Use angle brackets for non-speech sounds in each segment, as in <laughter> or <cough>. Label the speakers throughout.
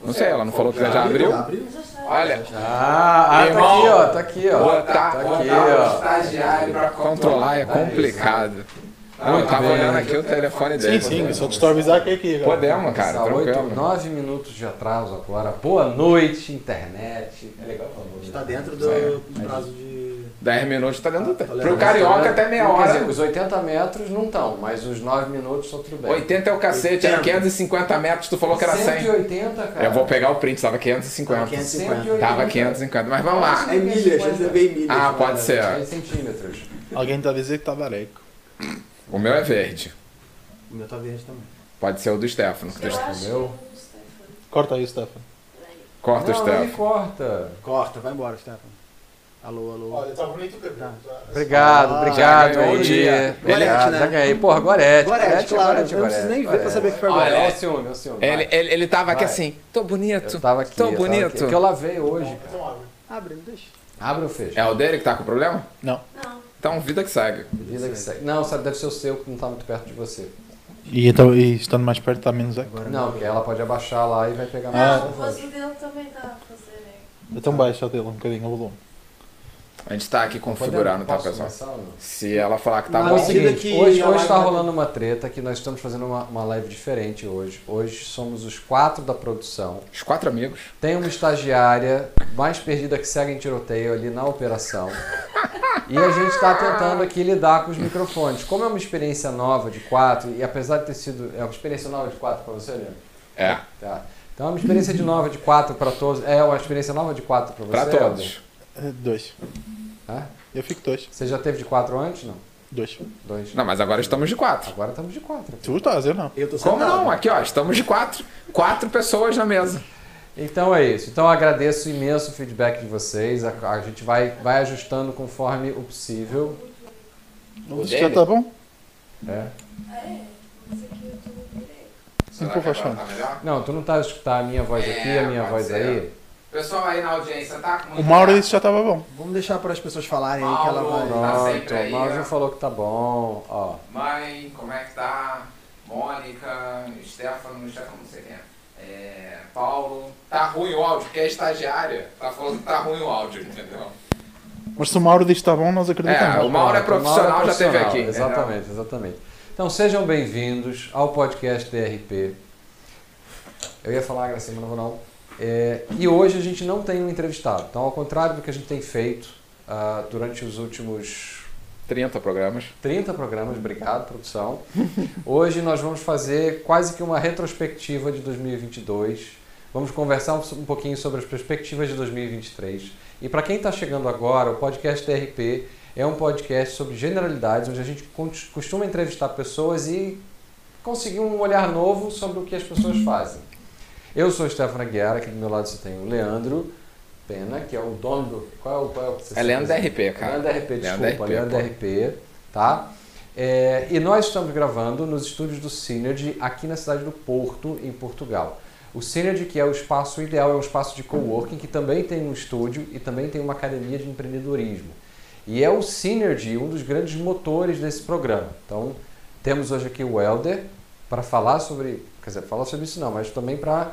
Speaker 1: Não sei, ela não falou que já abriu? Olha,
Speaker 2: Ah, ah, tá
Speaker 1: Irmão,
Speaker 2: aqui, ó, tá aqui, ó.
Speaker 1: botar,
Speaker 2: tá
Speaker 1: botar
Speaker 2: aqui,
Speaker 1: um
Speaker 2: ó.
Speaker 1: estagiário pra controlar é complicado. Não, eu tava olhando aqui o telefone
Speaker 3: Sim,
Speaker 1: dele.
Speaker 3: sim, só tu avisar que é aqui, cara.
Speaker 1: Podemos, cara,
Speaker 2: Tá, oito,
Speaker 1: tranquilo.
Speaker 2: nove minutos de atraso agora. Boa noite, internet. É legal falar.
Speaker 4: A gente tá dentro do, do prazo de.
Speaker 1: 10 minutos tá dentro do tempo. Pro
Speaker 4: Tolerância.
Speaker 1: carioca até meia
Speaker 2: Não, quer
Speaker 1: hora.
Speaker 2: dizer, os 80 metros não estão, mas os 9 minutos estão tudo bem.
Speaker 1: 80 é o cacete, é 550 metros, tu falou que era 100.
Speaker 2: 180, cara.
Speaker 1: Eu vou pegar o print, tava 550.
Speaker 4: 550.
Speaker 1: Tava 550, mas vamos lá.
Speaker 4: É milhas, a gente vê em milhas.
Speaker 1: Ah, pode ser.
Speaker 2: 10 centímetros.
Speaker 3: Alguém tá dizendo que tá vareco.
Speaker 1: O meu é verde.
Speaker 4: O meu tá verde também.
Speaker 1: Pode ser o do Stefano. que tu-
Speaker 5: Eu acho que
Speaker 2: meu?
Speaker 5: eu não sei, foi.
Speaker 3: Corta aí, Stefan.
Speaker 1: Corta o
Speaker 2: não, ele
Speaker 1: Stefano.
Speaker 2: corta.
Speaker 4: Corta, vai embora, Stefan. Alô, alô.
Speaker 3: tá bonito o
Speaker 4: Tá.
Speaker 2: Obrigado,
Speaker 4: Ah,
Speaker 2: obrigado
Speaker 1: já ganhou o
Speaker 2: aí.
Speaker 1: dia.
Speaker 2: Obrigado,
Speaker 4: Gorete, né?
Speaker 2: já ganhei. Porra, é Gorete.
Speaker 4: Gorete, é,
Speaker 1: é,
Speaker 4: claro, eu não
Speaker 2: Gorete,
Speaker 4: preciso nem ver
Speaker 2: Gorete.
Speaker 4: pra saber que foi
Speaker 2: Olha,
Speaker 4: Gorete.
Speaker 2: é o ciúme, é o ciúme. vai.
Speaker 1: Ele, ele, ele tava aqui
Speaker 2: Vai.
Speaker 1: assim, tô bonito,
Speaker 2: eu tava aqui.
Speaker 1: tô
Speaker 2: eu tava
Speaker 1: bonito.
Speaker 2: aqui, que eu lavei hoje, cara.
Speaker 4: Abre, não deixa.
Speaker 2: Abre ou fecha?
Speaker 1: É o dele que tá com problema?
Speaker 5: Não,
Speaker 1: Então, vida que segue.
Speaker 2: É Vida que segue. Não, sabe, deve ser o seu que não tá muito perto de você.
Speaker 3: E, então, e estando mais perto tá menos aqui.
Speaker 2: Não, Ah. porque ela pode abaixar lá e vai pegar mais.
Speaker 5: não, mas o dele também dá pra fazer. né?
Speaker 3: Então baixa o dele um bocadinho o volume.
Speaker 1: A gente tá aqui configurando, tá,
Speaker 2: Posso
Speaker 1: pessoal?
Speaker 2: começar ou não?
Speaker 1: Se ela falar que tá
Speaker 2: Não,
Speaker 4: à
Speaker 2: é o
Speaker 1: bom,
Speaker 4: medida
Speaker 2: seguinte,
Speaker 4: que
Speaker 2: hoje,
Speaker 4: a
Speaker 2: hoje
Speaker 4: live
Speaker 2: tá
Speaker 4: vai-
Speaker 2: rolando uma treta que nós estamos fazendo uma, uma live diferente hoje. Hoje somos os quatro da produção.
Speaker 1: os quatro amigos.
Speaker 2: Tem uma estagiária mais perdida que segue em tiroteio ali na operação. E a gente está tentando aqui lidar com os microfones. Como é uma experiência nova de quatro, e apesar de ter sido. É uma experiência nova de quatro para você, Leandro?
Speaker 1: É,
Speaker 2: Tá. Então é uma experiência de nova de quatro para todos. É uma experiência nova de quatro para você?
Speaker 1: pra
Speaker 2: Helder?
Speaker 1: todos.
Speaker 3: É, Dois.
Speaker 2: Hã?
Speaker 3: Eu fico dois.
Speaker 2: Você já teve de quatro antes? Não.
Speaker 3: Dois.
Speaker 2: Dois.
Speaker 1: Não, mas agora estamos de quatro.
Speaker 2: Agora estamos de quatro.
Speaker 3: Tu estás, eu não.
Speaker 4: Eu tô
Speaker 1: Como
Speaker 4: sentado.
Speaker 1: não? Aqui, ó, estamos de quatro. Quatro pessoas na mesa.
Speaker 2: Então é isso. Então eu agradeço imenso o feedback de vocês. A, a gente vai, vai ajustando conforme o possível.
Speaker 1: O
Speaker 3: Isto já
Speaker 1: dele?
Speaker 3: tá bom?
Speaker 2: É.
Speaker 5: É, mas aqui eu tô no direito.
Speaker 3: Sim, por favor.
Speaker 1: melhor?
Speaker 2: Não, tu não tá a escutar a minha voz
Speaker 1: É,
Speaker 2: aqui, a minha
Speaker 1: pode
Speaker 2: voz
Speaker 1: ser.
Speaker 2: aí?
Speaker 1: Pessoal aí na audiência, tá? com
Speaker 3: O Mauro disse que já tava bom.
Speaker 4: Vamos deixar para as pessoas falarem aí que ela vai.
Speaker 1: Mauro. Tá sempre
Speaker 2: Pronto,
Speaker 1: aí,
Speaker 2: o Mauro
Speaker 1: né?
Speaker 2: já falou que tá bom. Ó,
Speaker 1: Mãe, como é que tá? Mônica, Stefano, Stefano, não sei quem é. É, Paulo. Tá ruim o áudio, porque é estagiária. Tá falando que tá ruim o áudio, entendeu?
Speaker 3: Mas se o Mauro disse que tá bom, nós acreditamos.
Speaker 1: É, o Mauro é profissional, já teve
Speaker 2: profissional,
Speaker 1: aqui.
Speaker 2: Exatamente, exatamente. Então sejam bem-vindos ao podcast DRP. Eu ia falar, Gracinha, mas não vou não. É, e hoje a gente não tem um entrevistado. Então, ao contrário do que a gente tem feito ah, durante os últimos
Speaker 1: 30 programas.
Speaker 2: 30 programas, obrigado, produção. Hoje nós vamos fazer quase que uma retrospectiva de 2022. Vamos conversar um, um pouquinho sobre as perspectivas de 2023. E para quem está chegando agora, o podcast TRP é um podcast sobre generalidades, onde a gente con- costuma entrevistar pessoas e conseguir um olhar novo sobre o que as pessoas fazem. Eu sou o Stefano Aguiar, aqui do meu lado você tem o Leandro Pena, que é o dono do. Qual é o. Qual é o
Speaker 1: É Leandro DRP, cara.
Speaker 2: Leandro RP,
Speaker 1: Leandro
Speaker 2: desculpa,
Speaker 1: RP,
Speaker 2: Leandro
Speaker 1: pô.
Speaker 2: RP, tá? É, e nós estamos gravando nos estúdios do Synergy, aqui na cidade do Porto, em Portugal. O Synergy, que é o espaço ideal, é um espaço de coworking que também tem um estúdio e também tem uma academia de empreendedorismo. E é o Synergy um dos grandes motores desse programa. Então, temos hoje aqui o Helder para falar sobre, quer dizer, falar sobre isso não, mas também para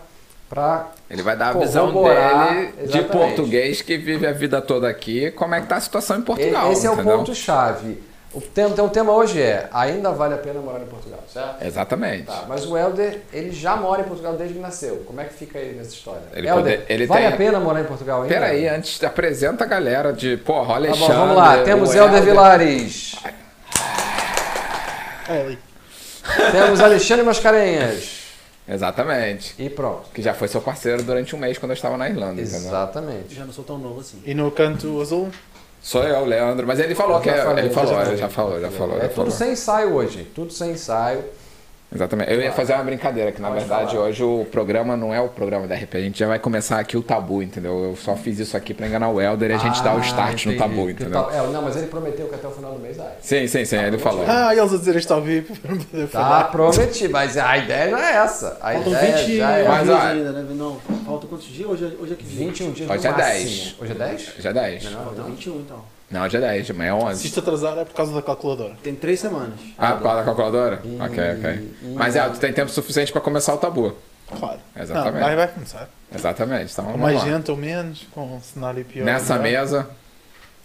Speaker 2: para
Speaker 1: Ele vai dar a visão
Speaker 2: Corroborar,
Speaker 1: dele de
Speaker 2: exatamente.
Speaker 1: português que vive a vida toda aqui, como é que tá a situação em Portugal.
Speaker 2: Esse é o
Speaker 1: entendeu?
Speaker 2: ponto-chave. O tema, então, o tema hoje é: ainda vale a pena morar em Portugal, certo?
Speaker 1: Exatamente.
Speaker 2: Tá, mas o Helder, ele já mora em Portugal desde que nasceu. Como é que fica aí nessa história?
Speaker 1: Ele
Speaker 2: Helder,
Speaker 1: pode- ele
Speaker 2: vale
Speaker 1: tem-
Speaker 2: a pena morar em Portugal ainda?
Speaker 1: Peraí, antes, apresenta a galera de, porra,
Speaker 2: Tá
Speaker 1: Alexandre.
Speaker 2: bom, vamos lá. Temos
Speaker 1: o
Speaker 2: Helder Vilares.
Speaker 3: É, ali.
Speaker 2: temos Alexandre Mascarenhas.
Speaker 1: Exatamente.
Speaker 2: E pronto.
Speaker 1: Que já foi seu parceiro durante um mês quando eu estava na Irlanda, entendeu?
Speaker 2: Exatamente.
Speaker 4: Já não sou tão novo assim.
Speaker 1: Ah,
Speaker 3: E no canto azul?
Speaker 1: Sou eu, Leandro. Mas ele falou
Speaker 2: Eu
Speaker 1: que
Speaker 2: já
Speaker 1: é.
Speaker 2: falei,
Speaker 1: ele falou,
Speaker 2: já
Speaker 1: ele
Speaker 2: falei.
Speaker 1: já falou, já falou,
Speaker 2: É
Speaker 1: já
Speaker 2: tudo
Speaker 1: falou.
Speaker 2: sem ensaio hoje, gente. Tudo sem ensaio.
Speaker 1: Exatamente. Eu ia fazer uma brincadeira, que na verdade hoje o programa não é o programa da RP, a gente já vai começar aqui o tabu, entendeu? Eu só fiz isso aqui pra enganar o Helder e a gente dá o
Speaker 2: Ah,
Speaker 1: start
Speaker 2: entendi.
Speaker 1: no tabu,
Speaker 2: Que
Speaker 1: entendeu?
Speaker 2: tal- é, não, mas ele prometeu que até o final do mês dá.
Speaker 1: Sim, sim, sim, ele falou.
Speaker 3: Ah, eles a dizer isto ao vivo. <laughs>
Speaker 2: Tá,
Speaker 1: <laughs>
Speaker 2: prometi, mas a ideia não é essa. A
Speaker 4: Faltam
Speaker 2: ideia
Speaker 4: 20
Speaker 2: já é.
Speaker 1: Mas,
Speaker 4: dias
Speaker 1: ó,
Speaker 4: ainda, né? Não, faltam quantos dias? Hoje, é- hoje é que dia?
Speaker 2: 21 dias
Speaker 1: Hoje
Speaker 2: no
Speaker 1: é
Speaker 2: máximo.
Speaker 1: 10.
Speaker 2: Hoje é 10?
Speaker 1: Já é 10.
Speaker 2: Não,
Speaker 4: Faltam
Speaker 2: não.
Speaker 4: 21 então.
Speaker 1: Não, hoje é 10, amanhã é 11.
Speaker 3: Se isto atrasar é por causa da calculadora.
Speaker 4: Tem três semanas.
Speaker 1: Ah, por causa da calculadora? Ok, ok. Mas é, tu tem tempo suficiente pra começar o tabu.
Speaker 3: Claro.
Speaker 1: Exatamente.
Speaker 3: Não, aí vai começar.
Speaker 1: Exatamente. Então,
Speaker 3: Com
Speaker 1: vamos
Speaker 3: mais
Speaker 1: lá.
Speaker 3: gente ou menos, com um cenário pior.
Speaker 1: Nessa
Speaker 3: melhor,
Speaker 1: mesa.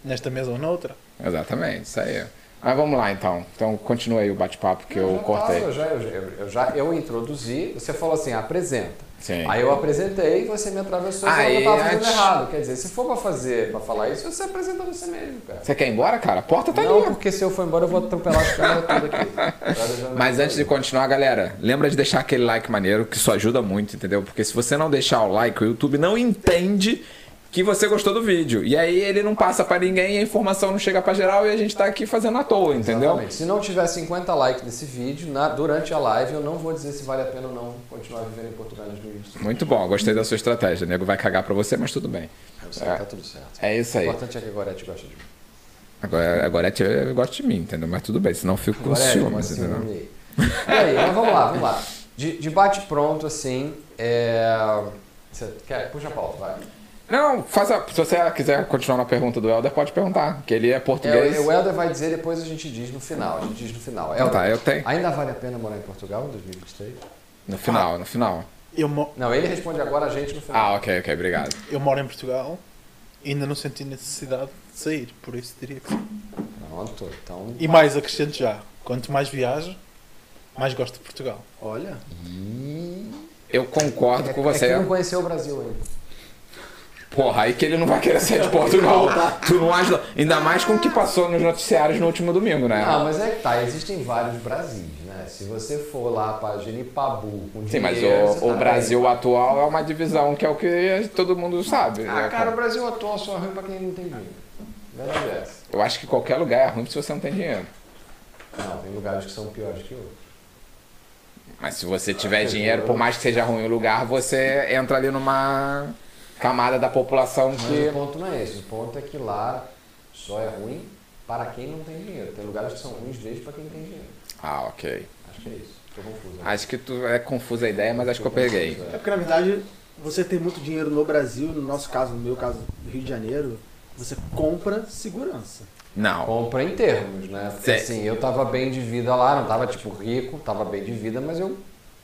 Speaker 3: Nesta mesa ou noutra.
Speaker 1: Exatamente, isso aí. Ah, vamos lá então. Então continua aí o bate-papo que eu
Speaker 2: já
Speaker 1: cortei.
Speaker 2: tava, Então, eu, já, eu, eu- eu já eu introduzi, você falou assim, apresenta.
Speaker 1: Sim.
Speaker 2: Aí eu apresentei e você me atravessou e falou que eu
Speaker 1: Aí,
Speaker 2: tava fazendo
Speaker 1: antes-
Speaker 2: errado. Quer dizer, se for pra fazer, pra falar isso, você apresenta você mesmo, cara.
Speaker 1: Você quer ir embora, cara? A porta tá
Speaker 2: Não,
Speaker 1: ali. ó.
Speaker 2: porque se eu for embora eu vou atropelar as câmeras tudo aqui.
Speaker 1: <laughs> Mas antes de continuar, galera, lembra de deixar aquele like maneiro, que isso ajuda muito, entendeu? Porque se você não deixar o like, o YouTube não entende que você gostou do vídeo. E aí ele não passa pra ninguém, a informação não chega pra geral e a gente tá aqui fazendo à toa, entendeu?
Speaker 2: Exatamente. Se não tiver 50 likes desse vídeo, na- durante a live, eu não vou dizer se vale a pena ou não continuar vivendo em Portugal nas minhas
Speaker 1: Muito bom, gostei da sua estratégia. O nego vai cagar pra você, mas tudo bem.
Speaker 2: Eu sei que tá tudo certo.
Speaker 1: É isso
Speaker 2: O
Speaker 1: aí.
Speaker 2: importante é que a Gorete gosta de mim.
Speaker 1: Agora, agora é, eu gosto de mim, entendeu? Mas tudo bem, senão eu fico com
Speaker 2: Gorete,
Speaker 1: ciúmes,
Speaker 2: mas assim,
Speaker 1: entendeu?
Speaker 2: não me- E aí, mas vamos lá, vamos lá. De, de bate pronto, assim, é... Você quer? Puxa a pauta, vai.
Speaker 1: Não, faz a, se você quiser continuar na pergunta do Helder, pode perguntar, que ele é português.
Speaker 2: É, o Helder vai dizer, depois a gente diz no final. A gente diz no final.
Speaker 1: Então
Speaker 2: Helder,
Speaker 1: tá, eu tenho.
Speaker 2: ainda vale a pena morar em Portugal em 2023?
Speaker 1: No final, no final.
Speaker 3: Eu, mo-
Speaker 2: Não, ele responde agora a gente no final.
Speaker 1: Ah, ok, ok, obrigado.
Speaker 3: eu moro em Portugal e ainda não senti necessidade de sair, por isso diria que sim.
Speaker 2: Pronto, então...
Speaker 3: E mais acrescento já, quanto mais viajo, mais gosto de Portugal.
Speaker 4: Olha.
Speaker 1: Eu concordo
Speaker 2: É,
Speaker 1: com
Speaker 2: é
Speaker 1: você.
Speaker 2: que não conheceu o Brasil ainda.
Speaker 1: Porra, aí que ele não vai querer sair de Portugal.
Speaker 2: tá.
Speaker 1: tu não ajuda. Ainda mais com o que passou nos noticiários no último domingo, né?
Speaker 2: Ah, mas é que tá, existem vários Brasis, né? Se você for lá pra Genipabu com
Speaker 1: Sim, mas
Speaker 2: dinheiro,
Speaker 1: o,
Speaker 2: você
Speaker 1: o
Speaker 2: tá
Speaker 1: Brasil atual é uma divisão que é o que todo mundo sabe.
Speaker 2: bem.
Speaker 1: né,
Speaker 2: Ah,
Speaker 1: cara?
Speaker 2: cara, o Brasil atual só é ruim pra quem não tem dinheiro. Verdade é essa.
Speaker 1: Eu acho que qualquer lugar é ruim se você não tem dinheiro.
Speaker 2: Não, tem lugares que são piores que outros.
Speaker 1: Mas se você tiver
Speaker 2: é.
Speaker 1: dinheiro, por mais que seja ruim o lugar, você entra ali numa camada da população
Speaker 2: Mas
Speaker 1: que
Speaker 2: o ponto não é esse. O ponto é que lá só é ruim para quem não tem dinheiro. Tem lugares que são ruins desde para quem tem dinheiro.
Speaker 1: Ah, ok.
Speaker 2: Acho que é isso. Tô confuso.
Speaker 1: Acho que tu é confusa a ideia, mas acho que eu peguei.
Speaker 4: É porque, na verdade, você tem muito dinheiro no Brasil, no nosso caso, no meu caso, do Rio de Janeiro, você compra segurança.
Speaker 1: Não.
Speaker 2: Compra em termos, né? Porque,
Speaker 1: Certo.
Speaker 2: assim, eu tava bem de vida lá, não tava tipo rico, tava bem de vida, mas eu.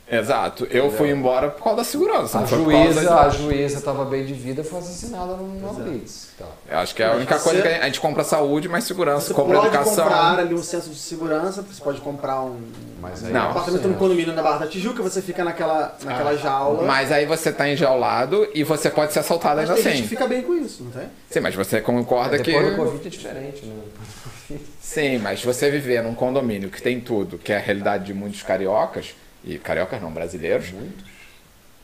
Speaker 1: Exato. Eu fui embora por causa da segurança.
Speaker 2: A
Speaker 1: não Ah, foi por causa
Speaker 2: juíza,
Speaker 1: da-
Speaker 2: a juíza tava bem de vida foi assassinada no
Speaker 4: Pois é.
Speaker 2: Blitz. Então,
Speaker 1: Eu acho que é a única
Speaker 4: Você-
Speaker 1: coisa que a gente compra saúde, mas segurança,
Speaker 4: Você
Speaker 1: compra
Speaker 4: pode
Speaker 1: educação.
Speaker 4: comprar ali um senso de segurança, você pode comprar um,
Speaker 2: mas
Speaker 4: um
Speaker 2: aí
Speaker 1: Não. Ah,
Speaker 4: apartamento no condomínio na Barra da Tijuca, você fica naquela, naquela jaula.
Speaker 1: Mas aí você tá enjaulado e você pode ser assaltado
Speaker 4: Mas
Speaker 1: ainda
Speaker 4: tem gente
Speaker 1: assim.
Speaker 4: que fica bem com isso, não tem?
Speaker 1: Sim, mas você concorda que.
Speaker 2: Depois do Covid é diferente, né?
Speaker 1: Sim, mas você viver num condomínio que tem tudo, que é a realidade de muitos cariocas, e cariocas não, brasileiros.
Speaker 2: Muitos?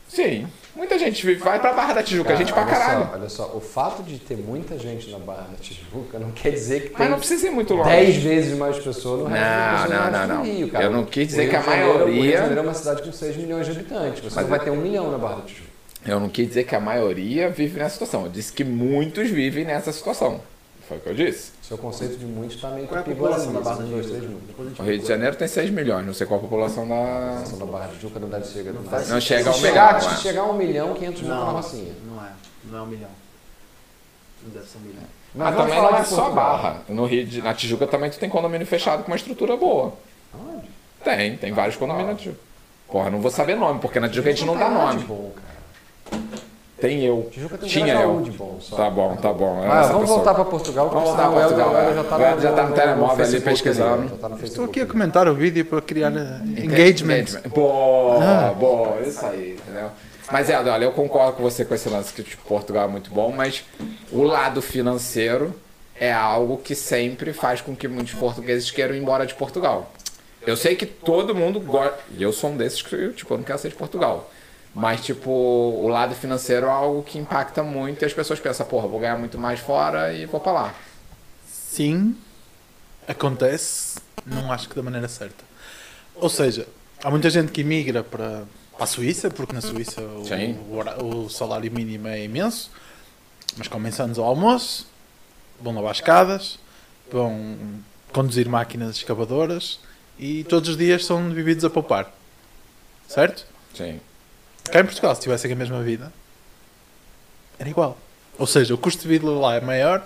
Speaker 1: Sim. Muita gente vive, vai pra Barra da Tijuca, gente pra
Speaker 2: Cara, olha
Speaker 1: caralho.
Speaker 2: Só, olha só, o fato de ter muita gente na Barra da Tijuca não quer dizer que
Speaker 1: Mas
Speaker 2: tem
Speaker 1: não precisa ir muito longe.
Speaker 2: 10 vezes mais pessoas no resto das
Speaker 1: Não,
Speaker 2: pessoas
Speaker 1: não,
Speaker 2: no resto
Speaker 1: não,
Speaker 2: do
Speaker 1: não.
Speaker 2: Rio, cara.
Speaker 1: Eu não quis dizer
Speaker 2: O Rio
Speaker 1: que a
Speaker 2: de Janeiro- O Rio de
Speaker 1: maioria-
Speaker 2: Janeiro é uma cidade com 6 milhões de habitantes. Você não vai ter um milhão na Barra do Tijuca.
Speaker 1: Eu não quis dizer que a maioria vive nessa situação. Eu disse que muitos vivem nessa situação. Foi o que eu disse.
Speaker 2: Seu conceito de muitos está meio
Speaker 4: Qual é a
Speaker 2: que
Speaker 4: população da Barra da
Speaker 2: Um, dois, três mil.
Speaker 4: Depois a gente
Speaker 1: O Rio de Janeiro tem 6 milhões, não sei qual a população
Speaker 2: A
Speaker 1: da.
Speaker 2: população da Barra do Tijuca não deve chegar. Não
Speaker 4: faz
Speaker 1: Não
Speaker 2: Se
Speaker 1: chega ao
Speaker 2: chegar,
Speaker 1: milhão.
Speaker 2: se
Speaker 1: não é? assim.
Speaker 2: chegar a um milhão, 500 mil na
Speaker 4: Não,
Speaker 2: rocinha.
Speaker 4: não é. Não é um milhão. Não deve ser um milhão.
Speaker 1: Mas
Speaker 2: vamos
Speaker 1: também
Speaker 2: falar
Speaker 1: não é
Speaker 2: de
Speaker 1: só
Speaker 2: Portugal.
Speaker 1: barra. No Rio de... Na Tijuca também tu tem condomínio fechado com uma estrutura boa.
Speaker 2: Aonde?
Speaker 1: Tem, tem
Speaker 2: Ah,
Speaker 1: vários condomínios
Speaker 2: tá.
Speaker 1: na Tijuca. Porra, não vou saber nome, porque na Tijuca a gente não dá
Speaker 2: Nada de
Speaker 1: nome.
Speaker 2: bom, cara.
Speaker 1: Tem eu.
Speaker 2: tá Tijuca tem
Speaker 1: Tinha
Speaker 2: um
Speaker 1: eu.
Speaker 2: saúde bom só.
Speaker 1: Tá bom, tá bom.
Speaker 2: Ah, vamos voltar para Portugal. porque
Speaker 1: Vamos voltar
Speaker 2: senão
Speaker 1: pra
Speaker 2: o Helder
Speaker 1: Portugal, é.
Speaker 2: agora
Speaker 1: O Helder já tá no telemóvel ali
Speaker 2: Facebook
Speaker 1: pesquisando.
Speaker 2: dele, já tá no
Speaker 3: Estou
Speaker 2: Facebook
Speaker 3: aqui a
Speaker 2: dele.
Speaker 3: comentar o vídeo para criar eh, engagement.
Speaker 1: Boa,
Speaker 3: Ah.
Speaker 1: boa, isso aí, entendeu? Mas é, olha, eu concordo com você com esse lance que tipo, Portugal é muito bom, mas o lado financeiro é algo que sempre faz com que muitos portugueses queiram ir embora de Portugal. Eu sei que todo mundo gosta, e eu sou um desses que, tipo, eu não quero sair de Portugal. Mas, tipo, o lado financeiro é algo que impacta muito e as pessoas pensam, porra, vou ganhar muito mais fora e vou pra lá.
Speaker 3: Sim, acontece, não acho que da maneira certa. Ou seja, há muita gente que migra para para a Suíça, porque na Suíça o,
Speaker 1: Sim.
Speaker 3: o hora- o salário mínimo é imenso, mas comem-se ao almoço, vão lavar escadas, vão conduzir máquinas escavadoras e todos os dias são vividos a poupar. Certo?
Speaker 1: Sim.
Speaker 3: Cá em Portugal, se tivessem a mesma vida, era igual. Ou seja, o custo de vida lá é maior,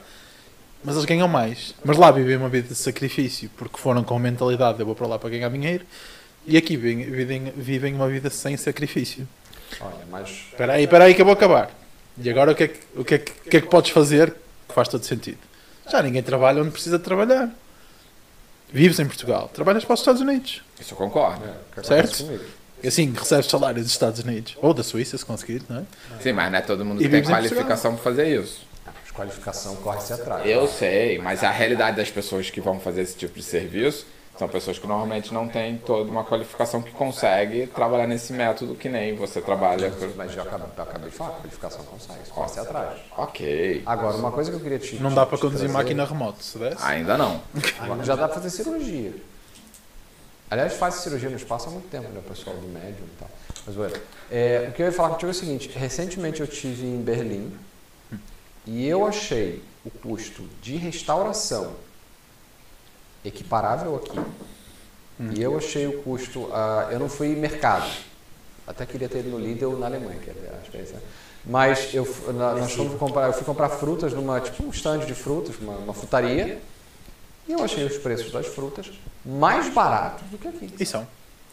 Speaker 3: mas eles ganham mais. Mas lá vivem uma vida de sacrifício, porque foram com a mentalidade de eu vou para lá para ganhar dinheiro, e aqui vivem, vivem, vivem uma vida sem sacrifício.
Speaker 2: Olha, mas
Speaker 3: Espera aí, espera aí que eu vou acabar. E agora o que é que, o que, é que, o que, é que podes fazer que faz todo sentido? Já ninguém trabalha onde precisa de trabalhar. Vives em Portugal, trabalhas para os Estados Unidos.
Speaker 1: Isso eu concordo.
Speaker 2: é, o que acontece
Speaker 3: Certo.
Speaker 2: comigo.
Speaker 3: E assim, recebes salários dos Estados Unidos. Ou da Suíça, se conseguir, não é?
Speaker 1: Sim, mas não é todo mundo
Speaker 3: E
Speaker 1: que tem
Speaker 3: vives em Portugal.
Speaker 1: qualificação para fazer isso.
Speaker 2: Mas qualificação corre-se atrás.
Speaker 1: Eu sei, mas a realidade das pessoas que vão fazer esse tipo de serviço são pessoas que normalmente não têm toda uma qualificação que consegue trabalhar nesse método que nem você trabalha.
Speaker 2: Mas já acabei, eu acabei de falar, qualificação consegue, isso corre-se atrás.
Speaker 1: Ok,
Speaker 2: Agora, uma coisa que eu queria te
Speaker 3: Não dá
Speaker 2: te-
Speaker 3: para
Speaker 2: te
Speaker 3: conduzir
Speaker 2: trazer-
Speaker 3: máquina remoto, se desse.
Speaker 1: ainda não.
Speaker 2: Já dá para fazer cirurgia. Aliás, faz cirurgia no espaço há muito tempo, né, pessoal do médium e tal. Mas, olha, é, o que eu ia falar contigo é o seguinte: recentemente eu tive em Berlim e eu achei o custo de restauração equiparável aqui. E eu achei o custo. ah, eu não fui mercado. Até queria ter ido no Lidl na Alemanha, que é a experiência. Mas eu, fu- na- nós fomos comprar, eu fui comprar frutas numa, tipo um stand de frutas, uma, uma frutaria. E eu achei os preços das frutas mais baratos do que aqui.
Speaker 3: E são.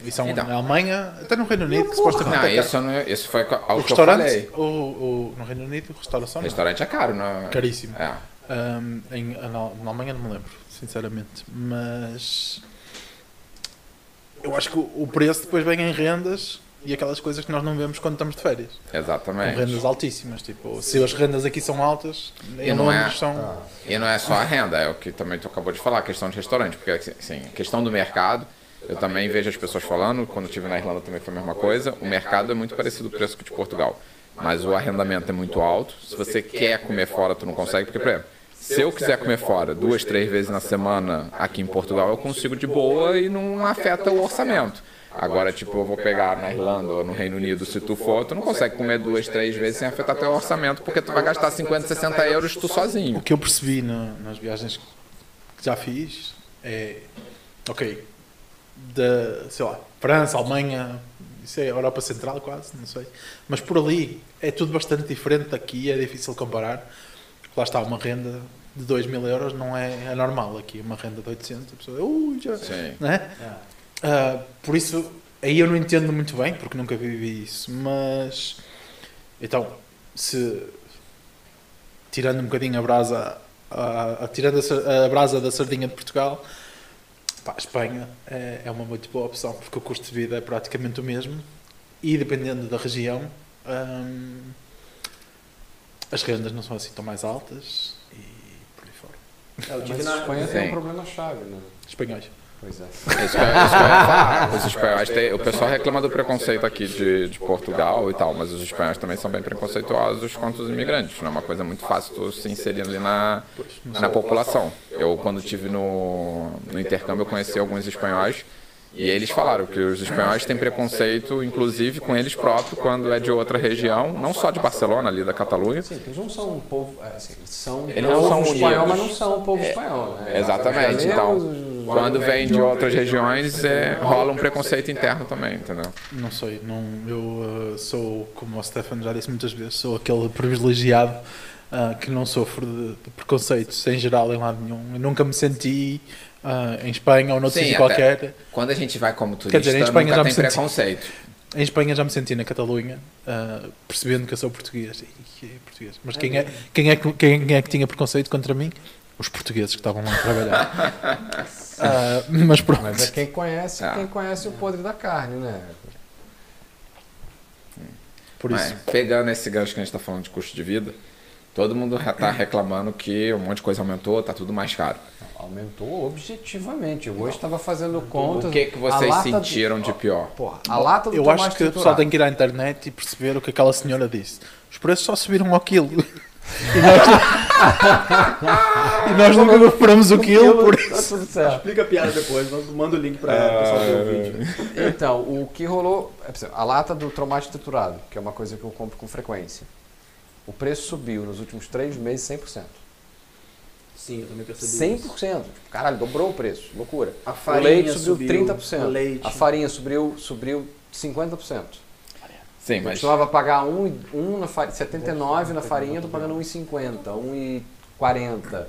Speaker 3: E são
Speaker 1: Então.
Speaker 3: na Alemanha, até no Reino Unido, que supostamente
Speaker 1: Não,
Speaker 3: é caro.
Speaker 1: isso, não, isso foi
Speaker 3: O
Speaker 1: ao que eu
Speaker 3: restaurante,
Speaker 1: falei.
Speaker 3: o, o, no Reino Unido, o restauração não.
Speaker 1: Restaurante é caro, não é?
Speaker 3: Caríssimo.
Speaker 1: É.
Speaker 3: Ahm, em, na, na Alemanha não me lembro, sinceramente. Mas eu acho que o, o preço depois vem em rendas e aquelas coisas que nós não vemos quando estamos de férias. Com
Speaker 1: Exatamente.
Speaker 3: rendas altíssimas. Tipo, se as rendas aqui são altas,
Speaker 1: E
Speaker 3: em
Speaker 1: não é-
Speaker 3: Londres são.
Speaker 1: E não é só a renda, é o que também tu acabou de falar, a questão de restaurante, porque assim, a questão do mercado, eu também vejo as pessoas falando, quando eu estive na Irlanda também foi a mesma coisa, o mercado é muito parecido o preço que o de Portugal, mas o arrendamento é muito alto, se você quer comer fora, tu não consegue, porque, por exemplo, se eu quiser comer fora duas, três vezes na semana aqui em Portugal, eu consigo de boa e não afeta o orçamento. Agora, tipo, eu vou pegar na Irlanda ou no Reino Unido, se tu for, tu não consegue comer duas, três vezes sem afetar teu orçamento, porque tu vai gastar 50, 60 euros tu sozinho.
Speaker 3: O que eu percebi na- nas viagens que já fiz é. Ok. Da, sei lá, França, Alemanha, isso é Europa Central quase, não sei. Mas por ali é tudo bastante diferente daqui, é difícil comparar. Lá está, uma renda de 2 mil euros não é, é normal aqui, uma renda de 800, a pessoa, ui, já.
Speaker 1: Sim.
Speaker 4: É.
Speaker 3: né? Ah, por isso, aí eu não entendo muito bem, porque nunca vivi isso, mas. Então, se. Tirando um bocadinho a brasa. a- a- tirando a, sar- a brasa da sardinha de Portugal, pá, a Espanha é, é uma muito boa opção, porque o custo de vida é praticamente o mesmo e dependendo da região, hum, as rendas não são assim tão mais altas e por aí fora.
Speaker 2: É, o Mas a Espanha tem
Speaker 1: Sim.
Speaker 2: um problema chave, né?
Speaker 3: Espanhóis.
Speaker 2: Pois é.
Speaker 1: Isso que eu- isso que eu ia falar. é Os espanhóis têm- o pessoal reclama do preconceito aqui de, de Portugal e tal, mas os espanhóis também são bem preconceituosos contra os imigrantes. Não é uma coisa muito fácil tu se inserir ali na, na população. Eu, quando estive no, no intercâmbio, eu conheci alguns espanhóis e eles falaram que os espanhóis têm preconceito, inclusive com eles próprios, quando é de outra região, não só de Barcelona, ali da Catalunha.
Speaker 2: Sim, eles não são um povo. é, assim, eles são
Speaker 1: Eles
Speaker 2: um
Speaker 1: não
Speaker 2: povo
Speaker 1: são
Speaker 2: espanhol,
Speaker 1: unidos. É,
Speaker 2: mas não são um povo espanhol. Né?
Speaker 1: Exatamente,
Speaker 2: Os
Speaker 1: então,
Speaker 2: italianos, os-
Speaker 1: Quando vem de outras regiões, é, rola um preconceito interno também, entendeu?
Speaker 3: Não sei, não, eu uh, sou, como o Stefano já disse muitas vezes, sou aquele privilegiado uh, que não sofre de, de preconceitos em geral em lado nenhum. Eu nunca me senti uh, em Espanha ou noutro
Speaker 1: Sim,
Speaker 3: sítio
Speaker 1: até-
Speaker 3: qualquer.
Speaker 1: Quando a gente vai como turista,
Speaker 3: Quer dizer, em Espanha
Speaker 1: nunca
Speaker 3: já me
Speaker 1: tem
Speaker 3: senti-
Speaker 1: preconceito.
Speaker 3: Em Espanha já me senti na Catalunha, ah, percebendo que eu sou português. E que é português. Mas quem é, quem, é que, quem é que tinha preconceito contra mim? Os portugueses que estavam lá a trabalhar. Ah, mas pronto.
Speaker 2: <laughs> Mas é quem conhece,
Speaker 1: Ah.
Speaker 2: quem conhece o podre da carne, né?
Speaker 3: Por isso.
Speaker 1: É, pegando esse gancho que a gente está falando de custo de vida, todo mundo está reclamando que um monte de coisa aumentou, tá tudo mais caro.
Speaker 2: Aumentou objetivamente. Eu hoje estava fazendo contas.
Speaker 1: O que, que vocês
Speaker 2: a lata do-
Speaker 1: sentiram de pior?
Speaker 2: Porra, a lata do
Speaker 3: Eu
Speaker 2: tomate
Speaker 3: acho que o
Speaker 2: triturado.
Speaker 3: pessoal tem que ir à internet e perceber o que aquela senhora disse. Os preços só subiram ao quilo. <laughs> E nós, <laughs> e nós nunca compramos o um quilo por
Speaker 2: Tá
Speaker 3: isso.
Speaker 2: tudo certo.
Speaker 4: Explica a piada depois, mas manda o link pra
Speaker 1: Ah,
Speaker 4: ela, o pessoal ver o
Speaker 1: é.
Speaker 4: vídeo.
Speaker 2: Então, o que rolou. é, por exemplo, A lata do tomate triturado, que é uma coisa que eu compro com frequência. O preço subiu nos últimos três meses 100%.
Speaker 4: Sim, eu também percebi.
Speaker 2: 100%. Tipo, caralho, dobrou o preço. Loucura.
Speaker 4: A
Speaker 2: O
Speaker 4: farinha
Speaker 2: leite subiu,
Speaker 4: subiu,
Speaker 2: 30%.
Speaker 4: o leite.
Speaker 2: A farinha subiu, subiu 50%.
Speaker 1: Sim,
Speaker 2: Eu
Speaker 1: mas
Speaker 2: costumava pagar 1, e- 1 na farinha, 79 na farinha, eu tô pagando 1,50, 1,40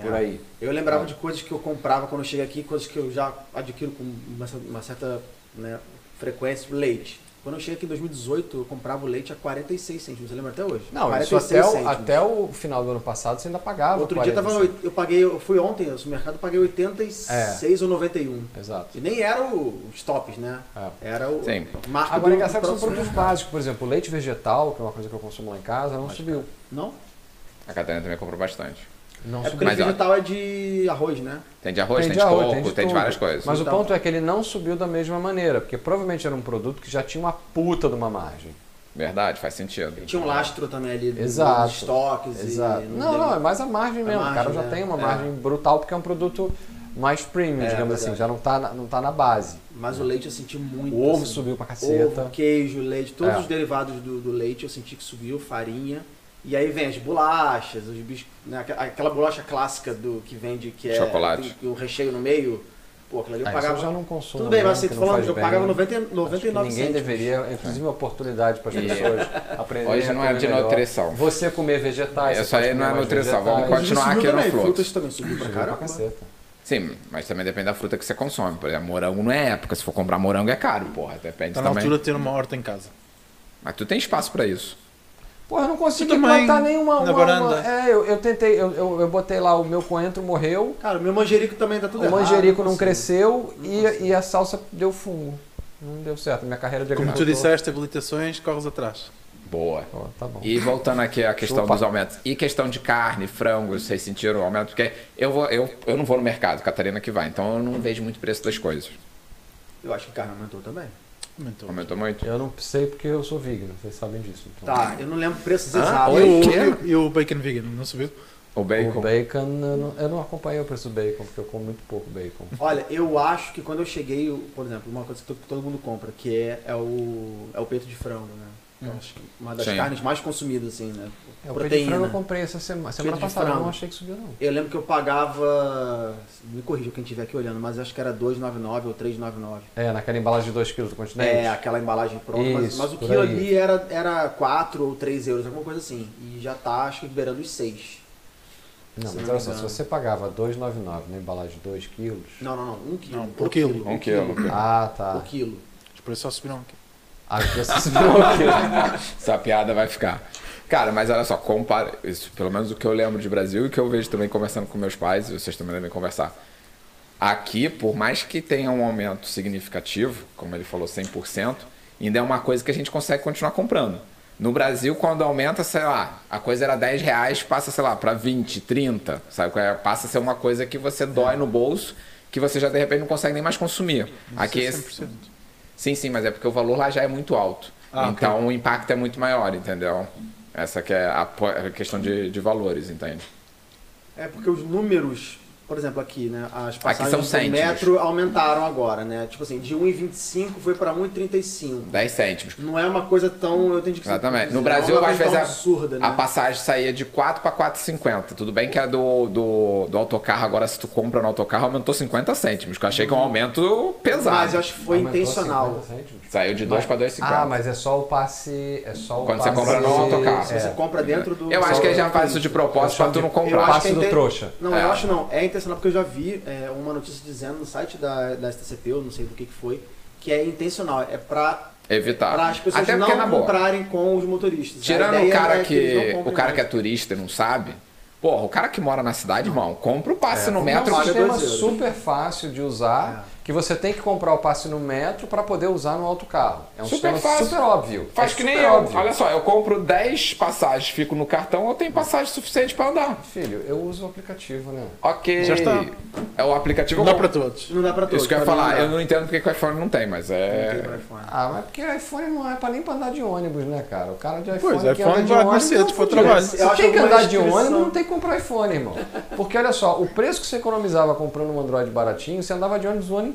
Speaker 2: por aí.
Speaker 4: Eu lembrava de coisas que eu comprava quando eu cheguei aqui, coisas que eu já adquiro com uma, cer- uma certa né, frequência, tipo leite. Quando eu cheguei aqui em 2018, eu comprava o leite a 46 cêntimos. Você lembra até hoje?
Speaker 2: Não, isso
Speaker 4: 46
Speaker 2: até o,
Speaker 4: cêntimos.
Speaker 2: até o final do ano passado você ainda pagava.
Speaker 4: Outro dia tava,
Speaker 2: 45.
Speaker 4: oit- eu paguei, eu fui ontem no supermercado, eu paguei 86 ou 91.
Speaker 2: Exato.
Speaker 4: E nem eram os tops, né?
Speaker 2: É.
Speaker 4: Era o
Speaker 1: Sim.
Speaker 4: marca
Speaker 2: Agora,
Speaker 4: do-
Speaker 2: é engraçado que
Speaker 4: do
Speaker 2: são produtos
Speaker 4: próximo.
Speaker 2: básicos. Por exemplo, o leite vegetal, que é uma coisa que eu consumo lá em casa, não subiu.
Speaker 4: Não?
Speaker 1: A Catarina também comprou bastante.
Speaker 2: Não
Speaker 4: É porque
Speaker 2: subiu.
Speaker 1: Mas, ó.
Speaker 4: o vegetal é de arroz, né?
Speaker 1: Tem de arroz, tem, de, coco, tem de,
Speaker 2: tudo.
Speaker 1: várias coisas.
Speaker 2: Mas o
Speaker 4: Então.
Speaker 2: ponto é que ele não subiu da mesma maneira, porque provavelmente era um produto que já tinha uma puta de uma margem.
Speaker 1: Verdade, faz sentido.
Speaker 4: Tinha um lastro também ali do-
Speaker 2: Exato.
Speaker 4: dos estoques.
Speaker 2: Exato.
Speaker 4: E
Speaker 2: Não, não, é mais a margem
Speaker 4: A
Speaker 2: mesmo. o cara
Speaker 4: margem,
Speaker 2: já
Speaker 4: né?
Speaker 2: tem uma
Speaker 4: É.
Speaker 2: margem brutal, porque é um produto mais premium,
Speaker 4: É,
Speaker 2: digamos assim,
Speaker 4: verdade.
Speaker 2: já não tá, na, não tá na base.
Speaker 4: Mas o leite eu senti muito.
Speaker 2: É. O ovo
Speaker 4: assim.
Speaker 2: subiu pra caceta.
Speaker 4: Ovo, queijo, leite, todos
Speaker 2: É.
Speaker 4: os derivados do, do leite eu senti que subiu, farinha. E aí vem as bolachas, os bis- né, aqua- aquela bolacha clássica do que vende que é
Speaker 1: Chocolate.
Speaker 4: tem- tem o recheio no meio. Pô, aquilo ali eu
Speaker 2: Ah, isso
Speaker 4: pagava.
Speaker 2: eu já não consumo.
Speaker 4: Tudo bem,
Speaker 2: né,
Speaker 4: mas você
Speaker 2: que
Speaker 4: tá
Speaker 2: não
Speaker 4: falando
Speaker 2: faz
Speaker 4: que eu
Speaker 2: bem.
Speaker 4: pagava 90,
Speaker 2: Acho que
Speaker 4: 99
Speaker 2: Ninguém
Speaker 4: cêntimos. É.
Speaker 2: deveria, inclusive uma oportunidade para as
Speaker 1: E-
Speaker 2: pessoas aprenderem
Speaker 1: Hoje
Speaker 2: a
Speaker 1: não é
Speaker 2: comer
Speaker 1: de
Speaker 2: melhor.
Speaker 1: nutrição.
Speaker 2: Você comer vegetais.
Speaker 1: Isso
Speaker 2: você pode
Speaker 1: aí não
Speaker 2: comer
Speaker 1: é
Speaker 2: mais
Speaker 1: nutrição, vamos
Speaker 2: vegetais.
Speaker 1: continuar
Speaker 4: Subiu
Speaker 1: aqui no
Speaker 4: também,
Speaker 1: Flux.
Speaker 4: frutas também subiu pra
Speaker 2: Subiu pra
Speaker 4: caramba.
Speaker 2: caceta.
Speaker 1: Sim, mas também depende da fruta que você consome. Por exemplo, morango não é época. Se for comprar morango é caro, porra. Depende
Speaker 3: Está Tá na
Speaker 1: também.
Speaker 3: altura de ter uma horta em casa.
Speaker 1: Mas tu tem espaço pra isso.
Speaker 2: Porra, eu não consegui
Speaker 3: Eu também,
Speaker 2: plantar nenhuma.
Speaker 3: na
Speaker 2: uma-
Speaker 3: varanda.
Speaker 2: uma- é, eu, eu tentei, eu, eu, eu botei lá, o meu coentro morreu,
Speaker 4: Cara, o meu manjerico também tá tudo
Speaker 2: o manjerico
Speaker 4: errado,
Speaker 2: não
Speaker 4: assim.
Speaker 2: cresceu
Speaker 4: consigo.
Speaker 2: e, e a salsa deu fungo. Não deu certo, minha carreira de
Speaker 3: Como tu
Speaker 2: agricultor-
Speaker 3: disseste, habilitações, corres atrás.
Speaker 1: Boa.
Speaker 2: Ó, tá bom.
Speaker 1: E voltando aqui à questão
Speaker 2: Chupa.
Speaker 1: dos aumentos. E questão de carne, frango, vocês sentiram o aumento? Porque eu, vou, eu, eu não vou no mercado, Catarina que vai. Então eu não vejo muito preço das coisas.
Speaker 4: Eu acho que carne aumentou também.
Speaker 3: Comentou.
Speaker 1: Aumentou muito?
Speaker 2: Eu não sei porque eu sou vegan, vocês sabem disso. então.
Speaker 4: Tá, eu não lembro preços
Speaker 3: E
Speaker 4: exatos.
Speaker 1: Oi?
Speaker 3: o-
Speaker 1: Quê?
Speaker 3: E o, e o bacon vegan, não subiu?
Speaker 1: O
Speaker 2: O
Speaker 1: bacon.
Speaker 2: bacon, eu não, eu não acompanhei o preço do bacon, porque eu como muito pouco bacon.
Speaker 4: Olha, eu acho que quando eu cheguei, eu- por exemplo, uma coisa que to- todo mundo compra, que é, é, o, é o peito de frango, né? Eu
Speaker 3: Hum.
Speaker 4: acho que uma das
Speaker 1: Sim.
Speaker 4: carnes mais consumidas, assim, né?
Speaker 2: É, o peito de
Speaker 4: Proteína.
Speaker 2: frango eu comprei essa semana, semana
Speaker 4: de
Speaker 2: passada, eu
Speaker 4: frango.
Speaker 2: não achei que subiu não.
Speaker 4: Eu lembro que eu pagava. Me corrija quem estiver aqui olhando, mas acho que era 2,99 ou 3,99.
Speaker 2: É, naquela embalagem de 2kg do continente.
Speaker 4: É, aquela embalagem pronta, mas,
Speaker 2: Isso,
Speaker 4: mas o
Speaker 2: por
Speaker 4: quilo
Speaker 2: aí.
Speaker 4: ali era, era 4 ou 3 euros, alguma coisa assim. E já tá, acho que beirando os 6.
Speaker 2: Não,
Speaker 4: Se
Speaker 2: mas
Speaker 4: não
Speaker 2: olha
Speaker 4: me
Speaker 2: só, se
Speaker 4: engano.
Speaker 2: você pagava 2,99 na embalagem de 2 quilos...
Speaker 4: Não, não, não, 1 quilo.
Speaker 3: Não,
Speaker 4: O
Speaker 3: por quilo.
Speaker 1: Um quilo.
Speaker 2: Ah,
Speaker 4: O
Speaker 2: tá.
Speaker 4: quilo.
Speaker 3: Os preços só subiram aqui.
Speaker 2: Ah, porque você subiu o quilo.
Speaker 1: Essa piada vai ficar. Cara, mas olha só, compara. Isso, pelo menos o que eu lembro de Brasil e o que eu vejo também conversando com meus pais, e vocês também devem conversar. Aqui, por mais que tenha um aumento significativo, como ele falou, 100%, ainda é uma coisa que a gente consegue continuar comprando. No Brasil, quando aumenta, sei lá, a coisa era 10 reais, passa, sei lá, para 20, 30, sabe? qual é? Passa a ser uma coisa que você dói no bolso, que você já de repente não consegue nem mais consumir. Aqui,
Speaker 3: é
Speaker 1: esse- Sim, sim, mas é porque o valor lá já é muito alto.
Speaker 3: Ah,
Speaker 1: então o impacto é muito maior, entendeu? Essa que é a po- a questão de, de valores, entende?
Speaker 4: É porque os números, por exemplo, aqui, né? As
Speaker 1: são
Speaker 4: passagens do
Speaker 1: cêntimos.
Speaker 4: metro aumentaram agora, né? Tipo assim, de 1,25 foi pra 1,35.
Speaker 1: 10 cêntimos.
Speaker 4: Não é uma coisa tão. Eu entendi que você-
Speaker 1: Exatamente. No
Speaker 4: não
Speaker 1: Brasil,
Speaker 4: é uma
Speaker 1: às
Speaker 4: coisa
Speaker 1: vezes,
Speaker 4: tão
Speaker 1: a,
Speaker 4: absurda, né?
Speaker 1: a passagem saía de 4 para 4,50. Tudo bem que a do, do, do autocarro, agora se tu compra no autocarro, aumentou 50 cêntimos, que eu achei que é um aumento pesado.
Speaker 4: Uhum. Mas eu acho que <laughs> foi
Speaker 2: Aumentou
Speaker 4: intencional.
Speaker 2: 50 cêntimos.
Speaker 1: Saiu de 2 para 2,50.
Speaker 2: Ah, mas é só o passe... É só o
Speaker 1: Quando você
Speaker 2: passe...
Speaker 1: compra no autocarro.
Speaker 4: Se você
Speaker 2: É.
Speaker 4: compra dentro do.
Speaker 1: Eu acho que ele já
Speaker 4: do-
Speaker 1: faz isso de propósito pra tu não
Speaker 4: Eu
Speaker 1: comprar.
Speaker 4: acho que
Speaker 2: Passe
Speaker 4: é
Speaker 2: do
Speaker 4: inte-
Speaker 2: trouxa.
Speaker 4: Não,
Speaker 1: É.
Speaker 4: eu acho não. É intencional porque eu já vi é, uma notícia dizendo no site da, da STCP, eu não sei do que, que foi, que é intencional. É pra,
Speaker 1: Evitar.
Speaker 4: pra as pessoas
Speaker 1: Tá. Até porque, é na
Speaker 4: não
Speaker 1: boa,
Speaker 4: comprarem com os motoristas. A
Speaker 1: Tirando o
Speaker 4: ideia
Speaker 1: cara
Speaker 4: é
Speaker 1: que.
Speaker 4: eles não
Speaker 1: o
Speaker 4: comprem
Speaker 1: cara
Speaker 4: mais.
Speaker 1: que é turista e não sabe. Porra, o cara que mora na cidade, irmão, compra o passe no
Speaker 2: É
Speaker 1: metro.
Speaker 2: um
Speaker 4: paga
Speaker 2: sistema
Speaker 4: dois euros.
Speaker 2: super fácil de
Speaker 1: É.
Speaker 2: usar, que você tem que comprar o passe no metro para poder usar no autocarro. É um
Speaker 1: Super
Speaker 2: sistema
Speaker 1: fácil.
Speaker 2: super óbvio.
Speaker 1: Faz
Speaker 2: É
Speaker 1: que nem
Speaker 2: super
Speaker 1: eu.
Speaker 2: óbvio.
Speaker 1: Olha só, eu compro 10 passagens, fico no cartão, eu tenho passagem suficiente pra andar.
Speaker 2: Filho, eu uso o aplicativo, né?
Speaker 1: Ok.
Speaker 3: Já está.
Speaker 1: É o aplicativo.
Speaker 3: Não dá
Speaker 1: bom.
Speaker 3: para todos.
Speaker 4: Não dá pra todos.
Speaker 1: Isso que eu ia
Speaker 4: pra mim
Speaker 1: falar, eu
Speaker 4: não
Speaker 1: não entendo porque que o iPhone não tem, mas
Speaker 4: dá. Não tem pra
Speaker 1: é.
Speaker 4: iPhone.
Speaker 2: Ah, mas porque iPhone não é pra nem pra andar de ônibus, né, cara? O cara de iPhone
Speaker 3: Pois, é,
Speaker 2: que anda
Speaker 3: iPhone
Speaker 2: de
Speaker 3: vai com
Speaker 2: ônibus,
Speaker 3: Mercedes
Speaker 2: não
Speaker 3: pro
Speaker 2: fudido.
Speaker 3: trabalho.
Speaker 2: Você
Speaker 4: Eu acho
Speaker 2: tem que
Speaker 4: alguma
Speaker 2: andar de
Speaker 4: restrição.
Speaker 2: ônibus, não tem que comprar iPhone, irmão. Porque olha só, o preço que você economizava comprando um Android baratinho, você andava de ônibus o ano inteiro.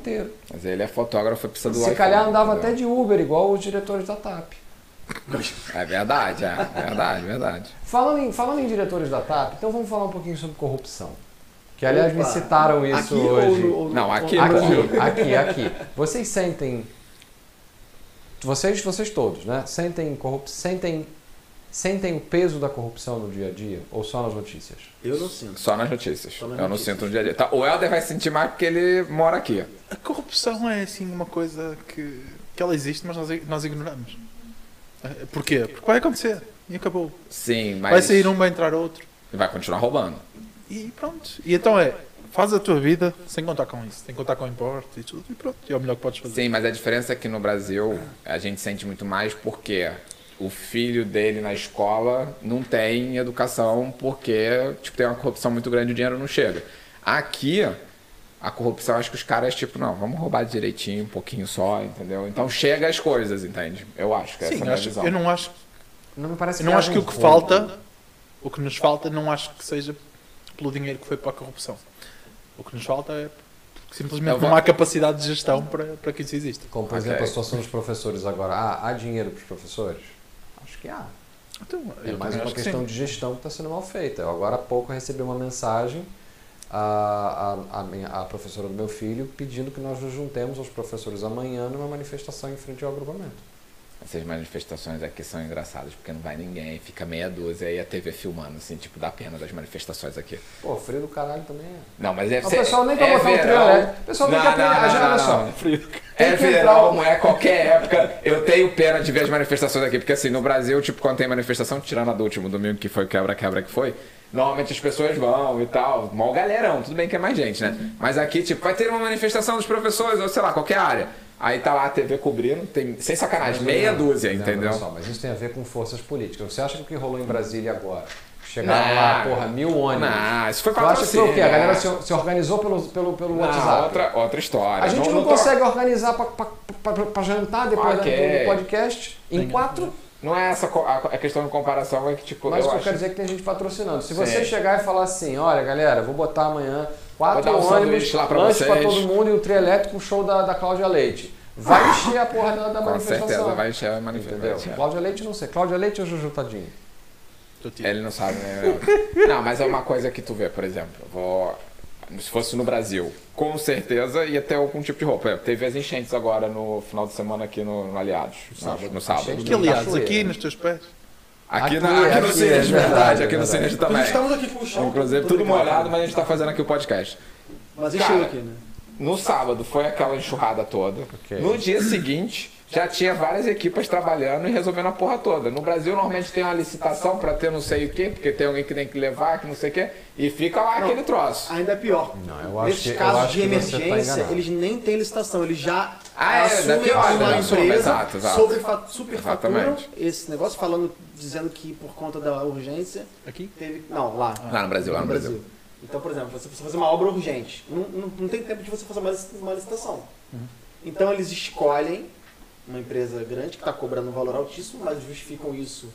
Speaker 1: Mas ele é fotógrafo, precisa do
Speaker 2: Se
Speaker 1: iPhone. É.
Speaker 2: calhar andava
Speaker 1: entendeu?
Speaker 2: até de Uber, igual os diretores da TAP.
Speaker 1: É verdade, é. Verdade, verdade.
Speaker 2: Falando em, falando em diretores da TAP, então vamos falar um pouquinho sobre corrupção. Que aliás me
Speaker 4: Opa.
Speaker 2: citaram isso
Speaker 4: Aqui ou
Speaker 2: hoje.
Speaker 4: no- ou no-
Speaker 1: Não, aqui
Speaker 4: ou no
Speaker 1: não.
Speaker 4: Brasil?
Speaker 2: Aqui, aqui, aqui. Vocês sentem. Vocês, vocês todos, né? Sentem corrup... sentem sentem o peso da corrupção no dia a dia ou só nas notícias?
Speaker 4: Eu não sinto.
Speaker 1: Só nas notícias.
Speaker 4: Só nas
Speaker 1: eu não
Speaker 4: notícias.
Speaker 1: sinto no dia a dia. Tá, o Helder vai sentir mais porque ele mora aqui.
Speaker 3: A corrupção é assim uma coisa que, que ela existe, mas nós, i- nós ignoramos. Eh, Porquê? Porque vai acontecer. E acabou.
Speaker 1: Sim, mas.
Speaker 3: Vai sair um, vai entrar outro.
Speaker 1: Vai continuar roubando.
Speaker 3: E pronto. E então é, faz a tua vida sem contar com isso. Sem contar com o importe e tudo. E pronto. E é o melhor que podes fazer.
Speaker 1: Sim, mas a diferença é que no Brasil a gente sente muito mais porque o filho dele na escola não tem educação porque tipo, tem uma corrupção muito grande e o dinheiro não chega. Aqui, a corrupção, acho que os caras, tipo, não, vamos roubar direitinho, um pouquinho só, entendeu? Então chega as coisas, entende? Eu acho que essa é a
Speaker 3: Sim,
Speaker 1: minha
Speaker 3: acho-
Speaker 1: visão.
Speaker 3: eu não acho
Speaker 2: Não me parece
Speaker 3: Eu não
Speaker 2: haja
Speaker 3: acho que
Speaker 2: um
Speaker 3: o que
Speaker 2: roubo.
Speaker 3: falta, o que nos falta, não acho que seja pelo dinheiro que foi para a corrupção. O que nos falta é porque
Speaker 1: Eu
Speaker 3: simplesmente
Speaker 1: vou-
Speaker 3: não há capacidade de gestão para, para que isso exista.
Speaker 2: Como, por
Speaker 1: Ok.
Speaker 2: exemplo, a situação dos professores agora. Ah, há dinheiro para os professores? Acho que há.
Speaker 3: Então,
Speaker 2: É mais
Speaker 3: eu também
Speaker 2: uma
Speaker 3: acho que
Speaker 2: questão
Speaker 3: sim.
Speaker 2: de gestão que está sendo mal feita. Eu agora há pouco recebi uma mensagem a, a, a, minha- a professora do meu filho pedindo que nós nos juntemos aos professores amanhã numa manifestação em frente ao agrupamento.
Speaker 1: Essas manifestações aqui são engraçadas porque não vai ninguém, fica meia dúzia e a TV filmando, assim, tipo, dá pena das manifestações aqui.
Speaker 2: Pô, frio do caralho também é.
Speaker 1: Não, mas é
Speaker 2: O pessoal nem quer botar um trio elétrico. O pessoal nem quer aprender. Ah, já, olha só.
Speaker 1: É
Speaker 2: Tem que
Speaker 1: verão,
Speaker 2: entrar
Speaker 1: não é qualquer época. Eu tenho pena de ver as manifestações aqui, porque assim, no Brasil, tipo, quando tem manifestação, tirando a do último domingo, que foi o quebra-quebra que foi, normalmente as pessoas vão e tal. Mó galerão, tudo bem que é mais gente, né? Mas aqui, tipo, vai ter uma manifestação dos professores, ou sei lá, qualquer área. Aí tá lá a TV cobrindo, tem, sem sacanagem, meia dúzia,
Speaker 2: Não, olha
Speaker 1: entendeu?
Speaker 2: Só, mas isso tem a ver com forças políticas. Você acha que o que rolou em Brasília agora? Chegaram
Speaker 1: Não. ah,
Speaker 2: lá, porra, mil ônibus.
Speaker 1: Não, isso foi
Speaker 2: Tu acha que foi o quê?
Speaker 1: patrocínio.
Speaker 2: A galera se, se organizou pelo, pelo, pelo
Speaker 1: Não,
Speaker 2: WhatsApp?
Speaker 1: outra, outra história.
Speaker 2: A gente não,
Speaker 1: troca-
Speaker 2: consegue organizar para jantar depois da-
Speaker 1: Ok.
Speaker 2: do podcast em quatro,
Speaker 1: Não é essa co- a, a questão de comparação, é que, tipo,
Speaker 2: mas
Speaker 1: eu
Speaker 2: o que eu
Speaker 1: acho
Speaker 2: quero dizer é que tem gente patrocinando. Se
Speaker 1: Sim.
Speaker 2: você chegar e falar assim, olha galera, vou botar amanhã quatro
Speaker 1: Vou dar um
Speaker 2: ônibus,
Speaker 1: sanduíche lá pra
Speaker 2: lanche pra
Speaker 1: vocês. Ah,
Speaker 2: todo mundo e o trio elétrico, o show da, da Cláudia Leite. Vai encher a porra da, da
Speaker 1: Com
Speaker 2: Tá manifestação.
Speaker 1: certeza vai encher a
Speaker 2: Entendeu?
Speaker 1: manifestação.
Speaker 2: Cláudia Leite não sei. Cláudia Leite ou Juju Tadinho?
Speaker 3: Do tipo.
Speaker 1: Ele não sabe,
Speaker 2: <laughs>
Speaker 1: né? não, mas é uma coisa que tu vê, por exemplo. Vou... Se fosse no Brasil, com certeza ia ter algum tipo de roupa. Teve as enchentes agora no final de semana aqui no, no Aliados, no sábado. No sábado.
Speaker 2: Enchente.
Speaker 3: É Que aliás,
Speaker 2: Cachoeira.
Speaker 3: aqui nos teus pés.
Speaker 1: Aqui,
Speaker 2: Aqui,
Speaker 1: na, aqui no
Speaker 2: aqui,
Speaker 1: Cines,
Speaker 2: é
Speaker 1: verdade,
Speaker 2: verdade,
Speaker 1: aqui no
Speaker 2: é
Speaker 1: Cines também.
Speaker 6: Estamos aqui com o chão.
Speaker 1: Inclusive, tudo molhado, mas a gente tá fazendo aqui o podcast.
Speaker 4: Mas
Speaker 1: Cara,
Speaker 4: encheu aqui, né?
Speaker 1: No sábado foi aquela enxurrada toda. No dia seguinte, já tinha várias equipas trabalhando e resolvendo a porra toda. No Brasil, normalmente tem uma licitação pra ter não sei o quê, porque tem alguém que tem que levar, que não sei o quê, e fica lá aquele troço.
Speaker 4: Ainda é pior.
Speaker 2: Não, eu acho
Speaker 4: Nesses
Speaker 2: que- eu
Speaker 4: casos
Speaker 2: acho
Speaker 4: de
Speaker 2: que você tá
Speaker 4: emergência,
Speaker 2: enganado.
Speaker 4: eles nem têm licitação, eles já
Speaker 1: Ah, é, deve
Speaker 4: assumem
Speaker 1: ter ordem,
Speaker 4: uma
Speaker 1: né? Assumem,
Speaker 4: empresa
Speaker 1: exato, exato.
Speaker 4: sobre superfaturam
Speaker 1: Exatamente.
Speaker 4: esse negócio, falando, dizendo que por conta da urgência
Speaker 3: Aqui?
Speaker 4: teve. Não, lá.
Speaker 1: Lá Ah, no Brasil, lá no Brasil.
Speaker 4: Então, por exemplo, você precisa fazer uma obra urgente. Não, não, não tem tempo de você fazer uma, lic- uma licitação. Então eles escolhem uma empresa grande que está cobrando um valor altíssimo, mas justificam isso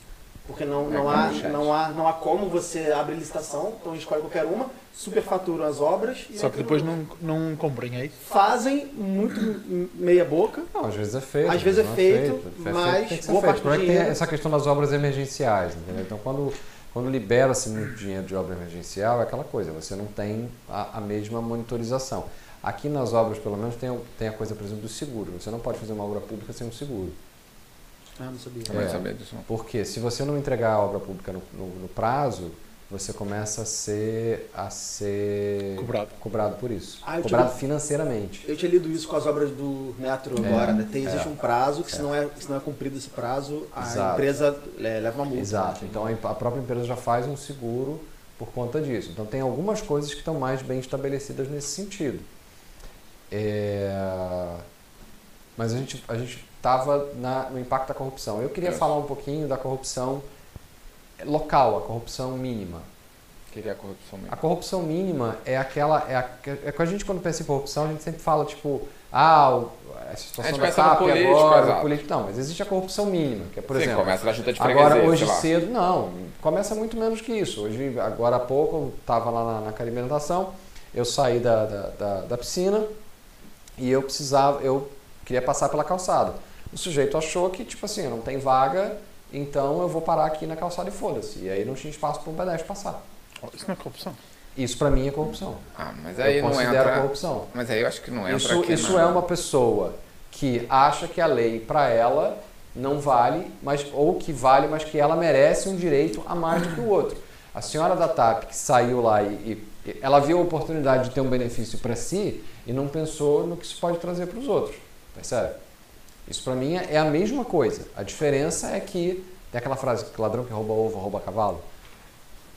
Speaker 4: porque não,
Speaker 1: É
Speaker 4: não,
Speaker 1: como
Speaker 4: há,
Speaker 1: no chat.
Speaker 4: não, há, não há como você abrir licitação, então escolhe qualquer uma, superfaturam as obras e
Speaker 3: Só que depois não, não comprem, é isso?
Speaker 4: fazem muito m- meia boca.
Speaker 2: Não, às vezes é feito.
Speaker 4: Às vezes é
Speaker 2: não
Speaker 4: feito,
Speaker 2: É
Speaker 4: mas
Speaker 2: tem que ser
Speaker 4: boa
Speaker 2: feito.
Speaker 4: parte do
Speaker 2: Como é que tem
Speaker 4: dinheiro-
Speaker 2: essa questão das obras emergenciais, entendeu? Então, quando, quando libera-se muito dinheiro de obra emergencial, é aquela coisa, você não tem a, a mesma monitorização. Aqui nas obras, pelo menos, tem, o- tem a coisa, por exemplo, do seguro. Você não pode fazer uma obra pública sem um seguro.
Speaker 4: Ah, não sabia.
Speaker 1: Também
Speaker 2: É.
Speaker 1: sabia disso.
Speaker 2: Porque se você não entregar a obra pública no, no- no prazo, você começa a ser, a ser
Speaker 3: Cobrado.
Speaker 2: cobrado por isso.
Speaker 4: Ah, eu te-
Speaker 2: cobrado financeiramente.
Speaker 4: Eu tinha lido isso com as obras do metro
Speaker 2: É,
Speaker 4: agora, né? Tem, existe
Speaker 2: é.
Speaker 4: um prazo que se, não é, se não é cumprido esse prazo, a
Speaker 2: Exato.
Speaker 4: empresa é, leva uma multa.
Speaker 2: Exato. Então a a própria empresa já faz um seguro por conta disso. Então tem algumas coisas que estão mais bem estabelecidas nesse sentido. É, Mas a gente a gente estava no impacto da corrupção. Eu queria
Speaker 1: Isso.
Speaker 2: falar um pouquinho da corrupção local, a corrupção mínima.
Speaker 1: Queria é a corrupção mesmo.
Speaker 2: A corrupção mínima é aquela. É a, é que a gente, quando pensa em corrupção, a gente sempre fala, tipo, ah, o, a
Speaker 1: A
Speaker 2: situação
Speaker 1: gente
Speaker 2: da
Speaker 1: pensa no
Speaker 2: TAP
Speaker 1: político,
Speaker 2: agora,
Speaker 1: exato.
Speaker 2: o político. Não, mas existe a corrupção mínima, que é, por
Speaker 1: Sim,
Speaker 2: exemplo.
Speaker 1: começa da junta de freguesia,
Speaker 2: Agora, hoje
Speaker 1: sei lá.
Speaker 2: cedo, não, começa muito menos que isso. Hoje, agora há pouco, eu estava lá na, na Calimentação, eu saí da, da, da- da piscina e eu precisava, eu queria passar pela calçada. O sujeito achou que, tipo assim, não tem vaga, então eu vou parar aqui na calçada e foda-se. E aí não tinha espaço para um pedestre passar.
Speaker 3: Oh, isso não é corrupção.
Speaker 2: Isso para mim é corrupção.
Speaker 1: Ah, mas aí
Speaker 2: eu
Speaker 1: não
Speaker 2: considero
Speaker 1: entra.
Speaker 2: corrupção.
Speaker 1: Mas aí eu acho que não entra
Speaker 2: Isso,
Speaker 1: aqui, né?
Speaker 2: isso
Speaker 1: não.
Speaker 2: é uma pessoa que acha que a lei para ela não vale, mas ou que vale, mas que ela merece um direito a mais do que o outro. A senhora da TAP que saiu lá e, e ela viu a oportunidade de ter um benefício para si e não pensou no que isso pode trazer para os outros. Percebe? Isso para mim é a mesma coisa. A diferença é que tem aquela frase que ladrão que rouba ovo rouba cavalo.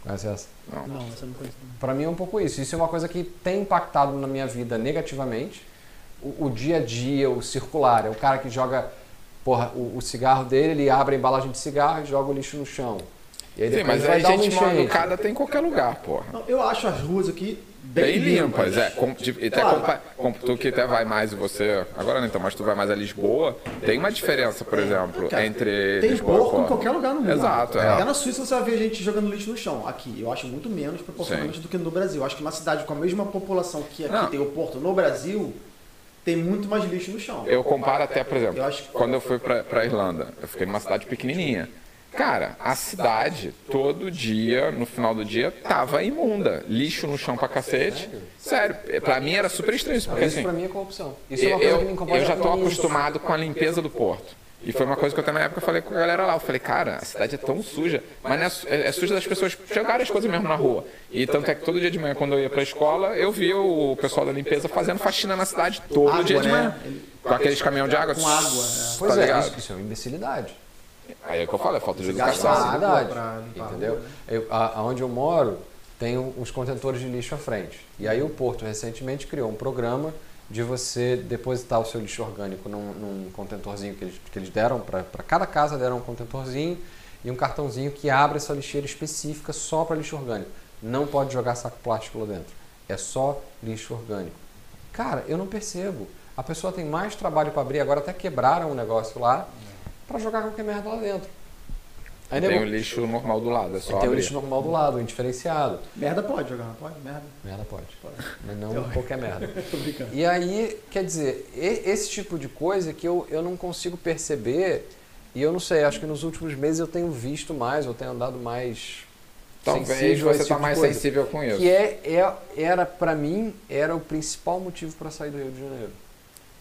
Speaker 2: Conhece essa?
Speaker 1: Não.
Speaker 6: Não, essa não conheço. não.
Speaker 2: Para mim é um pouco isso. Isso é uma coisa que tem impactado na minha vida negativamente. O, o dia a dia, o circular. É o cara que joga porra, o, o cigarro dele, ele abre a embalagem de cigarro e joga o lixo no chão. E aí
Speaker 1: Sim,
Speaker 2: depois
Speaker 1: mas
Speaker 2: vai
Speaker 1: a
Speaker 2: dar um uma
Speaker 1: gente mal
Speaker 2: enchente.
Speaker 1: educada tem em qualquer lugar, porra.
Speaker 4: Não, eu acho as ruas aqui bem,
Speaker 1: Bem limpas, é.
Speaker 4: Com...
Speaker 1: Com, de, até
Speaker 4: Claro.
Speaker 1: compa- com- tu que até vai mais, você. Agora não então, mas tu vai mais a Lisboa, tem uma diferença, por exemplo,
Speaker 4: Cara,
Speaker 1: entre.
Speaker 4: Tem
Speaker 1: Lisboa e
Speaker 4: porco em
Speaker 1: fora.
Speaker 4: qualquer lugar no mundo.
Speaker 1: Exato, é.
Speaker 4: Até na Suíça você vai ver gente jogando lixo no chão. Aqui, eu acho muito menos proporcionalmente
Speaker 1: Sim.
Speaker 4: do que no Brasil. Eu acho que uma cidade com a mesma população que aqui
Speaker 1: Não.
Speaker 4: tem o Porto no Brasil, tem muito mais lixo no chão.
Speaker 1: Eu comparo até, por exemplo,
Speaker 4: Eu acho que-
Speaker 1: quando eu fui pra, pra Irlanda, eu fiquei numa cidade pequenininha. Cara, a cidade, todo dia, no final do dia, tava imunda. Lixo no chão pra cacete. Sério, pra mim era super estranho isso, porque
Speaker 2: Isso
Speaker 1: assim,
Speaker 2: pra mim é corrupção. Isso é uma
Speaker 1: eu,
Speaker 2: coisa que me incomoda
Speaker 1: eu já tô
Speaker 2: imenso.
Speaker 1: acostumado com a limpeza do porto. E foi uma coisa que eu também na época falei com a galera lá. Eu falei, cara, a cidade é tão suja, mas não é su- é, é suja das pessoas jogarem as coisas mesmo na rua. E tanto é que todo dia de manhã, quando eu ia pra escola, eu via o pessoal da limpeza fazendo faxina na cidade todo
Speaker 4: Água,
Speaker 1: dia de
Speaker 4: né?
Speaker 1: manhã. Com aqueles caminhões de água.
Speaker 4: Com água, né?
Speaker 2: Pois
Speaker 1: tá
Speaker 2: é,
Speaker 1: ligado?
Speaker 2: isso, isso é uma imbecilidade.
Speaker 1: Aí é o que eu falo, é falta de
Speaker 2: Gasta
Speaker 1: educação.
Speaker 4: Gastar água
Speaker 2: imbecilidade.
Speaker 4: pra limpar a rua,
Speaker 2: Entendeu?
Speaker 4: né?
Speaker 2: Eu, a, aonde eu moro, tem um- uns contentores de lixo à frente. E aí o Porto recentemente criou um programa de você depositar o seu lixo orgânico num, num contentorzinho que eles, que eles deram para cada casa, deram um contentorzinho e um cartãozinho que abre essa lixeira específica só para lixo orgânico. Não pode jogar saco plástico lá dentro. É só lixo orgânico. Cara, eu não percebo. A pessoa tem mais trabalho para abrir, agora até quebraram um negócio lá para jogar qualquer merda lá dentro. Aí
Speaker 1: Tem um
Speaker 2: nego-
Speaker 1: o lixo normal do lado, é só
Speaker 2: tem o
Speaker 1: abrir.
Speaker 2: lixo normal do lado, o indiferenciado.
Speaker 4: Merda pode jogar, não pode? Merda.
Speaker 2: Merda pode.
Speaker 4: Pode.
Speaker 2: Mas não
Speaker 4: <laughs>
Speaker 2: qualquer merda.
Speaker 4: um- Tô brincando.
Speaker 2: E aí, quer dizer, e- esse tipo de coisa que eu, eu não consigo perceber, e eu não sei, acho que nos últimos meses eu tenho visto mais, eu tenho andado mais.
Speaker 1: Talvez
Speaker 2: sensível a
Speaker 1: você
Speaker 2: esse
Speaker 1: tá
Speaker 2: tipo de
Speaker 1: mais
Speaker 2: coisa.
Speaker 1: sensível com isso.
Speaker 2: Que é, é, era, para mim, era o principal motivo para sair do Rio de Janeiro.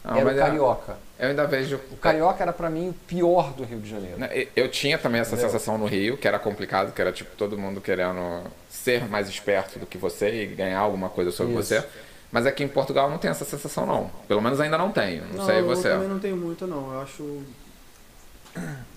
Speaker 1: Não,
Speaker 2: era
Speaker 1: mas
Speaker 2: o
Speaker 1: é-
Speaker 2: carioca.
Speaker 1: Eu ainda vejo.
Speaker 2: O carioca era pra mim o pior do Rio de Janeiro.
Speaker 1: Né, e- Eu tinha também essa
Speaker 2: Entendeu?
Speaker 1: sensação no Rio, que era complicado, que era tipo todo mundo querendo ser mais esperto do que você e ganhar alguma coisa sobre
Speaker 2: Isso.
Speaker 1: você. Mas aqui em Portugal não tem essa sensação, não. Pelo menos ainda não tenho. Não, sei
Speaker 4: eu
Speaker 1: você. é.
Speaker 4: também não tenho muito, não. Eu acho.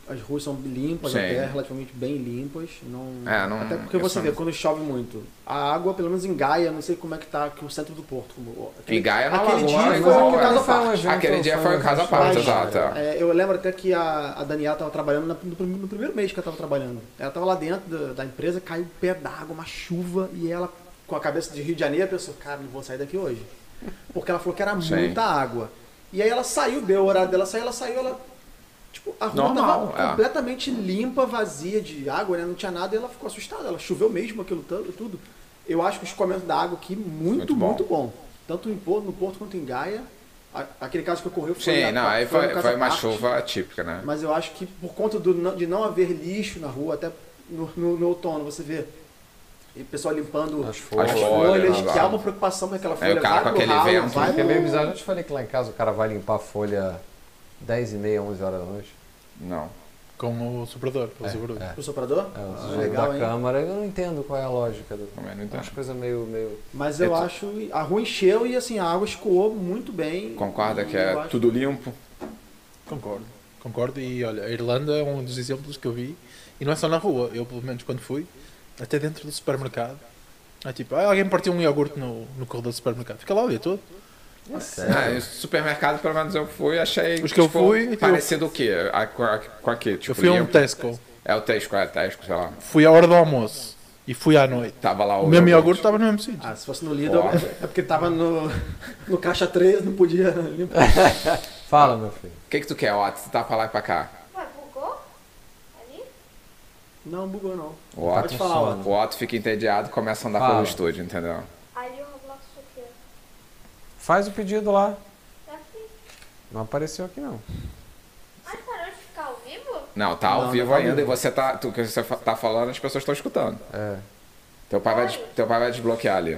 Speaker 4: As ruas são limpas,
Speaker 1: Sim.
Speaker 4: até relativamente bem limpas. Não...
Speaker 1: É, não-
Speaker 4: até porque
Speaker 1: eu
Speaker 4: você
Speaker 1: só-
Speaker 4: vê, quando chove muito, a água, pelo menos em Gaia, não sei como é que tá aqui no centro do Porto. Como...
Speaker 1: Em Gaia não
Speaker 4: Aquele dia
Speaker 1: lagoa,
Speaker 4: foi
Speaker 1: igual,
Speaker 4: um
Speaker 1: é.
Speaker 4: caso à
Speaker 2: parte.
Speaker 1: Aquele dia
Speaker 2: Foi
Speaker 1: foi
Speaker 2: um
Speaker 1: um caso à
Speaker 2: evento, foi
Speaker 1: parte,
Speaker 2: um
Speaker 1: exato. é.
Speaker 4: é, eu lembro até que a, a Daniela tava trabalhando na- no, prim- no primeiro mês que ela tava trabalhando. Ela tava lá dentro da, da empresa, caiu um pé d'água, uma chuva, e ela, com a cabeça de Rio de Janeiro, pensou, cara, não vou sair daqui hoje. Porque ela falou que era
Speaker 1: Sim.
Speaker 4: muita água. E aí ela saiu, deu o horário dela sair, ela saiu, ela. Tipo, a rua
Speaker 1: Normal,
Speaker 4: tava
Speaker 1: é.
Speaker 4: completamente limpa, vazia de água, né? Não tinha nada e ela ficou assustada. Ela choveu mesmo aquilo tanto, tudo. Eu acho que o escoamento da água aqui muito,
Speaker 1: Muito bom.
Speaker 4: muito bom. Tanto em Porto- no Porto quanto em Gaia. A- Aquele caso que ocorreu foi
Speaker 1: Sim,
Speaker 4: na-
Speaker 1: não, aí
Speaker 4: foi
Speaker 1: foi,
Speaker 4: no caso
Speaker 1: foi
Speaker 4: à
Speaker 1: uma
Speaker 4: parte,
Speaker 1: chuva típica, né?
Speaker 4: Mas eu acho que por conta do não- de não haver lixo na rua, até no, no- no outono, você vê e o pessoal limpando
Speaker 2: As
Speaker 4: as
Speaker 2: folhas. né?
Speaker 4: folhas,
Speaker 1: As
Speaker 4: que há uma
Speaker 1: folhas.
Speaker 4: preocupação com aquela
Speaker 1: É, o
Speaker 4: folha.
Speaker 1: cara
Speaker 4: vai
Speaker 1: com
Speaker 4: pro
Speaker 1: aquele
Speaker 4: ralo,
Speaker 1: vento.
Speaker 4: vai
Speaker 2: É
Speaker 4: pro-
Speaker 2: meio bizarro, eu te falei que lá em casa o cara vai limpar a folha 10 e meia, 11 horas da noite.
Speaker 1: Não.
Speaker 3: Com o soprador, com o soprador.
Speaker 4: pro soprador?
Speaker 2: É, o
Speaker 4: Ah,
Speaker 2: sujeito
Speaker 4: legal,
Speaker 2: da
Speaker 4: hein?
Speaker 2: Câmara, eu não entendo qual é a lógica. Do...
Speaker 1: Também não
Speaker 2: É umas
Speaker 1: entendo.
Speaker 2: coisas meio, meio...
Speaker 4: Mas eu
Speaker 1: Eu tô-
Speaker 4: acho. A rua encheu e assim, a água escoou muito bem.
Speaker 1: Concorda que
Speaker 4: E eu
Speaker 1: é
Speaker 4: acho-
Speaker 1: tudo limpo?
Speaker 3: Concordo. Concordo e olha, a Irlanda é um dos exemplos que eu vi. E não é só na rua, eu pelo menos quando fui, até dentro do supermercado. É tipo, ah, alguém partiu um iogurte no, no corredor do supermercado. Fica lá o dia todo.
Speaker 1: Ah, e supermercado, pelo menos eu fui, achei. tipo,
Speaker 3: Os que eu fui, eu-
Speaker 1: Parecido o quê? A- com, a, com a quê? Tipo,
Speaker 3: Eu fui a um
Speaker 1: limpo?
Speaker 3: Tesco,
Speaker 1: É o Tesco, é Tesco, sei lá.
Speaker 3: fui à hora do almoço e fui à noite.
Speaker 1: Tava lá o.
Speaker 3: O mesmo iogurte estava no mesmo sítio.
Speaker 4: Ah, se fosse no Lidl,
Speaker 1: Ó.
Speaker 4: <laughs> é porque tava no, no caixa 3, não podia limpar.
Speaker 2: Fala, meu filho.
Speaker 1: O que, que tu quer, Otis? Tá pra lá e pra cá.
Speaker 5: Ué, bugou? Ali?
Speaker 4: Não, bugou não.
Speaker 1: O Otto,
Speaker 4: Pode falar, Otto.
Speaker 1: o Otto fica entediado e começa a andar
Speaker 2: Fala.
Speaker 1: pelo estúdio, entendeu?
Speaker 5: Ali o Roblox o quê?
Speaker 2: Faz o pedido lá.
Speaker 5: Tá Aqui.
Speaker 2: Não apareceu aqui, não.
Speaker 5: Ai, parou de ficar ao vivo?
Speaker 1: Não, tá ao
Speaker 4: Não,
Speaker 1: vivo
Speaker 4: não tá
Speaker 1: ainda
Speaker 4: vivo.
Speaker 1: e você tá. Tu, o que você fa- tá falando, as pessoas estão escutando.
Speaker 2: É.
Speaker 1: Teu pai, vai, des- teu pai vai desbloquear ali.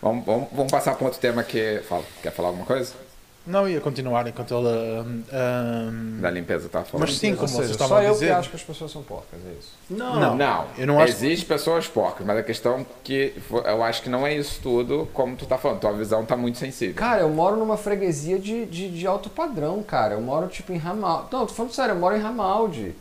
Speaker 1: Vamos, vamos, vamos passar para outro tema que. Fala, quer falar alguma coisa?
Speaker 3: Não ia continuar enquanto ele. hum, hum,
Speaker 1: Da limpeza tá falando.
Speaker 3: mas sim,
Speaker 2: Ou
Speaker 3: como vocês
Speaker 2: seja,
Speaker 3: estavam
Speaker 2: só
Speaker 3: a
Speaker 2: eu que
Speaker 3: dizer.
Speaker 2: acho que as pessoas são porcas, é isso.
Speaker 4: Não,
Speaker 3: Não.
Speaker 1: Não,
Speaker 3: Eu não acho-
Speaker 1: existe pessoas porcas, mas a questão que fo- eu acho que não é isso tudo como tu tá falando, tua visão tá muito sensível.
Speaker 2: Cara, eu moro numa freguesia de, de, de alto padrão, cara. Eu moro, tipo, em Ramal. Não, tô falando sério, eu moro em Ramalde.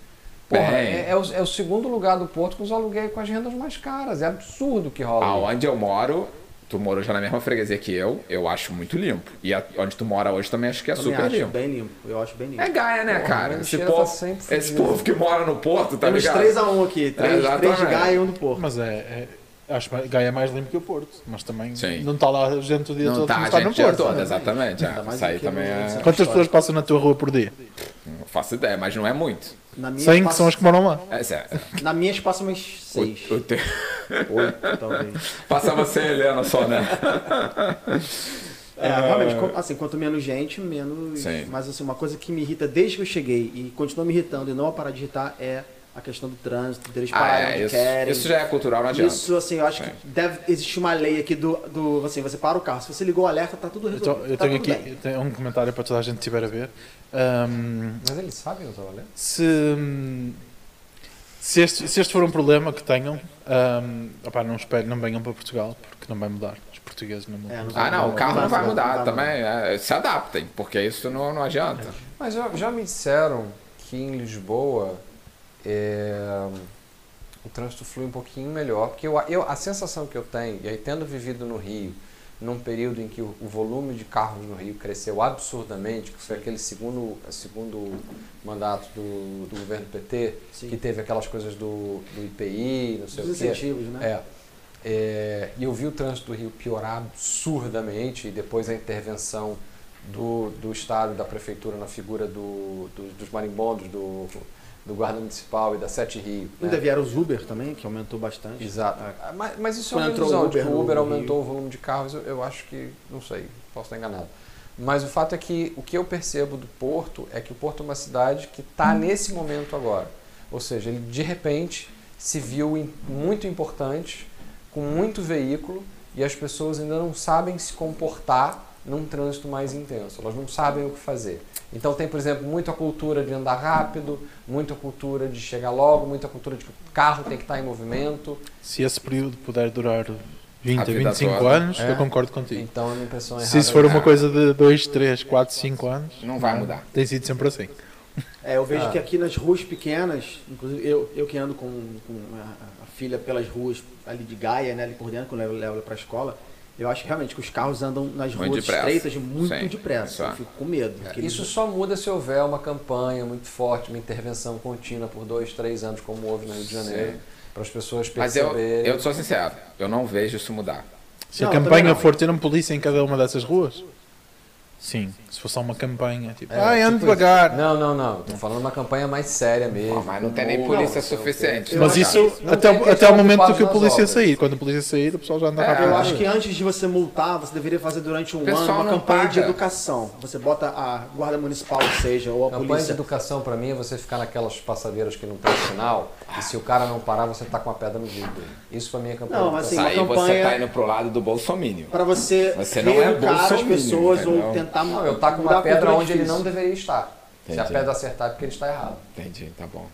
Speaker 2: Porra,
Speaker 1: Bem.
Speaker 2: é, é o, é o segundo lugar do Porto com os aluguéis com as rendas mais caras. É absurdo o que rola. ali.
Speaker 1: Aonde eu moro, tu morou já na mesma freguesia que eu, eu acho muito limpo. E a- onde tu mora hoje também acho que é
Speaker 4: Eu
Speaker 1: super
Speaker 4: acho
Speaker 1: limpo.
Speaker 4: bem limpo. Eu acho bem limpo.
Speaker 1: É Gaia, né, cara?
Speaker 2: o
Speaker 1: Esse
Speaker 2: cheiro tá
Speaker 1: povo,
Speaker 2: sempre
Speaker 1: esse
Speaker 2: fudido.
Speaker 1: povo que mora no Porto, tá
Speaker 4: Temos
Speaker 1: ligado?
Speaker 4: 3x1 aqui.
Speaker 1: É,
Speaker 4: 3,
Speaker 1: exatamente.
Speaker 4: de Gaia e 1 do Porto.
Speaker 3: Mas é. é acho que Gaia é mais limpo que o Porto. Mas também
Speaker 1: Sim.
Speaker 3: não está lá gente o dia
Speaker 1: Não
Speaker 3: todo
Speaker 1: tá,
Speaker 3: como
Speaker 1: a
Speaker 3: está no
Speaker 1: gente é
Speaker 3: Porto.
Speaker 1: toda,
Speaker 3: né?
Speaker 1: exatamente.
Speaker 4: Ainda
Speaker 1: é.
Speaker 4: mais
Speaker 1: Isso aí
Speaker 4: do que
Speaker 1: também
Speaker 4: no-
Speaker 1: é.
Speaker 3: Quantas pessoas passam na tua rua por dia?
Speaker 1: Não faço ideia, mas não é muito.
Speaker 4: Na minha
Speaker 3: 100 que
Speaker 4: passa-
Speaker 3: são as que moram lá.
Speaker 1: É, sério.
Speaker 4: Na minha passa umas 6,
Speaker 1: O- o te- <laughs>
Speaker 4: 8 talvez.
Speaker 1: Passava sem a Helena só, né?
Speaker 4: É, realmente, co- assim, quanto menos gente, menos...
Speaker 1: Ah. Sim.
Speaker 4: Mas assim, uma coisa que me irrita desde que eu cheguei e continua me irritando e não parar de irritar é a questão do trânsito, deles
Speaker 1: Ah,
Speaker 4: pararem
Speaker 1: é,
Speaker 4: onde
Speaker 1: isso,
Speaker 4: querem.
Speaker 1: isso já é cultural, não adianta.
Speaker 4: Isso, assim, eu acho que deve existir uma lei aqui do, do. Assim, você para o carro. Se você ligou o alerta, tá tudo
Speaker 3: Eu, tô-
Speaker 4: resolvido.
Speaker 3: eu
Speaker 4: tá
Speaker 3: tenho
Speaker 4: tudo
Speaker 3: aqui
Speaker 4: bem.
Speaker 3: eu tenho um comentário para toda a gente que estiver a ver. Ahm,
Speaker 2: Mas eles sabem usar o alerta?
Speaker 3: se, se, este, se este for um problema que tenham, ahm, opá, não, espero, não venham para Portugal, porque não vai mudar. Os portugueses não mudam.
Speaker 4: É,
Speaker 1: Ah, não, o carro não vai
Speaker 4: não
Speaker 1: mudar
Speaker 4: vai
Speaker 1: também. é, se adaptem, porque isso não, não adianta.
Speaker 2: Mas já, já me disseram que em Lisboa é, o trânsito flui um pouquinho melhor, porque eu, eu- a sensação que eu tenho, e aí tendo vivido no Rio, num período em que o, o volume de carros no Rio cresceu absurdamente, que foi aquele segundo, segundo mandato do, do governo PT,
Speaker 4: Sim.
Speaker 2: que teve aquelas coisas do, do IPI, não sei
Speaker 4: Os
Speaker 2: o quê.
Speaker 4: incentivos, né?
Speaker 2: É. É, e eu vi o trânsito do Rio piorar absurdamente e depois a intervenção do, do Estado e da Prefeitura na figura do, do- dos marimbondos, do, do Guarda Municipal e da Sete Rio. né?
Speaker 4: Ainda vieram os Uber também, que aumentou bastante.
Speaker 2: Exato. Ah, Mas, mas isso é
Speaker 4: Quando
Speaker 2: uma
Speaker 4: entrou
Speaker 2: ilusão.
Speaker 4: o Uber
Speaker 2: tipo, o
Speaker 4: no
Speaker 2: Uber
Speaker 4: Rio.
Speaker 2: aumentou o volume de carros, eu, eu acho que, não sei, posso estar enganado. Mas o fato é que o que eu percebo do Porto é que o Porto é uma cidade que
Speaker 4: Hum.
Speaker 2: está nesse momento agora. Ou seja, ele de repente se viu im- muito importante, com muito veículo, e as pessoas ainda não sabem se comportar num trânsito mais intenso. Elas não sabem o que fazer. Então tem, por exemplo, muita cultura de andar rápido, muita cultura de chegar logo, muita cultura de que o carro tem que estar em movimento.
Speaker 3: Se esse período puder durar
Speaker 1: A
Speaker 3: 20,
Speaker 1: vida
Speaker 3: 25
Speaker 1: toda.
Speaker 3: anos,
Speaker 2: É.
Speaker 3: eu concordo contigo.
Speaker 2: Então a minha impressão é
Speaker 3: Se isso for uma coisa de 2, 3, 4, 5 anos,
Speaker 1: Não vai mudar.
Speaker 3: tem sido sempre assim.
Speaker 4: É, eu vejo
Speaker 2: Ah.
Speaker 4: que aqui nas ruas pequenas, inclusive eu, eu que ando com, com a, a filha pelas ruas ali de Gaia, né, ali por dentro, quando eu levo ela pra escola, eu acho que realmente que os carros andam nas
Speaker 1: Muito
Speaker 4: ruas
Speaker 1: depressa.
Speaker 4: estreitas muito
Speaker 1: Sim, isso
Speaker 4: depressa.
Speaker 1: é.
Speaker 4: Eu fico com medo. porque eles-
Speaker 2: Isso só muda se houver uma campanha muito forte, uma intervenção contínua por dois, três anos, como houve no Rio de Janeiro,
Speaker 1: Sim.
Speaker 2: para as pessoas
Speaker 1: Mas eu,
Speaker 2: perceberem.
Speaker 1: eu sou sincero, eu não vejo isso mudar.
Speaker 3: Se
Speaker 4: Não,
Speaker 3: a
Speaker 4: também
Speaker 3: campanha
Speaker 4: não.
Speaker 3: for ter um polícia em cada uma dessas ruas, sim. Se for só uma campanha, tipo,
Speaker 2: É,
Speaker 3: ai, ando
Speaker 2: tipo
Speaker 3: devagar.
Speaker 2: Não, não, não. Estou falando uma campanha mais séria mesmo.
Speaker 1: Pô, mas não tem nem
Speaker 2: Não,
Speaker 1: polícia
Speaker 2: não sei o quê.
Speaker 1: suficiente.
Speaker 4: Eu
Speaker 3: Mas
Speaker 4: acho
Speaker 3: isso,
Speaker 2: que não
Speaker 3: até,
Speaker 2: tem
Speaker 3: o- até
Speaker 2: questão
Speaker 3: o
Speaker 2: de
Speaker 3: momento
Speaker 2: paz
Speaker 3: que a
Speaker 2: nas
Speaker 3: polícia
Speaker 2: obras.
Speaker 3: sair. Quando a polícia sair, o pessoal já anda
Speaker 1: É,
Speaker 3: rápido.
Speaker 4: Eu acho que antes de você multar, você deveria fazer durante um
Speaker 1: Pessoal
Speaker 4: ano uma
Speaker 1: não
Speaker 4: campanha de
Speaker 1: paga.
Speaker 4: educação. Você bota a guarda municipal, seja, ou a
Speaker 2: Campanha de
Speaker 4: é polícia.
Speaker 2: educação para mim é você ficar naquelas passadeiras que não tem sinal e se o cara não parar você tá com a pedra no vidro. Isso para mim é campanha.
Speaker 4: Não,
Speaker 2: de
Speaker 4: mas
Speaker 2: educação.
Speaker 4: Sim, uma
Speaker 1: Aí você
Speaker 4: campanha-
Speaker 1: tá indo pro lado do Bolsonaro.
Speaker 4: Pra você,
Speaker 1: Você não é
Speaker 4: reeducar as
Speaker 1: bolsominion,
Speaker 4: pessoas
Speaker 1: entendeu?
Speaker 4: ou tentar
Speaker 2: Não, eu taco uma
Speaker 4: assim, mudar a
Speaker 2: pedra
Speaker 4: cultura
Speaker 2: onde ele
Speaker 4: difícil.
Speaker 2: não deveria estar. Se a
Speaker 1: Entendi.
Speaker 2: pedra acertar é porque ele está errado.
Speaker 1: Entendi, tá bom.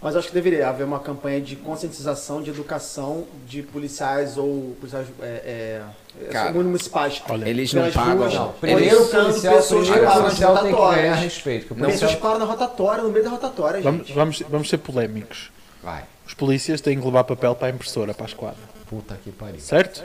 Speaker 4: Mas acho que deveria haver uma campanha de conscientização, de educação de policiais ou policiais é, é,
Speaker 1: Cara,
Speaker 4: municipais.
Speaker 3: olha,
Speaker 1: Eles não pagam.
Speaker 4: Não,
Speaker 2: Primeiro o
Speaker 4: Orientando
Speaker 2: policial,
Speaker 4: pessoas
Speaker 2: primeiro o
Speaker 4: para as
Speaker 2: policial tem que
Speaker 4: rotatórias.
Speaker 2: ganhar respeito. que o
Speaker 4: Não,
Speaker 2: policial-
Speaker 4: pessoas param na rotatória, no meio da rotatória,
Speaker 3: Vamos,
Speaker 4: gente.
Speaker 3: vamos, vamos ser polémicos.
Speaker 2: Vai.
Speaker 3: Os polícias têm que levar papel para a impressora, para a esquadra.
Speaker 2: Puta que pariu.
Speaker 3: Certo?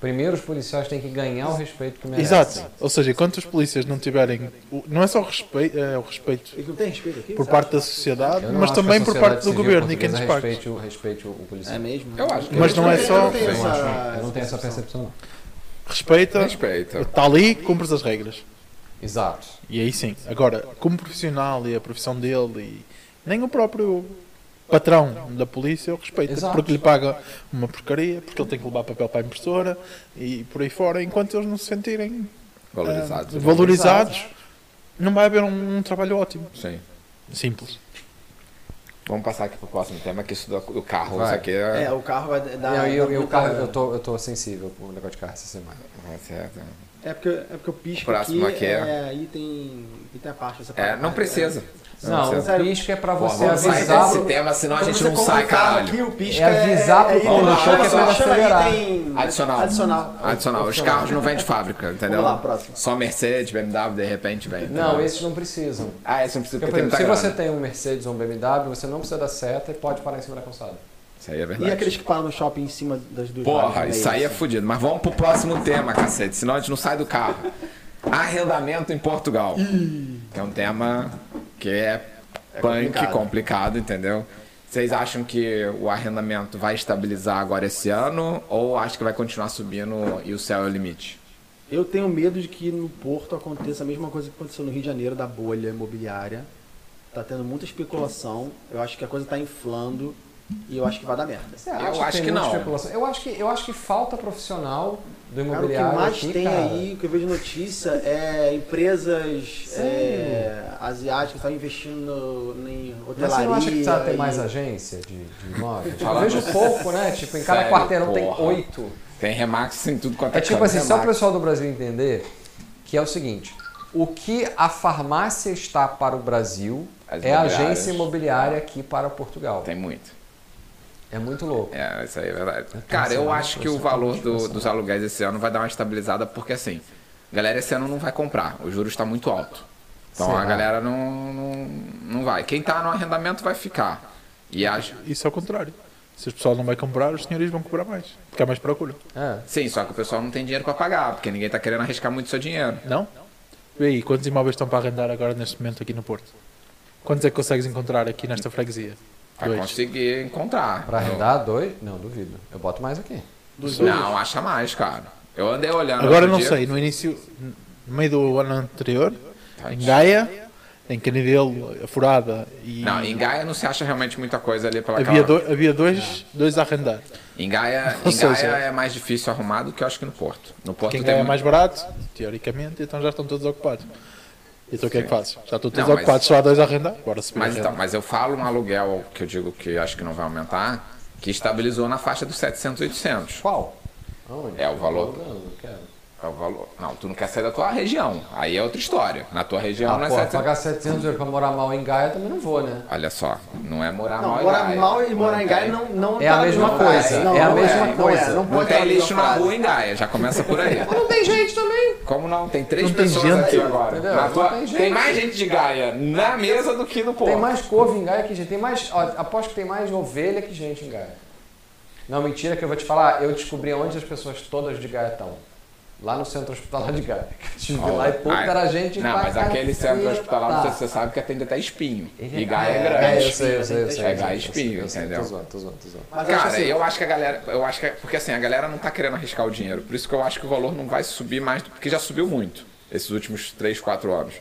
Speaker 2: Primeiro os policiais têm que ganhar o respeito que merecem.
Speaker 3: Exato. Ou seja, enquanto os polícias não tiverem. o- Não é só o respeito, é o respeito
Speaker 4: Eles não têm respeito aqui?
Speaker 3: por
Speaker 4: sabe?
Speaker 3: parte da sociedade,
Speaker 2: Eu não
Speaker 3: mas
Speaker 2: acho que a
Speaker 3: também por
Speaker 2: sociedade
Speaker 3: parte do
Speaker 2: civil
Speaker 3: governo e é quem nos
Speaker 2: portuguesa
Speaker 3: paga.
Speaker 2: Respeite o, respeite o, o policial.
Speaker 4: É mesmo?
Speaker 1: Eu acho que-
Speaker 3: Mas não é
Speaker 4: Eu
Speaker 3: só-
Speaker 4: tenho
Speaker 3: Eu
Speaker 4: essa-
Speaker 2: Eu não tenho essa percepção. não.
Speaker 3: Respeita,
Speaker 1: Respeita.
Speaker 3: está ali, cumpre as regras.
Speaker 2: Exato.
Speaker 3: E aí sim. Agora, como profissional e a profissão dele, e nem o próprio patrão da polícia eu respeito,
Speaker 2: Exato.
Speaker 3: porque lhe paga uma porcaria, porque ele tem que levar papel para a impressora e por aí fora, enquanto eles não se sentirem ah,
Speaker 1: Valorizados.
Speaker 3: valorizados, não vai haver um, um trabalho ótimo.
Speaker 1: Sim.
Speaker 3: Simples.
Speaker 1: Vamos passar aqui pro próximo tema, que isso do, do carro,
Speaker 2: Vai.
Speaker 1: isso aqui é.
Speaker 4: É, o carro vai dar.
Speaker 2: e eu, eu,
Speaker 4: muita-
Speaker 2: carro, eu, tô, eu tô sensível pro negócio de carro essa semana.
Speaker 1: Vai ser- tá.
Speaker 4: É porque, é porque o pisco
Speaker 1: O próximo aqui é-
Speaker 4: aí tem, aí tem a parte. Essa
Speaker 1: É,
Speaker 4: parte-
Speaker 1: não precisa.
Speaker 2: Não,
Speaker 1: precisa.
Speaker 2: o pisco é pra
Speaker 1: Pô,
Speaker 2: você
Speaker 1: vamos sair
Speaker 2: avisar.
Speaker 1: desse tema, senão a
Speaker 4: Quando
Speaker 1: gente
Speaker 4: você
Speaker 1: não
Speaker 4: compra
Speaker 1: sai,
Speaker 4: um carro
Speaker 1: caralho.
Speaker 4: Aqui, o pisca
Speaker 2: É avisar pro
Speaker 1: dono do show que é pra
Speaker 4: ele
Speaker 2: ele acelerar.
Speaker 4: Tem...
Speaker 1: Adicional.
Speaker 4: Adicional.
Speaker 1: Adicional. Os carros não vêm de fábrica, entendeu?
Speaker 4: Vamos lá, próximo.
Speaker 1: Só Mercedes, BMW, de repente vem.
Speaker 2: Não,
Speaker 1: entendeu?
Speaker 2: esses não precisam.
Speaker 1: Ah, esse não precisa
Speaker 2: Porque,
Speaker 1: porque
Speaker 2: por
Speaker 1: tem
Speaker 2: exemplo,
Speaker 1: muita
Speaker 2: se
Speaker 1: grana.
Speaker 2: você tem um Mercedes ou um BMW, você não precisa da seta e pode parar em cima da calçada.
Speaker 1: Isso aí é
Speaker 4: E
Speaker 1: verdade.
Speaker 4: aqueles que param no shopping em cima das duas
Speaker 1: Porra,
Speaker 4: vagas,
Speaker 1: isso aí é
Speaker 4: assim.
Speaker 1: fudido. Mas vamos pro próximo tema, cacete, senão a gente não sai do carro. Arrendamento em Portugal. Que é um tema que é, punk, complicado.
Speaker 4: complicado.
Speaker 1: entendeu? Vocês acham que o arrendamento vai estabilizar agora esse ano ou acho que vai continuar subindo e o céu é o limite?
Speaker 4: Eu tenho medo de que no Porto aconteça a mesma coisa que aconteceu no Rio de Janeiro, da bolha imobiliária. Tá tendo muita especulação. Eu acho que a coisa tá inflando e É, eu acho que vai dar merda.
Speaker 2: Você
Speaker 1: Eu acho
Speaker 2: tem
Speaker 1: que
Speaker 2: muita
Speaker 1: não.
Speaker 2: especulação? Eu acho que, eu acho que falta profissional do
Speaker 4: Cara, o que
Speaker 2: imobiliário
Speaker 4: mais
Speaker 2: aqui,
Speaker 4: tem
Speaker 2: cara.
Speaker 4: aí, o que eu vejo notícia, é empresas
Speaker 2: Sim.
Speaker 4: é, asiáticas que estão investindo em hotelaria.
Speaker 2: Mas você não acha que precisa ter
Speaker 4: e-
Speaker 2: mais agência de,
Speaker 1: <laughs>
Speaker 2: de imóveis? Tipo, eu
Speaker 1: Falando
Speaker 2: vejo pouco, né? Tipo, em cada
Speaker 1: sério,
Speaker 2: quarteirão tem
Speaker 1: porra.
Speaker 2: oito.
Speaker 1: Tem remax em tudo quanto é
Speaker 2: É tipo
Speaker 1: canto,
Speaker 2: assim, só o
Speaker 1: remax.
Speaker 2: pessoal do Brasil entender que é o seguinte: o que a farmácia está para o Brasil
Speaker 1: As
Speaker 2: é a
Speaker 1: imobiliárias.
Speaker 2: agência imobiliária aqui para Portugal.
Speaker 1: Tem muito.
Speaker 2: É muito louco.
Speaker 1: É, isso aí é verdade. Cara,
Speaker 2: pensando,
Speaker 1: eu acho que o
Speaker 2: pensando,
Speaker 1: valor
Speaker 2: pensando.
Speaker 1: do- dos aluguéis esse ano vai dar uma estabilizada, porque assim, a galera esse ano não vai comprar, o juros está muito alto. Então
Speaker 2: Será?
Speaker 1: a galera não, não, não vai. Quem tá no arrendamento vai ficar. E acho.
Speaker 3: Isso é o contrário. Se o pessoal não vai comprar, os senhores vão comprar mais. Porque há mais procura.
Speaker 2: É.
Speaker 1: Sim, só que o pessoal não tem dinheiro para pagar, porque ninguém tá querendo arriscar muito seu dinheiro.
Speaker 3: Não? E aí, quantos imóveis estão para arrendar agora neste momento aqui no Porto? Quantos é que consegues encontrar aqui nesta freguesia?
Speaker 1: Vai
Speaker 3: Dois.
Speaker 1: conseguir encontrar.
Speaker 2: Pra
Speaker 1: Eu-
Speaker 2: arrendar dois? Não, duvido. Eu boto mais aqui.
Speaker 1: Não, acha mais, cara. Eu andei olhando.
Speaker 3: Agora
Speaker 1: Ah, outro
Speaker 3: não
Speaker 1: dia.
Speaker 3: sei, no início, no meio do ano anterior, em Gaia, em Canidelo, a Furada e.
Speaker 1: Não, em Gaia não se acha realmente muita coisa ali pela
Speaker 3: Havia,
Speaker 1: Calama.
Speaker 3: dois- havia dois, dois a arrendar.
Speaker 1: Em Gaia,
Speaker 3: Ou
Speaker 1: em Gaia
Speaker 3: seja-
Speaker 1: é mais difícil arrumar do que eu acho que no Porto. No Porto
Speaker 3: Quem
Speaker 1: tem
Speaker 3: ganha é
Speaker 1: muito-
Speaker 3: mais barato, teoricamente, então já estão todos ocupados. Então o que é que fazes? Já estão todos
Speaker 1: Não, mas-
Speaker 3: ocupados, só há dois a arrendar? Bora subir. a
Speaker 1: Mas
Speaker 3: renda.
Speaker 1: então, mas eu falo um aluguel que eu digo que acho que não vai aumentar, que estabilizou na faixa dos 700, 800.
Speaker 2: Qual? Aonde?
Speaker 1: É o valor.
Speaker 2: Não, não quero.
Speaker 1: É o valor. Não, tu não quer sair da tua região. Aí é outra história. Na tua região
Speaker 2: Ah,
Speaker 1: não é
Speaker 2: pô,
Speaker 1: 700.
Speaker 2: pagar 700 euros pra morar mal em Gaia eu também não vou, né?
Speaker 1: Olha só, não é morar
Speaker 4: Não,
Speaker 1: mal em
Speaker 4: morar
Speaker 1: Gaia.
Speaker 4: mal é e morar em Gaia
Speaker 1: tem-
Speaker 4: não, não
Speaker 2: É a mesma
Speaker 4: não
Speaker 2: coisa,
Speaker 4: Não,
Speaker 2: é a
Speaker 4: não
Speaker 2: mesma
Speaker 4: não
Speaker 2: coisa.
Speaker 4: é,
Speaker 2: Não
Speaker 4: não
Speaker 1: Não
Speaker 4: pode
Speaker 1: tem
Speaker 4: ter a
Speaker 1: lixo
Speaker 4: mesma
Speaker 1: na
Speaker 4: frase.
Speaker 1: rua em Gaia, já começa por aí.
Speaker 2: Não tem gente também.
Speaker 1: Como não? Tem três
Speaker 3: Não tem
Speaker 1: pessoas
Speaker 3: gente.
Speaker 1: aqui agora.
Speaker 2: Entendeu?
Speaker 1: Na
Speaker 2: Não
Speaker 1: tua-
Speaker 2: tem
Speaker 1: tem,
Speaker 2: gente.
Speaker 1: mais gente de Gaia na mesa do que no
Speaker 2: Tem
Speaker 1: Porto.
Speaker 2: mais couve em Gaia que gente. Tem mais. ó, aposto que tem mais ovelha que gente em Gaia. Não, mentira que eu vou te falar. Eu descobri onde as pessoas todas de Gaia estão. Lá no centro hospitalar de Gaia. <laughs> Que eu estive lá e pouco
Speaker 1: Ah,
Speaker 2: era gente
Speaker 1: Não,
Speaker 2: pra
Speaker 1: mas aquele centro
Speaker 2: caceta.
Speaker 1: hospitalar, não sei se você sabe que atende até espinho. E Gaia é
Speaker 2: É,
Speaker 1: grande.
Speaker 2: eu sei, eu sei, eu sei.
Speaker 1: É
Speaker 2: eu sei,
Speaker 1: Gaia
Speaker 2: eu sei,
Speaker 1: espinho,
Speaker 2: eu sei,
Speaker 1: entendeu?
Speaker 2: Tô zoando, tô zoando, tô zoando.
Speaker 4: Mas eu acho
Speaker 1: Cara,
Speaker 4: assim,
Speaker 1: eu acho que a galera. Eu acho que. Porque assim, a galera não tá querendo arriscar o dinheiro. Por isso que eu acho que o valor não vai subir mais, porque já subiu muito esses últimos 3, 4 anos.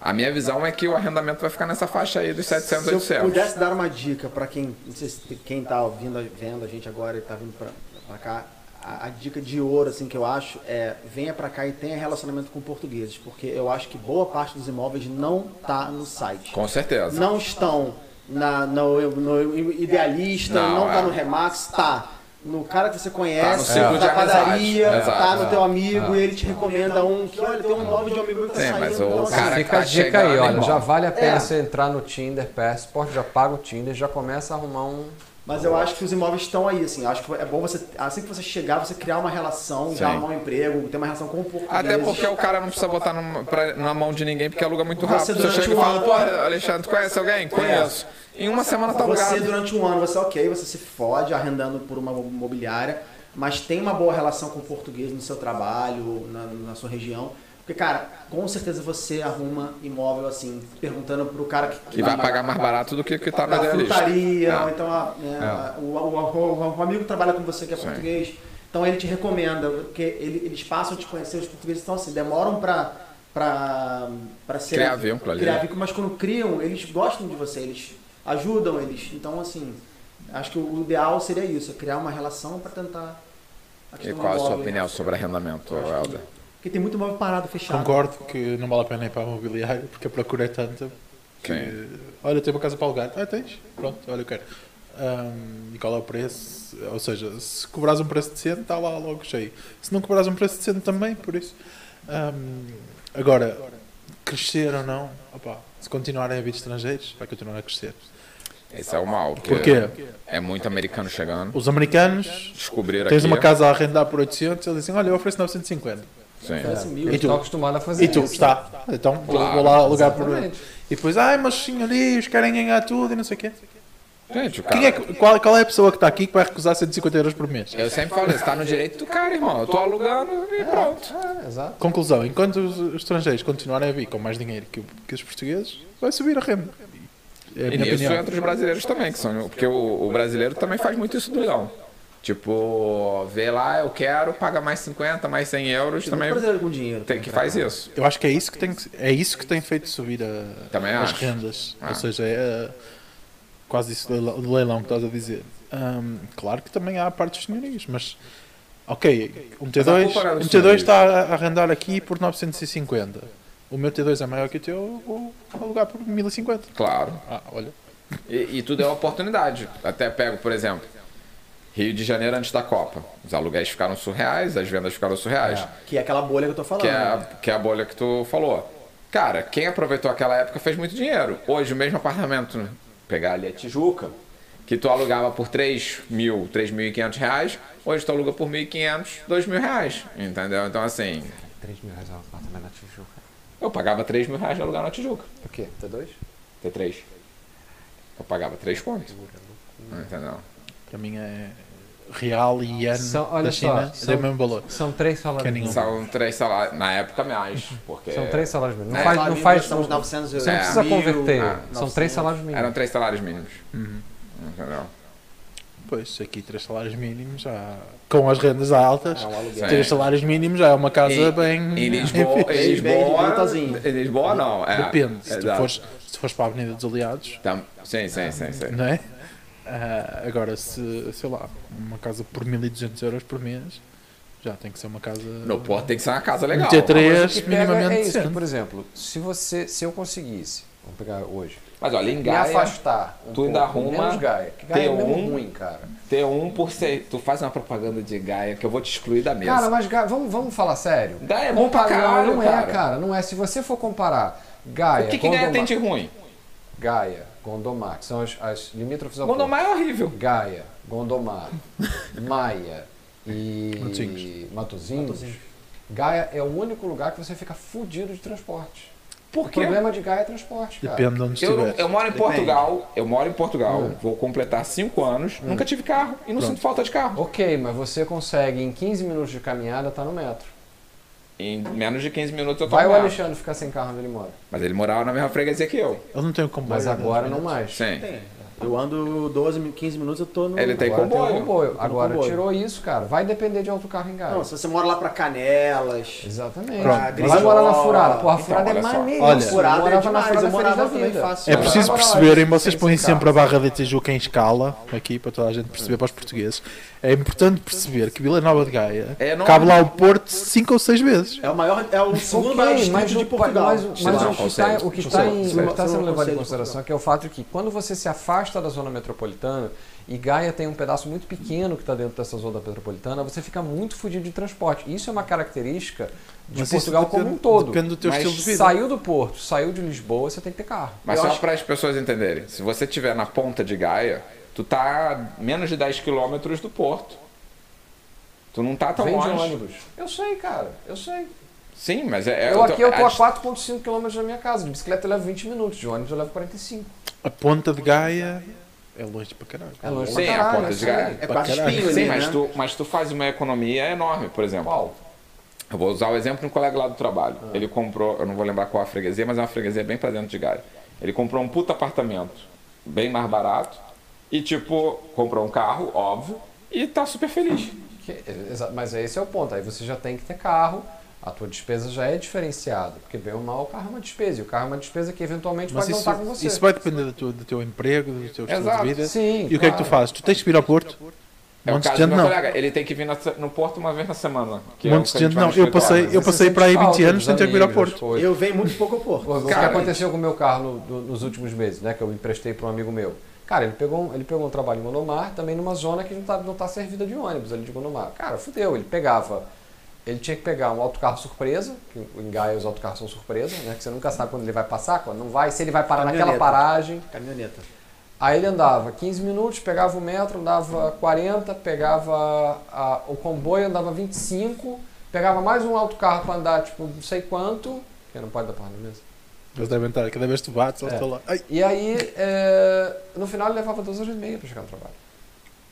Speaker 1: A minha visão é que o arrendamento vai ficar nessa faixa aí dos 700,
Speaker 4: Se eu
Speaker 1: 800.
Speaker 4: pudesse dar uma dica pra quem, não sei se quem tá ouvindo, vendo a gente agora e tá vindo pra, pra cá, a, a dica de ouro, assim, que eu acho é venha pra cá e tenha relacionamento com portugueses, porque eu acho que boa parte dos imóveis não tá no site.
Speaker 1: Com certeza.
Speaker 4: Não estão na, no, no Idealista,
Speaker 1: Não,
Speaker 4: não, tá
Speaker 1: é.
Speaker 4: no Remax, tá no cara que você
Speaker 1: Tá no
Speaker 4: conhece,
Speaker 1: círculo de
Speaker 4: na padaria,
Speaker 1: amizade.
Speaker 4: tá
Speaker 1: Exato. É.
Speaker 4: no teu amigo e ele te recomenda um que, olha, tem um imóvel de um amigo meu que tá
Speaker 1: Sim,
Speaker 4: saindo.
Speaker 1: mas o
Speaker 4: então, assim,
Speaker 1: cara que
Speaker 2: Fica
Speaker 1: tá
Speaker 2: a dica
Speaker 1: chegando,
Speaker 2: aí, olha,
Speaker 1: irmão.
Speaker 2: já vale a pena
Speaker 4: É.
Speaker 2: você entrar no Tinder, Passport, já paga o Tinder, já começa a arrumar um.
Speaker 4: Mas eu acho que os imóveis estão aí, assim. Eu acho que é bom você, assim que você chegar, você criar uma relação, já
Speaker 1: Sim.
Speaker 4: arrumar um emprego, ter uma relação com o português.
Speaker 1: Até porque é o cara não precisa botar numa- pra- na mão de ninguém porque aluga muito rápido. Você
Speaker 4: durante
Speaker 1: chega e
Speaker 4: um
Speaker 1: fala,
Speaker 4: ano-
Speaker 1: pô, Alexandre, tu conhece alguém? Conheço. Em uma semana tá
Speaker 4: Você
Speaker 1: alugado.
Speaker 4: durante um ano, você ok, você se fode arrendando por uma imobiliária, mas tem uma boa relação com o português no seu trabalho, na, na sua região. Porque, cara, com certeza você arruma imóvel assim, perguntando pro cara que,
Speaker 1: Que vai pagar mais barato do que o que tá na
Speaker 4: da
Speaker 1: idealista.
Speaker 4: um frutaria,
Speaker 1: É.
Speaker 4: ou então a- né, a- o, o- o- o amigo que trabalha com você que é
Speaker 1: Sim.
Speaker 4: português, então ele te recomenda, porque ele- eles passam a te conhecer, os portugueses estão assim, demoram pra, pra, pra ser,
Speaker 1: Criar vínculo ali,
Speaker 4: criar
Speaker 1: né?
Speaker 4: vínculo, mas quando criam, eles gostam de você, eles ajudam eles, então assim, acho que o ideal seria isso, é criar uma relação pra tentar... a
Speaker 1: E
Speaker 4: questão
Speaker 1: qual
Speaker 4: do
Speaker 1: a sua
Speaker 4: imóvel.
Speaker 1: opinião sobre arrendamento,
Speaker 4: Eu acho que-
Speaker 1: Helder?
Speaker 4: Porque tem muito imóvel parado, fechado.
Speaker 3: Concordo que não vale a pena ir para a imobiliária porque a procura é tanta. Que,
Speaker 1: Sim.
Speaker 3: olha, eu tenho uma casa para alugar. Ah, tens? Pronto, olha, eu quero. Ahm, e qual é o preço? Ou seja, se cobrares um preço decente, está lá logo cheio. Se não cobrares um preço decente também, por isso. Ahm, agora, crescer ou não, opá, se continuarem a vir estrangeiros, vai continuar a crescer.
Speaker 1: Esse é o mal. Porque
Speaker 3: Porquê?
Speaker 1: É muito americano chegando.
Speaker 3: Os americanos,
Speaker 1: Descobriram
Speaker 3: tens
Speaker 1: aqui.
Speaker 3: uma casa a arrendar por 800, eles dizem, olha, eu ofereço 950.
Speaker 1: Sim.
Speaker 2: É,
Speaker 4: Parece mil.
Speaker 2: eu
Speaker 3: E tu?
Speaker 2: estou acostumado a fazer
Speaker 3: E tu,
Speaker 1: Tá.
Speaker 2: isso.
Speaker 3: está, então vou-
Speaker 1: Claro,
Speaker 3: vou lá alugar por... E
Speaker 2: Exatamente.
Speaker 3: depois, ai, mas senhorios, querem ganhar tudo e não sei o quê.
Speaker 1: Gente, o
Speaker 3: Quem é,
Speaker 1: cara...
Speaker 3: que- qual, qual é a pessoa que está aqui que vai recusar 150 euros por mês?
Speaker 1: Eu sempre falo isso, tá no direito do cara, irmão. Eu tô alugando
Speaker 3: É.
Speaker 1: e pronto.
Speaker 2: Ah, exato.
Speaker 3: Conclusão, enquanto os estrangeiros continuarem a vir com mais dinheiro que, o- que os portugueses, vai subir a renda. É a
Speaker 1: E
Speaker 3: minha
Speaker 1: nisso
Speaker 3: opinião.
Speaker 1: entra os brasileiros também, que são, porque o, o brasileiro também faz muito isso do leilão. Tipo, vê lá, eu quero, paga mais 50, mais 100 euros,
Speaker 4: Tem muito
Speaker 1: também
Speaker 4: brasileiro com dinheiro. né?
Speaker 1: tem que faz isso.
Speaker 3: Eu acho que é isso que tem, que- é isso que tem feito subir a-
Speaker 1: Também
Speaker 3: as
Speaker 1: acho.
Speaker 3: rendas.
Speaker 1: Ah.
Speaker 3: Ou seja, é uh, quase isso do leilão- do leilão que estás a dizer. Ahm, claro que também há a parte dos senhorios, mas ok, um T2,
Speaker 1: Mas a culpa não é
Speaker 3: um
Speaker 1: dos
Speaker 3: T2
Speaker 1: senhorios.
Speaker 3: está a arrendar aqui por 950. O meu T2 é maior que o teu, eu vou alugar por 1050.
Speaker 1: Claro.
Speaker 3: Ah, olha.
Speaker 1: E, e tudo é oportunidade. Até pego, por exemplo, Rio de Janeiro antes da Copa. Os aluguéis ficaram surreais, as vendas ficaram surreais.
Speaker 4: Que é aquela bolha que eu tô falando.
Speaker 1: Que é, a,
Speaker 4: né?
Speaker 1: que é a bolha que tu falou. Cara, quem aproveitou aquela época fez muito dinheiro. Hoje, o mesmo apartamento, né? pegar ali a Tijuca, que tu alugava por 3 mil, 3.500 reais, hoje tu aluga por 1.500, 2.000 reais. Entendeu? Então, assim,
Speaker 2: 3 mil reais é um apartamento na Tijuca.
Speaker 1: eu pagava 3 mil reais de alugar na Tijuca.
Speaker 2: O quê? T2?
Speaker 1: T3. Eu pagava 3 pontos. Entendeu?
Speaker 3: Para mim é real e yen
Speaker 2: São- olha
Speaker 3: da
Speaker 2: só,
Speaker 3: China,
Speaker 2: são-
Speaker 3: é o mesmo valor.
Speaker 2: São três salários
Speaker 3: Que é
Speaker 2: mínimos.
Speaker 3: nenhum.
Speaker 1: São três salários. Na época, mais. Porque
Speaker 2: São três salários mínimos. Não
Speaker 1: É,
Speaker 2: faz,
Speaker 4: Salário
Speaker 2: não
Speaker 4: mínimo,
Speaker 2: faz,
Speaker 4: nós estamos
Speaker 2: não,
Speaker 4: 900
Speaker 1: você
Speaker 4: euros.
Speaker 2: não
Speaker 1: É,
Speaker 2: precisa
Speaker 4: Mil,
Speaker 2: converter.
Speaker 1: ah,
Speaker 2: São
Speaker 4: 900.
Speaker 2: três salários mínimos.
Speaker 1: eram três salários mínimos. Entendeu?
Speaker 3: Pois, aqui três salários mínimos, já, com as rendas altas,
Speaker 1: Sim.
Speaker 3: três salários mínimos já é uma casa
Speaker 1: Em-
Speaker 3: bem...
Speaker 1: Em Lisboa, em
Speaker 4: Bem, bem,
Speaker 1: Lisboa,
Speaker 4: bonitazinho.
Speaker 1: em Lisboa não. É,
Speaker 3: Depende, se tu,
Speaker 1: exato.
Speaker 3: fores, se tu fores para a Avenida dos Aliados,
Speaker 1: Tam- sim, sim, sim, sim.
Speaker 3: não é? Ah, agora, se, sei lá, uma casa por 1200 euros por mês, já tem que ser uma casa...
Speaker 1: No Porto tem que ser uma casa
Speaker 3: um
Speaker 1: legal.
Speaker 2: Mas o
Speaker 3: T3
Speaker 2: que pega
Speaker 3: minimamente
Speaker 2: é isso, que,
Speaker 3: decente.
Speaker 2: por exemplo, se você, se eu conseguisse, vamos pegar hoje,
Speaker 1: Mas olha, em
Speaker 2: me
Speaker 1: Gaia,
Speaker 2: afastar um
Speaker 1: tu
Speaker 2: pouco,
Speaker 1: ainda arruma
Speaker 2: menos Gaia, que Gaia é mesmo
Speaker 1: T1.
Speaker 2: ruim, cara.
Speaker 1: ter um por seis. Tu faz uma propaganda de Gaia que eu vou te excluir da mesa.
Speaker 2: Cara, mas Gaia, vamos, vamos falar sério.
Speaker 1: Gaia é bom pra
Speaker 2: Comparar-
Speaker 1: caralho,
Speaker 2: não é,
Speaker 1: cara.
Speaker 2: cara, não é. Se você for comparar Gaia,
Speaker 1: o que, que
Speaker 2: Gondomar,
Speaker 1: Gaia tem de ruim?
Speaker 2: Gaia, Gondomar, que são as, as limítrofes ao Porto.
Speaker 1: Gondomar é horrível.
Speaker 2: Gaia, Gondomar, Maia e
Speaker 3: Matosinhos.
Speaker 2: Matozinhos. Gaia é o único lugar que você fica fudido de transporte.
Speaker 1: Por
Speaker 2: O
Speaker 1: quê?
Speaker 2: problema de Gaia é transporte, cara.
Speaker 3: Depende de onde
Speaker 1: Eu, não-
Speaker 3: estiver.
Speaker 1: eu moro em
Speaker 4: Depende.
Speaker 1: Portugal, eu moro em Portugal,
Speaker 3: Hum.
Speaker 1: vou completar cinco anos, nunca tive carro e não sinto falta de carro.
Speaker 2: Ok, mas você consegue em 15 minutos de caminhada tá no metro.
Speaker 1: Em menos de 15 minutos eu tô
Speaker 2: Vai o
Speaker 1: lá.
Speaker 2: Alexandre ficar sem carro onde ele mora.
Speaker 1: Mas ele morava na mesma freguesia que eu.
Speaker 3: Eu não tenho comboio.
Speaker 2: Mas
Speaker 3: né?
Speaker 2: agora não mais.
Speaker 1: Sim.
Speaker 4: Tem. Eu ando 12, min- 15 minutos, eu tô no.
Speaker 1: Ele tem
Speaker 2: Agora
Speaker 1: comboio.
Speaker 2: tem o comboio. Agora
Speaker 4: comboio.
Speaker 2: tirou isso, cara. Vai depender de autocarro em Gaia.
Speaker 4: Não, se você mora lá pra Canelas.
Speaker 2: Exatamente.
Speaker 3: Pronto.
Speaker 2: Vai morar na furada. Porra, a
Speaker 1: Então,
Speaker 2: furada é
Speaker 1: olha só.
Speaker 2: maneiro.
Speaker 3: Olha.
Speaker 2: eu
Speaker 4: Furada é
Speaker 2: morava na
Speaker 4: demais,
Speaker 2: furada
Speaker 4: eu
Speaker 2: feliz da
Speaker 4: morava também
Speaker 2: vida.
Speaker 4: fácil.
Speaker 3: É preciso
Speaker 2: Agora, olha,
Speaker 3: perceberem,
Speaker 2: sem-
Speaker 3: vocês
Speaker 2: sem
Speaker 3: põem
Speaker 2: carro.
Speaker 3: sempre a barra de Tijuca em escala, aqui para toda a gente perceber, para os portugueses. É importante perceber que Vila Nova de Gaia
Speaker 1: É, não-
Speaker 3: cabe lá ao Porto cinco ou seis vezes.
Speaker 4: É o maior, é o segundo
Speaker 2: Ok,
Speaker 4: maior distrito
Speaker 2: mas
Speaker 4: de
Speaker 2: o-
Speaker 4: Portugal.
Speaker 2: Mas, mas
Speaker 1: Sei lá,
Speaker 2: o que
Speaker 1: conselho.
Speaker 2: está, o que está em- o que
Speaker 1: Conselho.
Speaker 2: está
Speaker 4: Sei
Speaker 2: sendo
Speaker 4: lá,
Speaker 2: levado em
Speaker 4: conselho.
Speaker 2: consideração é que é o fato que quando você se afasta da zona metropolitana e Gaia tem um pedaço muito pequeno que está dentro dessa zona metropolitana, você fica muito fudido de transporte. Isso é uma característica de
Speaker 3: Mas isso
Speaker 2: Portugal
Speaker 3: depende-
Speaker 2: como um todo.
Speaker 3: Depende do teu
Speaker 1: Mas
Speaker 3: estilo de vida.
Speaker 2: Saiu do Porto, saiu de Lisboa, você tem que ter carro.
Speaker 1: Mas
Speaker 2: Eu
Speaker 1: só
Speaker 2: acho-
Speaker 1: para as pessoas entenderem, se você estiver na ponta de Gaia, tu tá a menos de 10 quilômetros do porto. Tu não tá tão
Speaker 2: Vem de
Speaker 1: longe.
Speaker 2: ônibus. Eu sei, cara, eu sei.
Speaker 1: Sim, mas é. é-
Speaker 2: eu aqui eu tô a
Speaker 1: as-
Speaker 2: 4,5 km da minha casa. De bicicleta eu levo 20 minutos, de ônibus eu levo 45.
Speaker 3: A ponta de Gaia é longe para caralho.
Speaker 2: É longe
Speaker 1: Sim,
Speaker 2: pra
Speaker 1: a
Speaker 2: caralho,
Speaker 1: ponta
Speaker 2: eu
Speaker 1: de
Speaker 2: sei.
Speaker 1: Gaia.
Speaker 4: É quatro
Speaker 3: Pra
Speaker 4: espinhos
Speaker 1: Sim,
Speaker 4: ali,
Speaker 1: mas
Speaker 4: né?
Speaker 1: tu, mas tu faz uma economia enorme, por exemplo.
Speaker 2: Qual? Ah.
Speaker 1: Eu vou usar o exemplo de um colega lá do trabalho. Ele comprou, eu não vou lembrar qual a freguesia, mas é uma freguesia bem pra dentro de Gaia. Ele comprou um puta apartamento, bem mais barato, e tipo, comprou um carro, óbvio, e tá super feliz.
Speaker 2: Que- exa- mas esse é o ponto. Aí você já tem que ter carro, a tua despesa já é diferenciada. Porque bem ou mal, o carro é uma despesa. E o carro é uma despesa que eventualmente
Speaker 3: Mas tá
Speaker 2: pode
Speaker 3: isso,
Speaker 2: não estar com você.
Speaker 3: isso vai depender do teu, do teu emprego, do teu estilo
Speaker 1: Exato.
Speaker 3: de vida.
Speaker 2: Sim,
Speaker 3: e o que é que tu
Speaker 2: claro.
Speaker 3: fazes? Tu tens que vir ao Porto?
Speaker 1: É o
Speaker 3: Montes
Speaker 1: caso
Speaker 3: de
Speaker 1: do
Speaker 3: gente
Speaker 1: meu
Speaker 3: não.
Speaker 1: colega, ele tem que vir na se- no Porto uma vez na semana. que é o
Speaker 3: Montes
Speaker 1: que
Speaker 3: de
Speaker 1: a gente
Speaker 3: gente
Speaker 1: vai né?
Speaker 3: não.
Speaker 1: no
Speaker 3: Eu
Speaker 1: escritório.
Speaker 3: passei, eu
Speaker 2: Você
Speaker 3: passei
Speaker 2: sente
Speaker 3: para aí
Speaker 2: falta
Speaker 3: 20 anos
Speaker 2: dos
Speaker 3: sem ter que vir ao
Speaker 2: amigos,
Speaker 3: Porto.
Speaker 2: das coisas.
Speaker 4: Eu venho muito pouco ao
Speaker 2: O
Speaker 4: Porto.
Speaker 2: o
Speaker 1: Cara,
Speaker 2: que aconteceu com o meu carro no- do- nos últimos meses, né? Que eu emprestei para um amigo meu. Cara, ele pegou, um, ele pegou um trabalho em Monomar, também numa zona que não tá, não tá servida de ônibus ali de Monomar. Cara, fudeu. Ele pegava ele tinha que pegar um autocarro surpresa, que em Gaia os autocarros são surpresa, né? Que você nunca sabe quando ele vai passar, quando não vai, se ele vai parar naquela
Speaker 4: Caminhoneta.
Speaker 2: paragem.
Speaker 4: Caminhoneta.
Speaker 2: Aí ele andava 15 minutos, pegava o metro, andava 40, pegava a- o comboio, andava 25, pegava mais um autocarro para andar, tipo, não sei quanto, que não pode dar porra na mesa.
Speaker 3: Eles devem estar, é cada vez que tu bates, eles
Speaker 2: É.
Speaker 3: estão lá. Ai,
Speaker 2: E aí, é, no final, ele levava duas horas e meia para chegar no trabalho.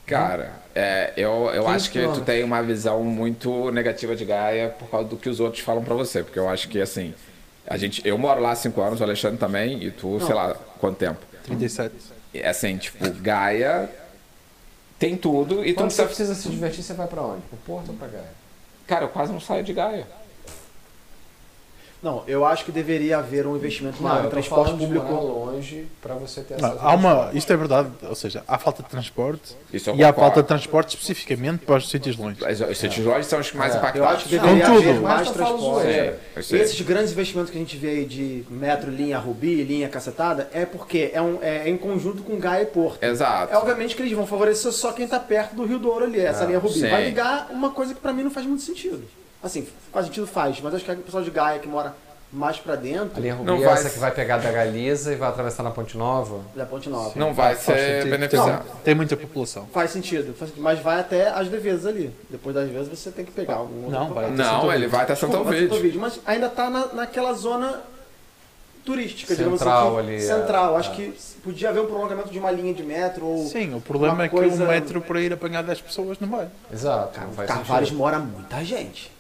Speaker 1: Cara, é, eu, eu
Speaker 2: 15
Speaker 1: acho que tu
Speaker 2: quilômetros.
Speaker 1: tem uma visão muito negativa de Gaia por causa do que os outros falam pra você, porque eu acho que assim, a gente, eu moro lá há cinco anos, o Alexandre também, e tu, sei lá, quanto tempo?
Speaker 3: 37.
Speaker 1: É assim, tipo, Gaia tem tudo e tu não
Speaker 2: Quando você
Speaker 1: precisa.
Speaker 2: precisa se divertir, você vai para onde? Pro Porto ou para Gaia?
Speaker 1: Cara, eu quase não saio de Gaia.
Speaker 4: Não, eu acho que deveria haver um investimento
Speaker 2: Não,
Speaker 4: maior
Speaker 2: eu
Speaker 4: em
Speaker 2: tô
Speaker 4: transporte
Speaker 2: falando de
Speaker 4: público.
Speaker 2: morar longe para você ter
Speaker 3: Não,
Speaker 2: acesso
Speaker 3: há uma, isto é verdade, ou seja, há falta de transporte
Speaker 1: Isso eu
Speaker 3: e tá- há
Speaker 1: concordo.
Speaker 3: falta de transporte especificamente para os sítios longe.
Speaker 1: Mas, ó, Os sítios longe são os mais
Speaker 2: É.
Speaker 4: Eu acho que
Speaker 1: impactados.
Speaker 4: deveria
Speaker 3: Contudo.
Speaker 4: haver
Speaker 2: Mas
Speaker 4: mais
Speaker 2: eu falo
Speaker 4: transporte.
Speaker 2: zoeira.
Speaker 1: É, eu sei.
Speaker 4: Esses grandes investimentos que a gente vê aí de metro, linha Rubi, linha cacetada, é porque é, um- é em conjunto com Gaia e Porto. É
Speaker 1: Exato.
Speaker 4: obviamente que eles vão favorecer só quem tá perto do Rio do Ouro ali, essa linha Rubi.
Speaker 1: sim.
Speaker 4: Vai ligar uma coisa que pra mim não faz muito sentido. Assim, faz sentido faz, mas acho que é o pessoal de Gaia que mora mais pra
Speaker 2: A
Speaker 4: dentro
Speaker 2: linha Rubi
Speaker 1: Não
Speaker 2: é
Speaker 1: vai-
Speaker 2: essa que vai pegar da Galiza e vai atravessar na Ponte Nova.
Speaker 4: da Ponte Nova.
Speaker 1: Não vai
Speaker 3: Faz
Speaker 1: ser
Speaker 3: sentido.
Speaker 1: beneficiado.
Speaker 3: Tem- um Tem muita população.
Speaker 4: Faz sentido, faz sentido, mas vai até as devezas ali. Depois das vezes você tem que pegar algum outro
Speaker 3: Não,
Speaker 4: papel.
Speaker 3: vai até Santo
Speaker 1: Não,
Speaker 3: Ovídio.
Speaker 1: ele vai até Santo
Speaker 4: Desculpa,
Speaker 1: Ovídio.
Speaker 4: Santo Mas ainda tá na, naquela zona turística,
Speaker 2: Central
Speaker 4: digamos assim. que-
Speaker 2: ali,
Speaker 4: Central.
Speaker 2: é.
Speaker 4: Acho que podia haver um prolongamento de uma linha de metro ou.
Speaker 3: Sim, o problema
Speaker 4: Uma
Speaker 3: é que
Speaker 4: coisa-
Speaker 3: um metro para ir apanhar 10 pessoas não vai.
Speaker 2: Exato. não faz
Speaker 4: Carvalhos
Speaker 2: sentido.
Speaker 4: mora muita gente.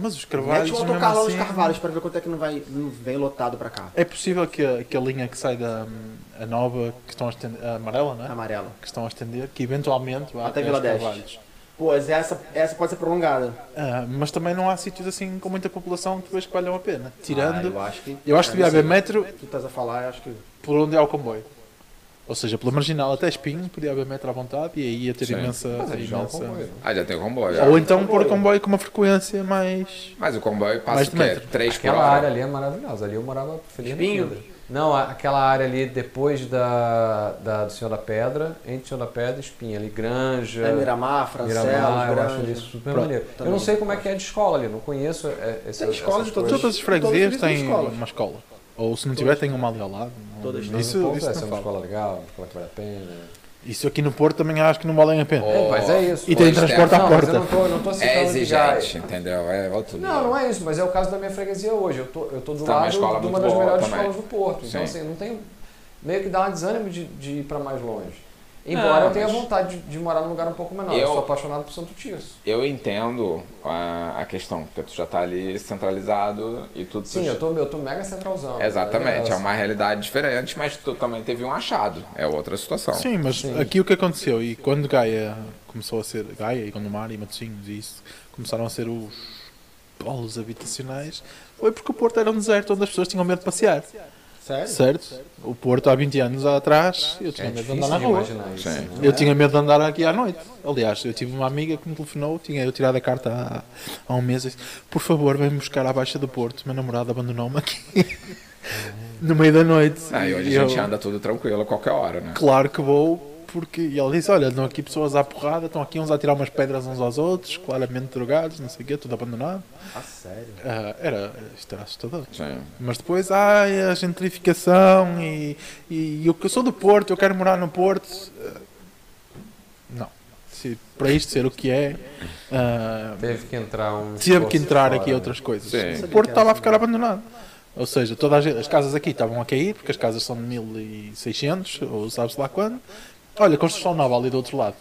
Speaker 3: Mas os
Speaker 4: Mete
Speaker 3: carvalhos.
Speaker 4: o
Speaker 3: Mesmo
Speaker 4: autocarro lá nos
Speaker 3: assim,
Speaker 4: Carvalhos pra ver quanto é que não, vai, não vem lotado pra cá.
Speaker 3: é possível que a, que a linha que sai da hum, a nova, que estão a, estender, a amarela,
Speaker 2: É.
Speaker 3: né?
Speaker 4: Amarelo.
Speaker 3: Que estão a estender, que eventualmente vai
Speaker 4: Até Vila
Speaker 3: os
Speaker 4: Deste.
Speaker 3: Carvalhos.
Speaker 4: Pô, mas essa, essa pode ser prolongada.
Speaker 3: Ah, mas também não há sítios assim com muita população que depois que valham a pena. Tirando.
Speaker 4: Ah, eu acho que.
Speaker 3: eu acho que devia haver
Speaker 4: Assim,
Speaker 3: metro
Speaker 4: Tu estás a falar, eu acho que.
Speaker 3: por onde há o comboio. Ou seja, pela marginal até Espinho, podia haver metro à vontade e aí ia ter
Speaker 1: Sim.
Speaker 3: imensa.
Speaker 2: Mas aí já é um
Speaker 3: imensa-
Speaker 2: comboio.
Speaker 1: Ah, já tem o comboio.
Speaker 3: Ou
Speaker 1: é.
Speaker 3: então pôr o comboio com uma frequência mais.
Speaker 1: Mas o comboio passa
Speaker 3: Mais
Speaker 1: o quê?
Speaker 3: metro.
Speaker 1: 3 por
Speaker 2: Aquela área
Speaker 1: hora.
Speaker 2: ali é maravilhosa. Ali eu morava feliz da
Speaker 4: Espinho?
Speaker 2: vida. Não, a- aquela área ali depois da, da- do Senhor da Pedra, entre o Senhor da Pedra e Espinha, ali Granja,
Speaker 4: É Miramar, Francelos,
Speaker 2: Miramar, eu
Speaker 4: Granja.
Speaker 2: acho ali super
Speaker 3: Pronto,
Speaker 2: maneiro. Eu
Speaker 4: também.
Speaker 2: não sei como é que é de escola ali, não conheço é, essa,
Speaker 4: Tem escola
Speaker 2: essas
Speaker 4: de todas-
Speaker 2: coisas.
Speaker 3: Todas as freguesias
Speaker 4: Todas as
Speaker 3: têm
Speaker 4: escolas.
Speaker 3: uma escola. Ou se não tiver, tem uma ali ao lado.
Speaker 4: Todas
Speaker 3: Isso,
Speaker 4: têm.
Speaker 2: Mas o
Speaker 3: isso,
Speaker 2: ponto é, se é
Speaker 3: não
Speaker 2: uma
Speaker 3: fala.
Speaker 2: escola legal, uma escola que vale a pena.
Speaker 3: Isso aqui no Porto também acho que não valem a pena.
Speaker 2: É, mas é isso.
Speaker 3: E tem
Speaker 1: Pois é.
Speaker 3: transporte à
Speaker 2: não, mas eu
Speaker 3: porta.
Speaker 2: não tô, não tô citando
Speaker 1: É
Speaker 2: de Gaia.
Speaker 1: exigente, entendeu? É outro
Speaker 2: Não, não é isso, mas é o caso da minha freguesia hoje. Eu tô, eu tô do
Speaker 1: Tá, uma
Speaker 2: lado de
Speaker 1: escola
Speaker 2: uma
Speaker 1: muito
Speaker 2: das
Speaker 1: boa
Speaker 2: melhores
Speaker 1: também.
Speaker 2: escolas do Porto. Então,
Speaker 1: Sim.
Speaker 2: assim, não tem. Meio que dá um desânimo de, de ir pra mais longe. Embora eu tenha
Speaker 1: É, mas-
Speaker 2: vontade de, de morar num lugar um pouco menor. Eu,
Speaker 1: Eu-
Speaker 2: sou apaixonado por Santo Tirso.
Speaker 1: Eu entendo a, a questão, porque tu já tá ali centralizado e tudo
Speaker 2: Sim,
Speaker 1: tu-
Speaker 2: eu tô, eu tô mega centralzão.
Speaker 1: Exatamente,
Speaker 2: É,
Speaker 1: é uma realidade diferente, mas tu também teve um achado, é outra situação.
Speaker 3: Sim, mas
Speaker 2: Sim.
Speaker 3: aqui o que aconteceu, e quando Gaia começou a ser, Gaia e Gondomar e Matosinhos e isso, começaram a ser os polos habitacionais, foi porque o Porto era um deserto onde as pessoas tinham medo de passear,
Speaker 4: Sério?
Speaker 3: certo? O Porto há 20 anos atrás, eu tinha
Speaker 2: É
Speaker 3: medo de
Speaker 2: difícil
Speaker 3: andar na
Speaker 2: de
Speaker 3: rua.
Speaker 2: imaginar isso.
Speaker 1: Sim.
Speaker 2: né?
Speaker 3: Eu tinha medo de andar aqui à noite. Aliás, eu tive uma amiga que me telefonou, tinha eu tirado a carta há, há um mês e disse, por favor, vem-me buscar à Baixa do Porto, meu namorado abandonou-me aqui. <laughs> no meio da noite.
Speaker 1: Ah, e hoje
Speaker 3: E
Speaker 1: a gente
Speaker 3: eu-
Speaker 1: anda tudo tranquilo a qualquer hora, né?
Speaker 3: Claro que vou, porque e ele disse, olha, estão aqui pessoas à porrada, estão aqui uns a tirar umas pedras uns aos outros, claramente drogados, não sei o quê, tudo abandonado.
Speaker 4: Ah, sério.
Speaker 3: Ah, era, isto era assustador.
Speaker 1: Sim.
Speaker 3: Mas depois, ai, a gentrificação e, e eu que sou do Porto, eu quero morar no Porto. Ah, Não. Se, para isto ser o que é, ah,
Speaker 2: Teve que entrar um.
Speaker 3: Teve que
Speaker 2: esforço
Speaker 3: entrar
Speaker 2: fora,
Speaker 3: aqui
Speaker 2: né?
Speaker 3: outras coisas.
Speaker 1: Sim.
Speaker 3: O Porto estava a ficar abandonado. Ou seja, toda a gente- as casas aqui estavam a cair, porque as casas são de 1600, ou sabe-se lá quando. Olha, construção nova ali do outro lado.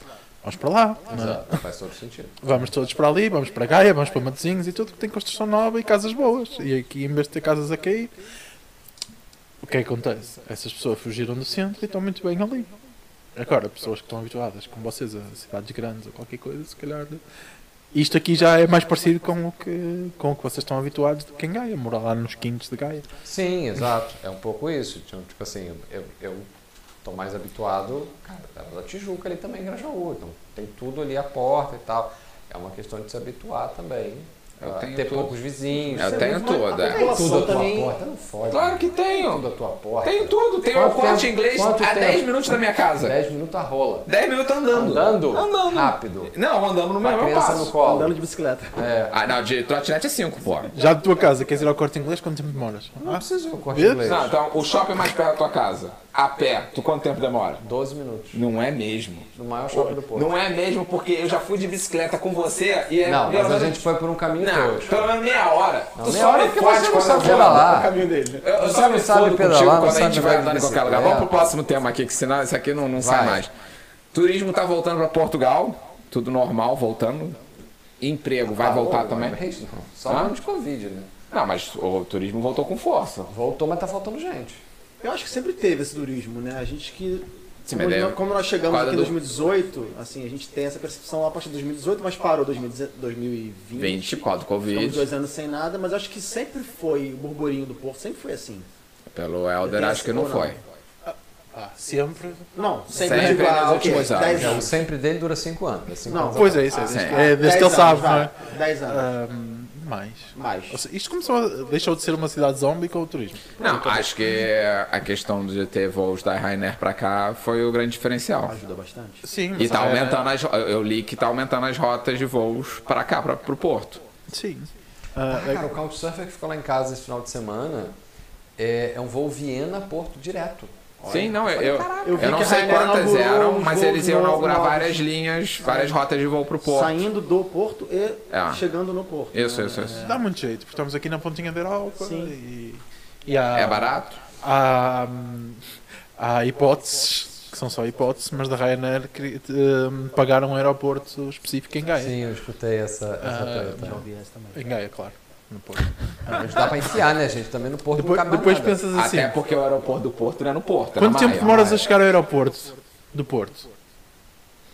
Speaker 3: Vamos para lá. né?
Speaker 2: Exato, faz todo sentido.
Speaker 3: Vamos todos para ali, vamos para Gaia, vamos para Matosinhos e tudo que tem construção nova e casas boas. E aqui, em vez de ter casas a cair, o que é que acontece? Essas pessoas fugiram do centro e estão muito bem ali. Agora, pessoas que estão habituadas, como vocês, a cidades grandes ou qualquer coisa, se calhar. Isto aqui já é mais parecido com o que, com o que vocês estão habituados do que em Gaia, morar lá nos quintos de Gaia.
Speaker 2: Sim, exato. É um pouco isso. Tipo tipo assim, eu, eu tô mais habituado, cara, era da Tijuca ali também, em Grajaú. Então tem tudo ali à porta e tal. É uma questão de se habituar também.
Speaker 1: Eu
Speaker 2: ah,
Speaker 1: tenho
Speaker 2: ter
Speaker 1: tudo.
Speaker 2: poucos vizinhos.
Speaker 1: Eu
Speaker 2: Você
Speaker 1: tenho
Speaker 2: não-
Speaker 1: tudo, é.
Speaker 4: A população
Speaker 2: Tudo a tua
Speaker 4: também.
Speaker 2: porta, não fode.
Speaker 1: Claro que tenho.
Speaker 2: Tudo a tua porta.
Speaker 1: Tem tudo, tem
Speaker 2: Quanto
Speaker 1: um corte
Speaker 2: tempo-
Speaker 1: inglês
Speaker 2: quanto
Speaker 1: a
Speaker 2: tempo?
Speaker 1: 10 minutos da minha casa.
Speaker 2: 10 minutos a rola.
Speaker 1: 10 minutos tá andando.
Speaker 2: Andando?
Speaker 1: Andando.
Speaker 2: Rápido.
Speaker 1: Não, andando no
Speaker 2: Uma
Speaker 1: mesmo
Speaker 2: criança
Speaker 1: passo.
Speaker 2: no colo.
Speaker 4: Andando de bicicleta.
Speaker 2: É.
Speaker 1: Ah, não, de trotinete é 5, pô.
Speaker 3: Já de tua casa, queres ir ao corte inglês? Quanto tempo demoras?
Speaker 2: Não
Speaker 3: Ah,
Speaker 2: precisa de um corte
Speaker 3: Viu?
Speaker 2: inglês.
Speaker 1: Não, então o
Speaker 2: é
Speaker 1: shopping mais perto da tua casa, a pé, tu quanto tempo demora?
Speaker 2: 12 minutos.
Speaker 1: Não é mesmo.
Speaker 2: No maior shopping do Porto.
Speaker 1: Não é mesmo porque eu já fui de bicicleta com você e é
Speaker 2: Não,
Speaker 1: pelo
Speaker 2: mas a
Speaker 1: menos-
Speaker 2: gente foi por um caminho
Speaker 1: Não,
Speaker 2: todo.
Speaker 1: pelo menos meia hora. tu
Speaker 2: meia
Speaker 1: só
Speaker 2: hora
Speaker 1: me
Speaker 2: é porque
Speaker 1: fode
Speaker 2: você não
Speaker 1: quando eu
Speaker 2: sabe
Speaker 1: vou
Speaker 2: pedalar.
Speaker 1: andar.
Speaker 2: Ah.
Speaker 4: O caminho dele.
Speaker 1: Eu, eu
Speaker 2: Você
Speaker 1: só
Speaker 2: não
Speaker 1: me
Speaker 2: sabe
Speaker 1: fodo
Speaker 2: pedalar,
Speaker 1: contigo
Speaker 2: não
Speaker 1: quando a
Speaker 2: sabe
Speaker 1: gente
Speaker 2: andar
Speaker 1: vai
Speaker 2: de
Speaker 1: andando em qualquer
Speaker 2: bicicleta.
Speaker 1: lugar. Vamos pro próximo tema aqui, que senão isso aqui não, não sai
Speaker 2: Vai.
Speaker 1: mais. Turismo tá voltando pra Portugal, tudo normal, voltando. Emprego
Speaker 2: Tá
Speaker 1: vai voltar
Speaker 2: Pô,
Speaker 1: também.
Speaker 2: mas é não. Só
Speaker 1: Hã?
Speaker 2: não de Covid, né?
Speaker 1: Não, mas o turismo voltou com força.
Speaker 2: Voltou, mas tá faltando gente.
Speaker 4: Eu acho que sempre teve esse turismo, né? A gente que.
Speaker 1: Sim,
Speaker 4: Como
Speaker 1: mas é-
Speaker 4: nós, como nós chegamos
Speaker 1: quadra
Speaker 4: aqui em
Speaker 1: do-
Speaker 4: 2018, assim, a gente tem essa percepção lá a partir de 2018, mas parou 2020, 2020.
Speaker 1: 20 por causa do
Speaker 4: Ficamos
Speaker 1: Covid.
Speaker 4: dois anos sem nada, mas eu acho que sempre foi o burburinho do Porto, sempre foi assim.
Speaker 1: Pelo Helder, acho que não
Speaker 4: Ou não?
Speaker 1: foi.
Speaker 3: ah, sempre.
Speaker 4: Não, sempre,
Speaker 1: Sempre né?
Speaker 4: digo, ah,
Speaker 1: nos
Speaker 4: ok,
Speaker 1: últimos anos.
Speaker 4: dez
Speaker 2: É, o sempre dele dura 5 anos. É cinco
Speaker 4: Não.
Speaker 2: anos.
Speaker 3: Pois é, isso é.
Speaker 1: Ah,
Speaker 3: desde
Speaker 1: sim.
Speaker 3: que- é, desde que ele
Speaker 4: Dez
Speaker 3: sabe, não
Speaker 4: vai.
Speaker 3: é?
Speaker 4: Dez anos.
Speaker 3: Ahm, mais.
Speaker 4: Mais.
Speaker 3: Ou seja, Isto começou a, deixou de ser uma cidade zombie com o turismo.
Speaker 1: Não, acho que a questão de ter voos da Rainer pra cá foi o grande diferencial.
Speaker 4: Ajuda bastante.
Speaker 3: Sim,
Speaker 1: E tá
Speaker 3: é-
Speaker 1: aumentando as. Eu li que tá aumentando as rotas de voos pra cá, pra, pro Porto.
Speaker 3: Sim. Ah,
Speaker 2: Ah, cara, o Couchsurfer que ficou lá em casa esse final de semana é, é um voo Viena-Porto direto.
Speaker 1: Sim, não, eu, eu,
Speaker 4: Eu vi
Speaker 1: eu não
Speaker 4: que a
Speaker 1: sei
Speaker 4: Ryanair
Speaker 1: quantas
Speaker 4: inaugurou
Speaker 1: eram,
Speaker 4: uns
Speaker 1: mas
Speaker 4: voos
Speaker 1: eles iam
Speaker 4: novos, né?"
Speaker 1: inaugurar
Speaker 4: novos.
Speaker 1: várias linhas, várias rotas de voo pro Porto.
Speaker 4: Saindo do Porto e
Speaker 1: É.
Speaker 4: chegando no Porto.
Speaker 1: Isso,
Speaker 4: né?
Speaker 1: isso, isso.
Speaker 3: Dá muito jeito, porque estamos aqui na pontinha da Europa
Speaker 4: Sim.
Speaker 3: e, e há,
Speaker 1: É barato?
Speaker 3: há, hum, há hipóteses, que são só hipóteses, mas da Ryanair cri- hum, pagar um aeroporto específico em Gaia.
Speaker 2: Sim, eu escutei essa, essa
Speaker 3: Ah,
Speaker 2: treta.
Speaker 4: Já ouvi essa também.
Speaker 3: Em Gaia, claro. No Porto.
Speaker 2: Mas dá pra enfiar, né, gente? Também no Porto
Speaker 3: Depois,
Speaker 2: não cabe
Speaker 3: depois
Speaker 2: mais nada.
Speaker 3: pensas assim,
Speaker 1: Até porque o aeroporto do Porto não é no Porto. é na
Speaker 3: quanto tempo
Speaker 1: Maia.
Speaker 3: demoras a chegar ao aeroporto do Porto?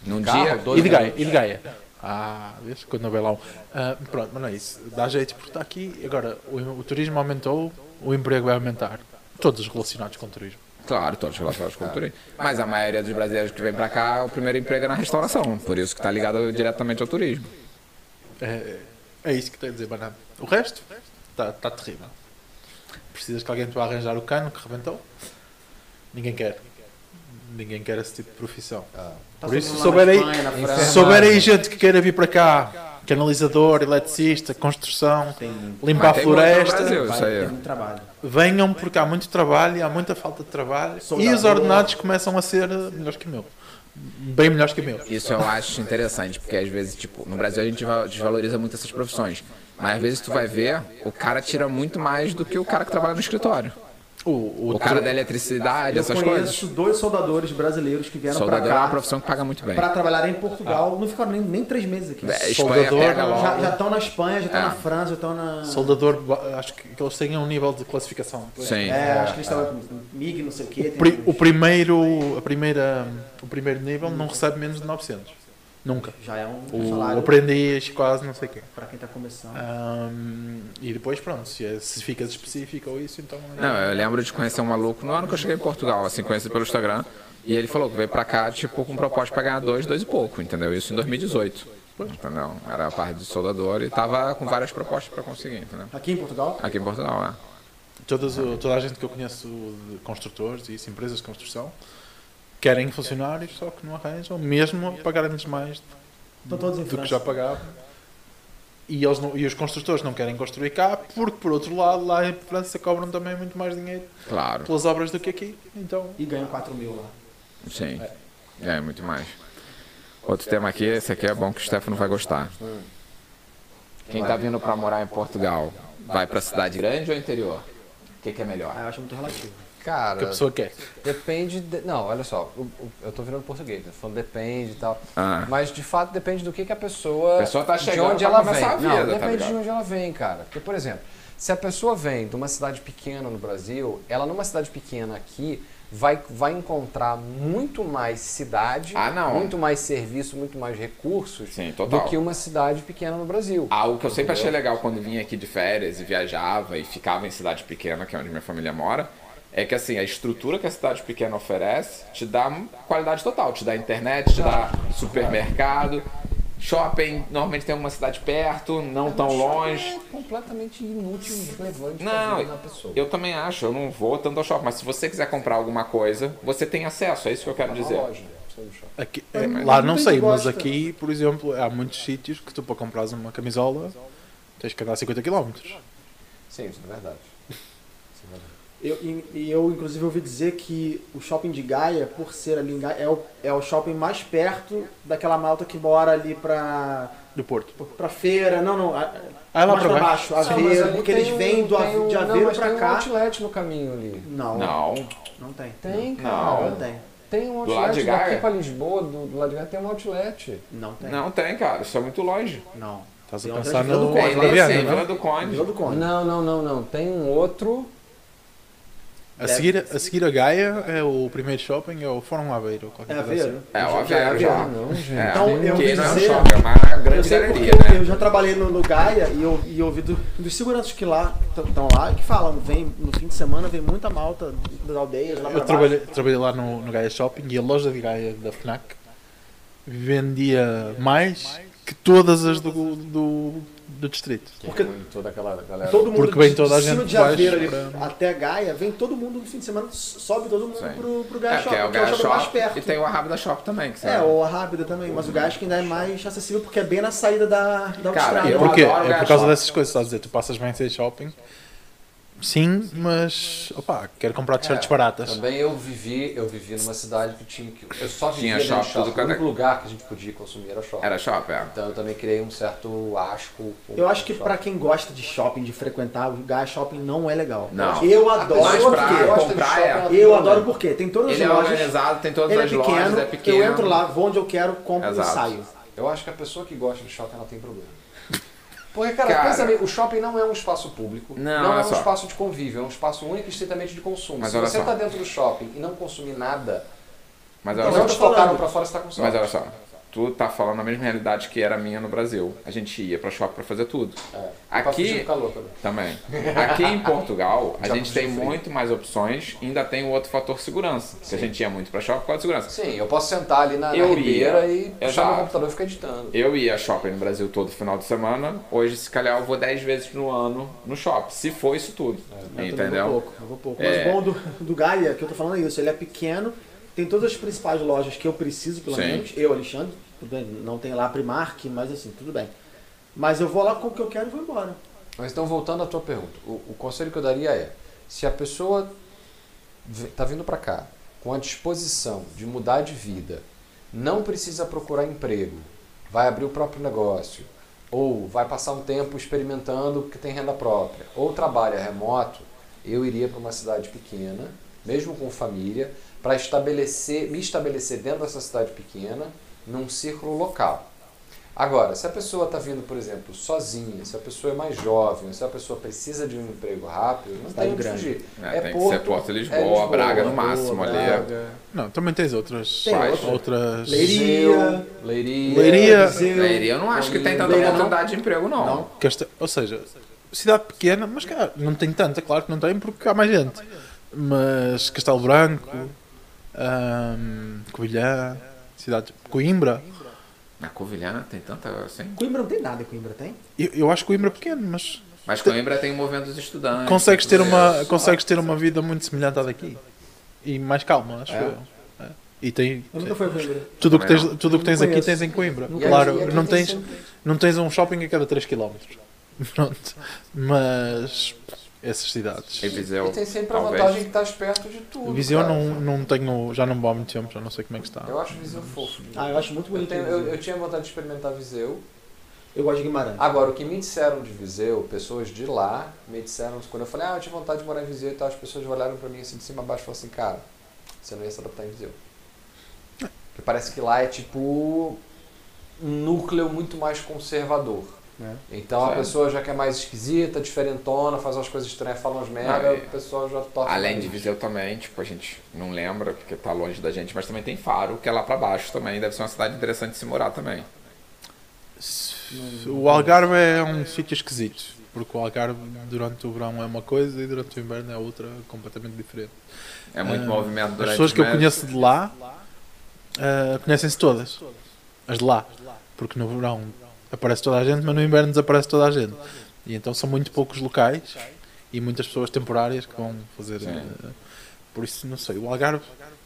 Speaker 1: Num
Speaker 2: Carro,
Speaker 1: dia.
Speaker 2: dois
Speaker 3: E de Gaia,
Speaker 2: minutos.
Speaker 3: e de Gaia. Ah, vês? Quando não vai lá um. Ah, pronto, mas não é isso. Dá jeito porque está aqui. Agora, o, o turismo aumentou, o emprego vai aumentar. Todos os relacionados com o turismo.
Speaker 1: Claro, todos relacionados com o turismo. Mas a maioria dos brasileiros que vem pra cá, o primeiro emprego é na restauração. Por isso que tá ligado diretamente ao turismo.
Speaker 3: É, é isso que tenho a dizer, banana. O resto está tá terrível. Precisas que alguém te vá arranjar o cano que rebentou? Ninguém quer. Ninguém quer esse tipo de profissão.
Speaker 4: Tá
Speaker 3: Por isso,
Speaker 4: todo mundo lá
Speaker 3: se souber
Speaker 4: na
Speaker 3: aí-
Speaker 4: Espanha, na França.
Speaker 3: Se souber aí gente que queira vir para cá, canalizador, eletricista, construção, limpar a
Speaker 1: Mas tem muito no
Speaker 3: floresta,
Speaker 1: Brasil, isso aí.
Speaker 4: Tem muito trabalho.
Speaker 3: venham porque há muito trabalho, e há muita falta de trabalho e
Speaker 4: Soldador.
Speaker 3: os ordenados começam a ser eh, melhores que o meu. Bem melhores que o meu.
Speaker 1: Isso eu acho interessante, porque às vezes, tipo, no Brasil a gente va- desvaloriza muito essas profissões. Mas às vezes tu vai ver, o cara tira muito mais do que o cara que trabalha no escritório.
Speaker 3: O, o
Speaker 1: O cara
Speaker 3: tra-
Speaker 1: da eletricidade,
Speaker 4: Eu
Speaker 1: essas
Speaker 4: conheço
Speaker 1: coisas.
Speaker 4: dois soldadores brasileiros que vieram pra
Speaker 1: Soldador é uma
Speaker 4: cá
Speaker 1: profissão que paga muito bem.
Speaker 4: pra trabalhar em Portugal. Não ficaram nem, nem três meses aqui.
Speaker 1: É, Espanha
Speaker 3: Soldador,
Speaker 1: pega
Speaker 3: né?
Speaker 1: logo.
Speaker 4: Já estão na Espanha, já estão
Speaker 1: É.
Speaker 4: na França, já estão na.
Speaker 3: soldador, ba- acho que eles têm um nível de classificação.
Speaker 1: Sim.
Speaker 4: É, acho que eles estavam com MIG, não sei o quê.
Speaker 3: O
Speaker 4: tem
Speaker 3: pri-
Speaker 4: uns-
Speaker 3: O primeiro, a primeira, o primeiro nível não recebe menos de 900. Nunca.
Speaker 4: Já é um
Speaker 3: O
Speaker 4: salário
Speaker 3: aprendiz quase não sei o quê.
Speaker 4: pra quem tá começando.
Speaker 3: Ahm, e depois pronto, se, é- se ficas específico ou isso, então... é-
Speaker 1: Não, eu lembro de conhecer um maluco no ano que eu cheguei em Portugal, assim, conhecido pelo Instagram. E ele falou que veio pra cá, tipo, com proposta pra ganhar dois, dois e pouco, entendeu? Isso em 2018. Entendeu? Era a parte de soldador e tava com várias propostas pra conseguir, entendeu?
Speaker 4: Aqui em Portugal?
Speaker 1: Aqui em Portugal, né?
Speaker 3: Todas, o- toda a gente que eu conheço de construtores e isso, empresas de construção querem funcionários, só que não arranjam, mesmo a pagarem-lhes mais
Speaker 4: Estão todos em
Speaker 3: do que
Speaker 4: França.
Speaker 3: já pagavam. E, eles não- e os construtores não querem construir cá, porque por outro lado, lá em França cobram também muito mais dinheiro
Speaker 1: Claro,
Speaker 3: pelas obras do que aqui. Então,
Speaker 4: E ganham 4 mil lá.
Speaker 1: sim. É, muito mais. Outro tema aqui, esse aqui é bom que o Stefano vai gostar. Quem tá vindo pra morar em Portugal, vai pra cidade grande ou interior? O que, que é melhor?
Speaker 4: Ah, eu acho muito relativo.
Speaker 2: Cara,
Speaker 3: que a pessoa quer.
Speaker 2: depende... de- Não, olha só. o- o- Eu tô virando português, né? Falando depende e tal.
Speaker 1: Ah,
Speaker 2: Mas de fato depende do que, que a pessoa.
Speaker 1: A pessoa tá chegando
Speaker 2: de onde
Speaker 1: pra
Speaker 2: ela vem.
Speaker 1: começar a
Speaker 2: Não,
Speaker 1: vida, tá
Speaker 2: depende de
Speaker 1: ligado?
Speaker 2: onde ela vem, cara. Porque, por exemplo, se a pessoa vem de uma cidade pequena no Brasil, ela numa cidade pequena aqui vai, vai encontrar muito mais cidade,
Speaker 1: Ah, não.
Speaker 2: muito mais serviço, muito mais recursos
Speaker 1: Sim,
Speaker 2: do
Speaker 1: total. Ah,
Speaker 2: que uma cidade pequena no Brasil.
Speaker 1: Algo que eu sempre achei legal quando vinha aqui de férias e viajava e ficava em cidade pequena, que é onde minha família mora, é que assim, a estrutura que a cidade pequena oferece te dá qualidade total, te dá internet, te dá supermercado. Shopping normalmente tem alguma cidade perto, não tão longe.
Speaker 6: É
Speaker 2: tipo
Speaker 6: completamente inútil, irrelevante
Speaker 1: Não,
Speaker 6: pra vida da pessoa.
Speaker 1: Eu também acho, eu não vou tanto ao shopping, mas se você quiser comprar alguma coisa, você tem acesso, é isso que eu
Speaker 2: Tá
Speaker 1: quero
Speaker 6: Uma
Speaker 1: dizer.
Speaker 6: loja, precisa do shopping.
Speaker 3: Aqui-
Speaker 1: É,
Speaker 3: é,
Speaker 1: mas
Speaker 3: lá
Speaker 1: muita
Speaker 3: não
Speaker 6: gente
Speaker 3: sei, mas
Speaker 6: gosta.
Speaker 3: aqui, por exemplo, há muitos sítios que tu para comprar uma camisola tens que andar 50 km.
Speaker 2: Sim, isso é verdade. Isso é verdade.
Speaker 4: Eu, e- e eu, inclusive, ouvi dizer que o shopping de Gaia, por ser ali em Gaia, é o, é o shopping mais perto daquela malta que mora ali pra,
Speaker 3: Do Porto.
Speaker 4: pra feira. Não, não. a-
Speaker 3: Ah, lá
Speaker 4: mais
Speaker 3: para
Speaker 4: pra
Speaker 3: baixo.
Speaker 4: tá baixo,
Speaker 2: Não, mas
Speaker 4: Aveiro,
Speaker 2: ali
Speaker 4: porque
Speaker 2: tem
Speaker 4: eles
Speaker 2: um-
Speaker 4: vêm do,
Speaker 2: tem
Speaker 4: Ave-
Speaker 2: um-
Speaker 4: de
Speaker 2: não,
Speaker 4: Aveiro
Speaker 2: mas
Speaker 4: pra
Speaker 2: tem um
Speaker 4: cá.
Speaker 2: outlet no caminho ali.
Speaker 4: Não, não.
Speaker 1: Não,
Speaker 4: tem.
Speaker 6: Tem,
Speaker 1: Não.
Speaker 6: cara.
Speaker 4: Não tem.
Speaker 6: Tem um
Speaker 1: Do lado
Speaker 6: outlet
Speaker 1: de Gaia?
Speaker 6: daqui pra Lisboa, do, do lado de Gaia tem um outlet.
Speaker 4: Não tem.
Speaker 1: não tem, cara, isso é muito longe.
Speaker 4: Não.
Speaker 3: Estás
Speaker 4: Tem
Speaker 3: a
Speaker 4: um
Speaker 3: pensar
Speaker 4: grande
Speaker 3: no
Speaker 4: Vila do
Speaker 1: É,
Speaker 4: Conde,
Speaker 3: Vila
Speaker 1: lá em
Speaker 3: Viana,
Speaker 1: Vila
Speaker 3: não?
Speaker 1: do Conde.
Speaker 4: Vila do Conde.
Speaker 6: Não, não, não, não. Tem um outro.
Speaker 3: A seguir, a seguir a Gaia é o primeiro shopping, é o Fórum Aveiro. qualquer
Speaker 4: É
Speaker 3: coisa assim.
Speaker 4: Aveiro?
Speaker 1: É, o
Speaker 4: Já é
Speaker 1: Aveiro
Speaker 6: Ah,
Speaker 1: já.
Speaker 6: não, gente.
Speaker 1: É,
Speaker 4: Então, eu
Speaker 1: que
Speaker 4: ouvi
Speaker 1: não é um
Speaker 4: dizer-
Speaker 1: shopping, é uma
Speaker 4: Eu
Speaker 1: grande
Speaker 4: sei porque
Speaker 1: galeria,
Speaker 4: eu,
Speaker 1: né?
Speaker 4: eu já trabalhei no, no Gaia e eu, e eu ouvi do- dos seguranças que lá estão lá e que falam, vem no fim de semana, vem muita malta das aldeias lá pra
Speaker 3: Eu
Speaker 4: baixo.
Speaker 3: trabalhei, trabalhei lá no, no Gaia Shopping e a loja de Gaia da FNAC vendia mais que todas as do, do, do distrito.
Speaker 4: Porque-
Speaker 2: toda aquela galera.
Speaker 4: Todo mundo
Speaker 3: Porque vem
Speaker 4: de-
Speaker 3: toda a
Speaker 4: de cima
Speaker 3: gente
Speaker 4: de Aveiro
Speaker 3: baixo
Speaker 4: ali
Speaker 3: pra-
Speaker 4: até Gaia, vem todo mundo no fim de semana, sobe todo mundo
Speaker 1: né? Sim.
Speaker 4: pro, pro Gaia
Speaker 1: É,
Speaker 4: Shopping,
Speaker 1: que é o
Speaker 4: que é o
Speaker 1: Gaia
Speaker 4: shopping mais
Speaker 1: Shop
Speaker 4: perto.
Speaker 1: e tem o Arrábida Shop também, que você
Speaker 4: É, ou a Rábida também, mas o Gaia acho que ainda é mais acessível porque é bem na saída da, da
Speaker 1: Cara,
Speaker 4: autostrada.
Speaker 1: eu-
Speaker 3: Porquê?
Speaker 1: adoro
Speaker 3: É
Speaker 1: Gaia
Speaker 3: por causa
Speaker 1: Shopping.
Speaker 3: dessas coisas, estás a dizer, tu passas bem sem shopping. Sim, mas opa, quero comprar t-shirts baratas.
Speaker 2: Também eu vivi, eu vivi numa cidade que tinha que. Eu só
Speaker 1: Tinha
Speaker 2: vivia dentro
Speaker 1: shopping,
Speaker 2: de
Speaker 1: tudo
Speaker 2: shopping. O
Speaker 1: quanto é-
Speaker 2: único lugar que a gente podia consumir era shopping.
Speaker 1: Era shopping, é.
Speaker 2: Então eu também criei um certo asco. com
Speaker 4: Eu acho que
Speaker 2: shopping.
Speaker 4: pra quem gosta de shopping, de frequentar, o Gaia Shopping não é legal.
Speaker 1: Não.
Speaker 4: Eu
Speaker 1: Mas
Speaker 4: adoro
Speaker 1: pra
Speaker 4: porque...
Speaker 1: comprar é.
Speaker 2: né?
Speaker 4: Eu adoro porque tem todas as
Speaker 1: Ele é
Speaker 4: lojas...
Speaker 1: organizado, tem todas
Speaker 4: Ele é
Speaker 1: as lojas,
Speaker 4: pequeno,
Speaker 1: é pequeno.
Speaker 4: eu entro lá, vou onde eu quero, compro
Speaker 1: Exato.
Speaker 4: e saio.
Speaker 2: Eu acho que a pessoa que gosta de shopping ela tem problema. Porque, cara,
Speaker 1: Cara.
Speaker 2: pensa bem, o shopping não é um espaço público,
Speaker 1: Não,
Speaker 2: é
Speaker 1: olha
Speaker 2: um
Speaker 1: só.
Speaker 2: espaço de convívio, é um espaço único e estritamente de consumo.
Speaker 1: Mas
Speaker 2: Se
Speaker 1: olha
Speaker 2: você
Speaker 1: só.
Speaker 2: está dentro do shopping e não consumir nada,
Speaker 1: Mas
Speaker 2: e
Speaker 1: olha
Speaker 2: não
Speaker 1: só.
Speaker 2: te
Speaker 4: tô falando.
Speaker 2: tocaram pra fora, você tá com sono.
Speaker 1: Mas olha só, tu tá falando a mesma realidade que era a minha no Brasil. A gente ia pra shopping pra fazer tudo.
Speaker 2: É, pra fugir
Speaker 1: Aqui
Speaker 2: do calor também.
Speaker 1: também. Aqui em
Speaker 2: <laughs>
Speaker 1: Portugal, a
Speaker 2: Já
Speaker 1: gente
Speaker 2: fugiu
Speaker 1: tem
Speaker 2: do frio.
Speaker 1: muito mais opções, ainda tem o outro fator segurança. Que a gente ia muito pra shopping por causa de segurança.
Speaker 2: Sim, eu posso sentar ali na, na
Speaker 1: Eu ia.
Speaker 2: ribeira e puxar
Speaker 1: Exato.
Speaker 2: meu computador e ficar editando.
Speaker 1: Eu ia shopping no Brasil todo final de semana. Hoje, se calhar, eu vou 10 vezes no ano no shopping. Se for isso tudo.
Speaker 4: É, Então, Eu também vou
Speaker 1: entendeu?
Speaker 4: pouco, eu vou pouco.
Speaker 1: É.
Speaker 4: Mas o bom do, do Gaia, que eu tô falando é isso, ele é pequeno, tem todas as principais lojas que eu preciso, pelo
Speaker 1: Sim.
Speaker 4: menos. Eu, Alexandre, tudo bem, não tem lá a Primark, mas assim, tudo bem. Mas eu vou lá com o que eu quero e vou embora.
Speaker 2: Mas então, voltando à tua pergunta, o, o conselho que eu daria é: se a pessoa vi- tá vindo para cá com a disposição de mudar de vida, não precisa procurar emprego, vai abrir o próprio negócio, ou vai passar um tempo experimentando porque tem renda própria, ou trabalha remoto, eu iria para uma cidade pequena, mesmo com família, para estabelecer, me estabelecer dentro dessa cidade pequena, num círculo local. Agora, se a pessoa está vindo, por exemplo, sozinha, se a pessoa é mais jovem, se a pessoa precisa de um emprego rápido, não
Speaker 4: Cidade
Speaker 2: tem onde
Speaker 4: grande.
Speaker 2: fugir.
Speaker 1: É, tem que ser Porto Lisboa, Braga no máximo ali. é.
Speaker 4: Braga,
Speaker 3: Não, também tens outras.
Speaker 4: Tem
Speaker 3: Quais?
Speaker 4: outra.
Speaker 3: outras.
Speaker 4: Leiria.
Speaker 2: Leiria. Leiria.
Speaker 3: Leiria.
Speaker 4: Viseu.
Speaker 1: Leiria, eu não acho que tem tanta
Speaker 4: Leiria não?
Speaker 1: oportunidade de emprego, não.
Speaker 4: Não.
Speaker 3: Casta- Ou seja, cidade pequena, mas cara, não tem tanta, claro que não tem, porque há mais gente. Mas Castelo Branco, ahm, Covilhã, cidade Coimbra.
Speaker 1: Na Covilhã tem tanta assim.
Speaker 4: Coimbra não tem nada, Coimbra tem?
Speaker 3: Eu, eu acho Coimbra pequeno, mas
Speaker 1: Mas Coimbra tem o movimento dos estudantes.
Speaker 3: consegues ter,
Speaker 1: tudo
Speaker 3: uma,
Speaker 1: isso.
Speaker 3: consegues ter uma vida muito semelhante à daqui. E mais calma, acho eu. É. E tem.
Speaker 4: Eu nunca fui a Coimbra.
Speaker 3: Tudo o que tens,
Speaker 1: Também
Speaker 3: tudo o que tens
Speaker 4: Não
Speaker 3: aqui
Speaker 4: conheço.
Speaker 3: tens em Coimbra.
Speaker 2: E aí, e
Speaker 3: Claro,
Speaker 2: aqui
Speaker 3: não
Speaker 2: tem
Speaker 3: tens,
Speaker 2: sempre-
Speaker 3: não tens um shopping a cada 3 km. <laughs> Pronto. Mas essas cidades.
Speaker 1: E Viseu,
Speaker 2: E tem sempre a
Speaker 1: talvez.
Speaker 2: vantagem que estás perto de tudo.
Speaker 3: Viseu
Speaker 2: cara.
Speaker 3: não, não tenho. Já não vou há muito tempo, já não sei como é que está.
Speaker 2: Eu acho Viseu fofo.
Speaker 4: Ah, eu acho muito
Speaker 2: Eu,
Speaker 4: bonito.
Speaker 2: tenho-
Speaker 4: Viseu.
Speaker 2: eu- eu tinha vontade de experimentar Viseu.
Speaker 4: Eu gosto de Guimarães.
Speaker 2: Agora, o que me disseram de Viseu, pessoas de lá me disseram, quando eu falei, ah, eu tinha vontade de morar em Viseu e tal, as pessoas olharam pra mim assim de cima a baixo e falaram assim, cara, você não ia se adaptar em Viseu. Porque parece que lá é tipo um núcleo muito mais conservador.
Speaker 4: É.
Speaker 2: Então a
Speaker 1: Certo.
Speaker 2: pessoa já que é mais esquisita, diferentona, faz umas coisas estranhas, fala umas merda,
Speaker 1: Ah, é.
Speaker 2: o pessoal já torce.
Speaker 1: Além
Speaker 2: o
Speaker 1: de
Speaker 2: nariz.
Speaker 1: Viseu também, tipo, a gente não lembra porque tá longe da gente, mas também tem Faro, que é lá pra baixo também, deve ser uma cidade interessante de se morar também.
Speaker 3: Se- O Algarve é um sítio esquisito, porque o Algarve durante o verão é uma coisa e durante o inverno é outra completamente diferente.
Speaker 1: É muito
Speaker 3: Ah,
Speaker 1: movimento durante
Speaker 3: As pessoas
Speaker 1: o
Speaker 3: que eu
Speaker 1: mês.
Speaker 3: conheço de lá ah, conhecem-se todas. eh, As de lá. Porque no verão aparece toda a gente, mas no inverno desaparece toda a gente. E então são muito poucos locais e muitas pessoas temporárias que vão fazer.
Speaker 1: Sim.
Speaker 3: eh, Por isso, não sei, o Algarve.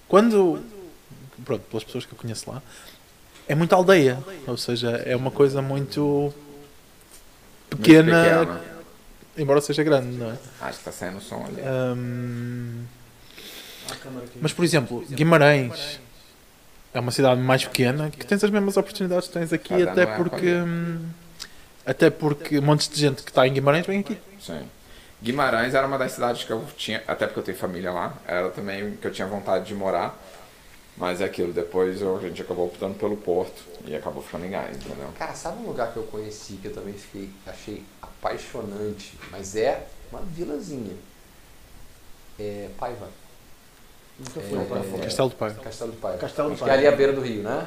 Speaker 3: Quando. Pronto, pelas pessoas que eu conheço lá, é muita aldeia. Ou seja, é uma coisa muito. pequena,
Speaker 1: Muito pequena.
Speaker 3: embora seja grande, não é?
Speaker 1: Acho que tá saindo som ali.
Speaker 3: Ahm,
Speaker 4: A câmera aqui.
Speaker 3: mas, por exemplo, Guimarães é uma cidade mais pequena que tens as mesmas oportunidades que tens aqui,
Speaker 1: Cada
Speaker 3: até
Speaker 1: não é
Speaker 3: porque.
Speaker 1: acolhido.
Speaker 3: hum, Até porque montes de gente que está em Guimarães vem aqui.
Speaker 1: Sim. Guimarães era uma das cidades que eu tinha, até porque eu tenho família lá, era também que eu tinha vontade de morar, mas é aquilo, depois eu- a gente acabou optando pelo Porto e acabou ficando em Gás, entendeu?
Speaker 2: Cara, sabe um lugar que eu conheci que eu também fiquei, achei apaixonante, mas é uma vilazinha? É Paiva,
Speaker 4: Nunca
Speaker 2: É,
Speaker 4: fui pra
Speaker 2: é,
Speaker 4: fora.
Speaker 3: Castelo de Paiva,
Speaker 2: Castelo de Paiva.
Speaker 4: Castelo do
Speaker 2: Que é ali
Speaker 4: Pai.
Speaker 2: à beira do rio, né?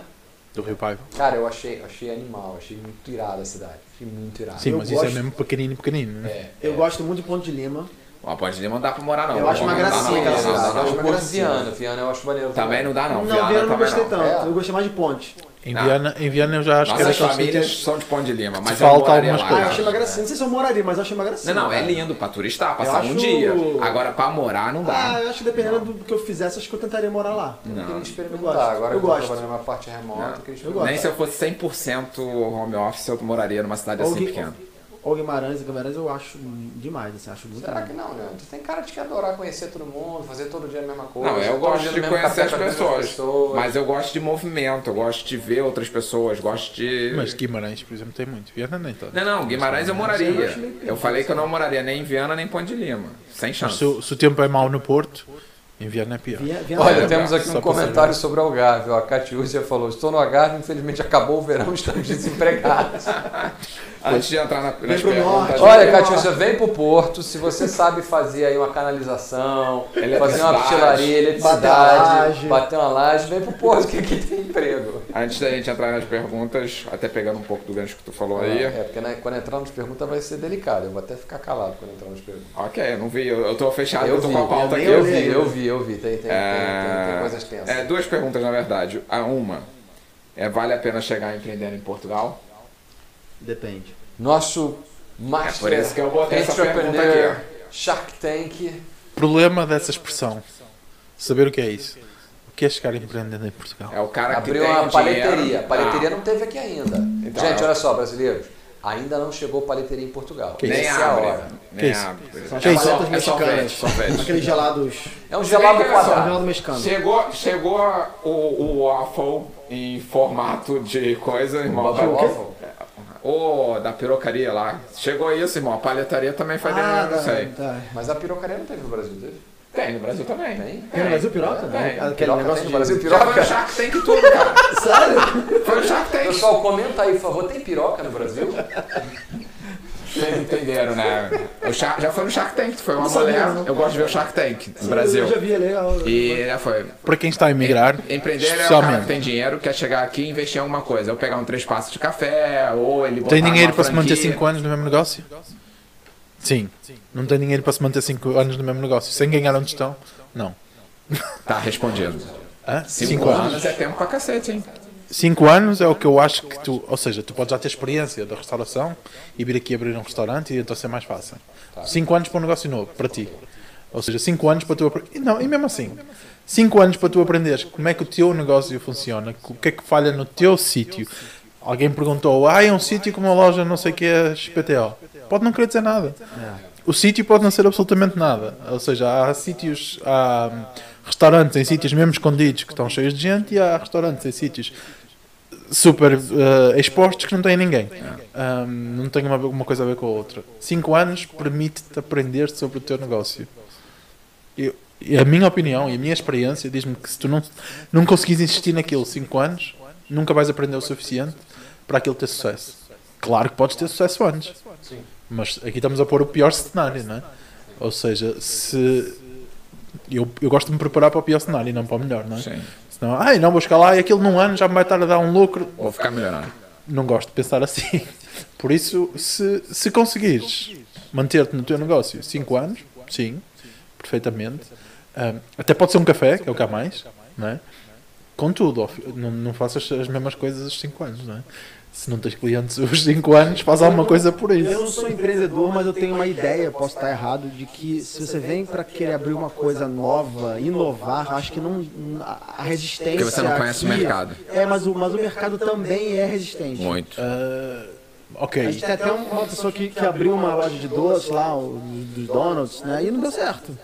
Speaker 3: do Rio Paiva.
Speaker 2: Cara, eu achei, achei animal, achei muito irada a cidade. Achei muito irada.
Speaker 3: Sim,
Speaker 4: Eu
Speaker 3: mas isso é
Speaker 4: gosto-
Speaker 3: mesmo pequenino, pequenino. né?
Speaker 2: É,
Speaker 4: Eu
Speaker 2: é.
Speaker 4: gosto muito do Ponte de Lima.
Speaker 1: Mas pode nem mandar pra morar não.
Speaker 4: Eu acho uma
Speaker 1: Não dá, não,
Speaker 4: gracinha
Speaker 1: não,
Speaker 2: aquela
Speaker 1: não,
Speaker 2: cidade.
Speaker 1: não,
Speaker 2: Eu
Speaker 1: não.
Speaker 2: né? acho uma graça Viana. Viana eu acho maneiro.
Speaker 1: Também não dá não, tá
Speaker 4: Não,
Speaker 1: Viana
Speaker 4: Viana eu não
Speaker 1: também
Speaker 4: gostei
Speaker 1: não.
Speaker 4: tanto.
Speaker 2: É.
Speaker 4: Eu gostei mais de Ponte.
Speaker 3: Em,
Speaker 1: Não.
Speaker 3: Viana, em Viana eu já acho que era
Speaker 1: Nossas
Speaker 3: aqueles
Speaker 1: famílias
Speaker 3: sítios-
Speaker 1: são de Pão de Lima, mas
Speaker 3: Falta
Speaker 1: eu moraria
Speaker 3: algumas
Speaker 1: lá.
Speaker 4: Ah,
Speaker 3: coisas.
Speaker 4: eu achei uma gracinha. Não sei se eu moraria, mas eu achei uma gracinha.
Speaker 1: Não, não, é lindo pra turistar,
Speaker 4: Eu
Speaker 1: passar um
Speaker 4: acho-
Speaker 1: dia. Agora pra morar não dá.
Speaker 4: Ah, eu acho que dependendo do que eu fizesse, acho que eu tentaria morar lá.
Speaker 2: Eu
Speaker 1: não.
Speaker 2: queria
Speaker 4: Eu gosto,
Speaker 2: experimentar. Agora
Speaker 4: eu
Speaker 2: eu tô
Speaker 4: gosto.
Speaker 2: trabalhando na parte remota, eu queria
Speaker 4: eu gosto.
Speaker 2: experimentar.
Speaker 1: Nem se eu fosse 100% home office eu moraria numa cidade
Speaker 4: Ou
Speaker 1: assim
Speaker 4: Gui-
Speaker 1: pequena.
Speaker 4: Ou Guimarães, Guimarães eu acho demais, assim, acho muito
Speaker 2: Será
Speaker 4: lindo.
Speaker 2: que não, né? Tu tem cara de que adorar conhecer todo mundo, fazer todo dia a mesma coisa.
Speaker 1: Não, eu
Speaker 2: todo dia
Speaker 1: gosto
Speaker 2: no
Speaker 1: de
Speaker 2: mesmo
Speaker 1: conhecer
Speaker 2: café
Speaker 1: as
Speaker 2: com mesmas
Speaker 1: pessoas,
Speaker 2: pessoas.
Speaker 1: mas eu gosto de movimento, eu gosto de ver outras pessoas, gosto de...
Speaker 3: Mas Guimarães, por exemplo, tem muito. Viana nem tanto.
Speaker 1: Não, não, Guimarães eu moraria. Eu falei que eu não moraria nem em Viana nem em Ponte de Lima. Sem
Speaker 3: Mas
Speaker 1: chance.
Speaker 3: se, o- se o tempo é mau no Porto, em Viana é pior.
Speaker 4: Via- via-
Speaker 2: Olha,
Speaker 1: Olha,
Speaker 2: temos aqui
Speaker 3: só
Speaker 2: um
Speaker 3: pra você
Speaker 2: comentário sobre Algarve. ó. A Catiúcia falou: Estou no Algarve, infelizmente acabou o verão, <laughs> estamos desempregados.
Speaker 1: Antes de entrar na, nas
Speaker 4: pro
Speaker 1: perguntas...
Speaker 4: norte.
Speaker 2: Olha, Catiúcia, vem pro Porto. Se você sabe fazer aí uma canalização, fazer uma
Speaker 1: Eletricidade.
Speaker 2: pistilaria,
Speaker 4: Bater uma
Speaker 2: eletricidade,
Speaker 4: laje.
Speaker 2: bater uma laje, vem pro Porto, que aqui tem emprego.
Speaker 1: Antes da gente entrar nas perguntas, até pegando um pouco do gancho que tu falou aí...
Speaker 2: É, porque né, quando entrarmos perguntas vai ser delicado. Eu vou até ficar calado quando entrarmos perguntas.
Speaker 1: Ok, eu não vi, eu, eu tô fechado, eu,
Speaker 2: Eu
Speaker 1: tô
Speaker 2: vi,
Speaker 1: com a pauta aqui.
Speaker 2: eu vi, eu vi, eu vi. Tem, tem, tem, tem, tem
Speaker 1: É,
Speaker 2: coisas tensas.
Speaker 1: é, duas perguntas, na verdade. A uma é, vale a pena chegar empreendendo em Portugal?
Speaker 4: Depende.
Speaker 2: Nosso
Speaker 1: É
Speaker 2: master
Speaker 1: por isso que eu botei essa pergunta aqui, ó.
Speaker 2: entrepreneur Shark Tank.
Speaker 3: Problema dessa expressão. Saber o que é isso. O que é chegar empreendendo em Portugal?
Speaker 1: É o cara
Speaker 2: Abriu
Speaker 1: que tem
Speaker 2: uma
Speaker 1: o
Speaker 2: paleteria.
Speaker 1: dinheiro.
Speaker 2: A Paleteria
Speaker 1: Ah,
Speaker 2: não teve aqui ainda.
Speaker 1: Então,
Speaker 2: Gente,
Speaker 1: é.
Speaker 2: olha só, brasileiros. Ainda não chegou paleteria em Portugal.
Speaker 3: Que
Speaker 1: nem
Speaker 2: Essa é a hora.
Speaker 1: abre. né?
Speaker 3: Que
Speaker 1: Nem
Speaker 3: isso?
Speaker 1: abre.
Speaker 4: São as
Speaker 3: Que isso?
Speaker 4: paletas
Speaker 1: É só- é
Speaker 4: mexicanas.
Speaker 1: só verde, só verde.
Speaker 4: Aqueles gelados.
Speaker 2: É um gelado
Speaker 1: Sim, é
Speaker 4: Um
Speaker 2: quadrado.
Speaker 4: gelado mexicano.
Speaker 1: Chegou, chegou a- o, o waffle em formato de coisa, irmão.
Speaker 2: Bubble
Speaker 1: Tá-
Speaker 2: waffle?
Speaker 1: Ô, da perucaria lá. Chegou isso, irmão. A palhetaria também faz
Speaker 4: Ah,
Speaker 1: dinheiro, isso aí.
Speaker 4: tá.
Speaker 2: Mas a pirocaria não teve no Brasil, teve?
Speaker 1: Tem, no Brasil também.
Speaker 2: Tem?
Speaker 4: Tem no Brasil piroca?
Speaker 1: Tem.
Speaker 4: Aquele
Speaker 2: Piroca
Speaker 4: negócio
Speaker 2: tem no
Speaker 4: de...
Speaker 2: Brasil,
Speaker 1: Já foi o
Speaker 2: piroca?
Speaker 1: Shark Tank tudo, cara.
Speaker 4: <laughs> Sério?
Speaker 1: Foi o Shark Tank.
Speaker 2: Pessoal, comenta aí, por favor, tem piroca no Brasil?
Speaker 1: Vocês entenderam, né? O Shark- já foi no Shark Tank, foi uma
Speaker 4: Não sabia,
Speaker 1: mulher.
Speaker 4: não.
Speaker 1: Eu gosto de ver o Shark Tank no Brasil.
Speaker 4: Eu já vi ali. ó.
Speaker 1: E já foi.
Speaker 3: Para quem está a emigrar,
Speaker 1: Empreender é o cara que
Speaker 3: especialmente.
Speaker 1: tem dinheiro, quer chegar aqui e investir em alguma coisa. Ou pegar um três passos de café, ou ele botar
Speaker 3: Tem dinheiro
Speaker 1: numa
Speaker 3: para se manter
Speaker 1: franquia.
Speaker 3: 5 anos no mesmo negócio? Sim. Não tem dinheiro para se manter 5 anos no mesmo negócio. Sem ganhar onde estão? Não.
Speaker 1: Tá respondido.
Speaker 3: 5 anos.
Speaker 1: é tempo pra cacete, hein?
Speaker 3: 5 anos é o que eu acho que tu. Ou seja, tu podes já ter experiência da restauração e vir aqui abrir um restaurante e então ser mais fácil. 5 anos para um negócio novo, para ti. Ou seja, 5 anos para tu aprender. Não, e mesmo assim, 5 anos para tu aprenderes como é que o teu negócio funciona, o que é que falha no teu sítio. Alguém perguntou, ah, é um sítio com uma loja não sei o que é XPTO. Pode não querer dizer nada. O sítio pode não ser absolutamente nada. Ou seja, há sítios, há restaurantes em sítios mesmo escondidos que estão cheios de gente e há restaurantes em sítios super eh, expostos que não têm ninguém. Ahm, não tem uma, uma coisa a ver com a outra. Cinco anos permite-te aprender sobre o teu negócio. Eu- e a minha opinião e a minha experiência diz-me que se tu não, não conseguires insistir naquilo cinco anos, nunca vais aprender o suficiente para aquilo ter sucesso. Claro que podes ter sucesso antes. Mas aqui estamos a pôr o pior cenário, não é? Ou seja, se. Eu, eu gosto de me preparar para o pior cenário e não para o melhor, não é?
Speaker 1: Sim.
Speaker 3: Senão, ai, não vou chegar lá e aquilo num ano já me vai estar a dar um lucro.
Speaker 1: Vou ficar melhorando.
Speaker 3: Não gosto de pensar assim. Por isso, se, se conseguires manter-te no teu negócio 5 anos, sim, perfeitamente. Ahm, até pode ser um café, que é o que há mais, não é? Contudo, ao fi- não, não faças as mesmas coisas aos 5 anos, não é? Se não tens clientes os 5 anos, faz alguma coisa por
Speaker 4: Eu
Speaker 3: isso.
Speaker 4: não sou empreendedor, mas eu tenho uma ideia, posso estar errado, de que se você vem para querer abrir uma coisa nova, inovar, acho que não a a resistência.
Speaker 1: Porque você não conhece o
Speaker 4: aqui-
Speaker 1: mercado.
Speaker 4: É, mas o, mas o mercado também é resistente.
Speaker 1: Muito.
Speaker 3: Ah,
Speaker 4: A gente
Speaker 3: ok.
Speaker 4: tem até um, uma pessoa que, que abriu uma loja de doces lá, o- dos donuts, né? E não deu certo.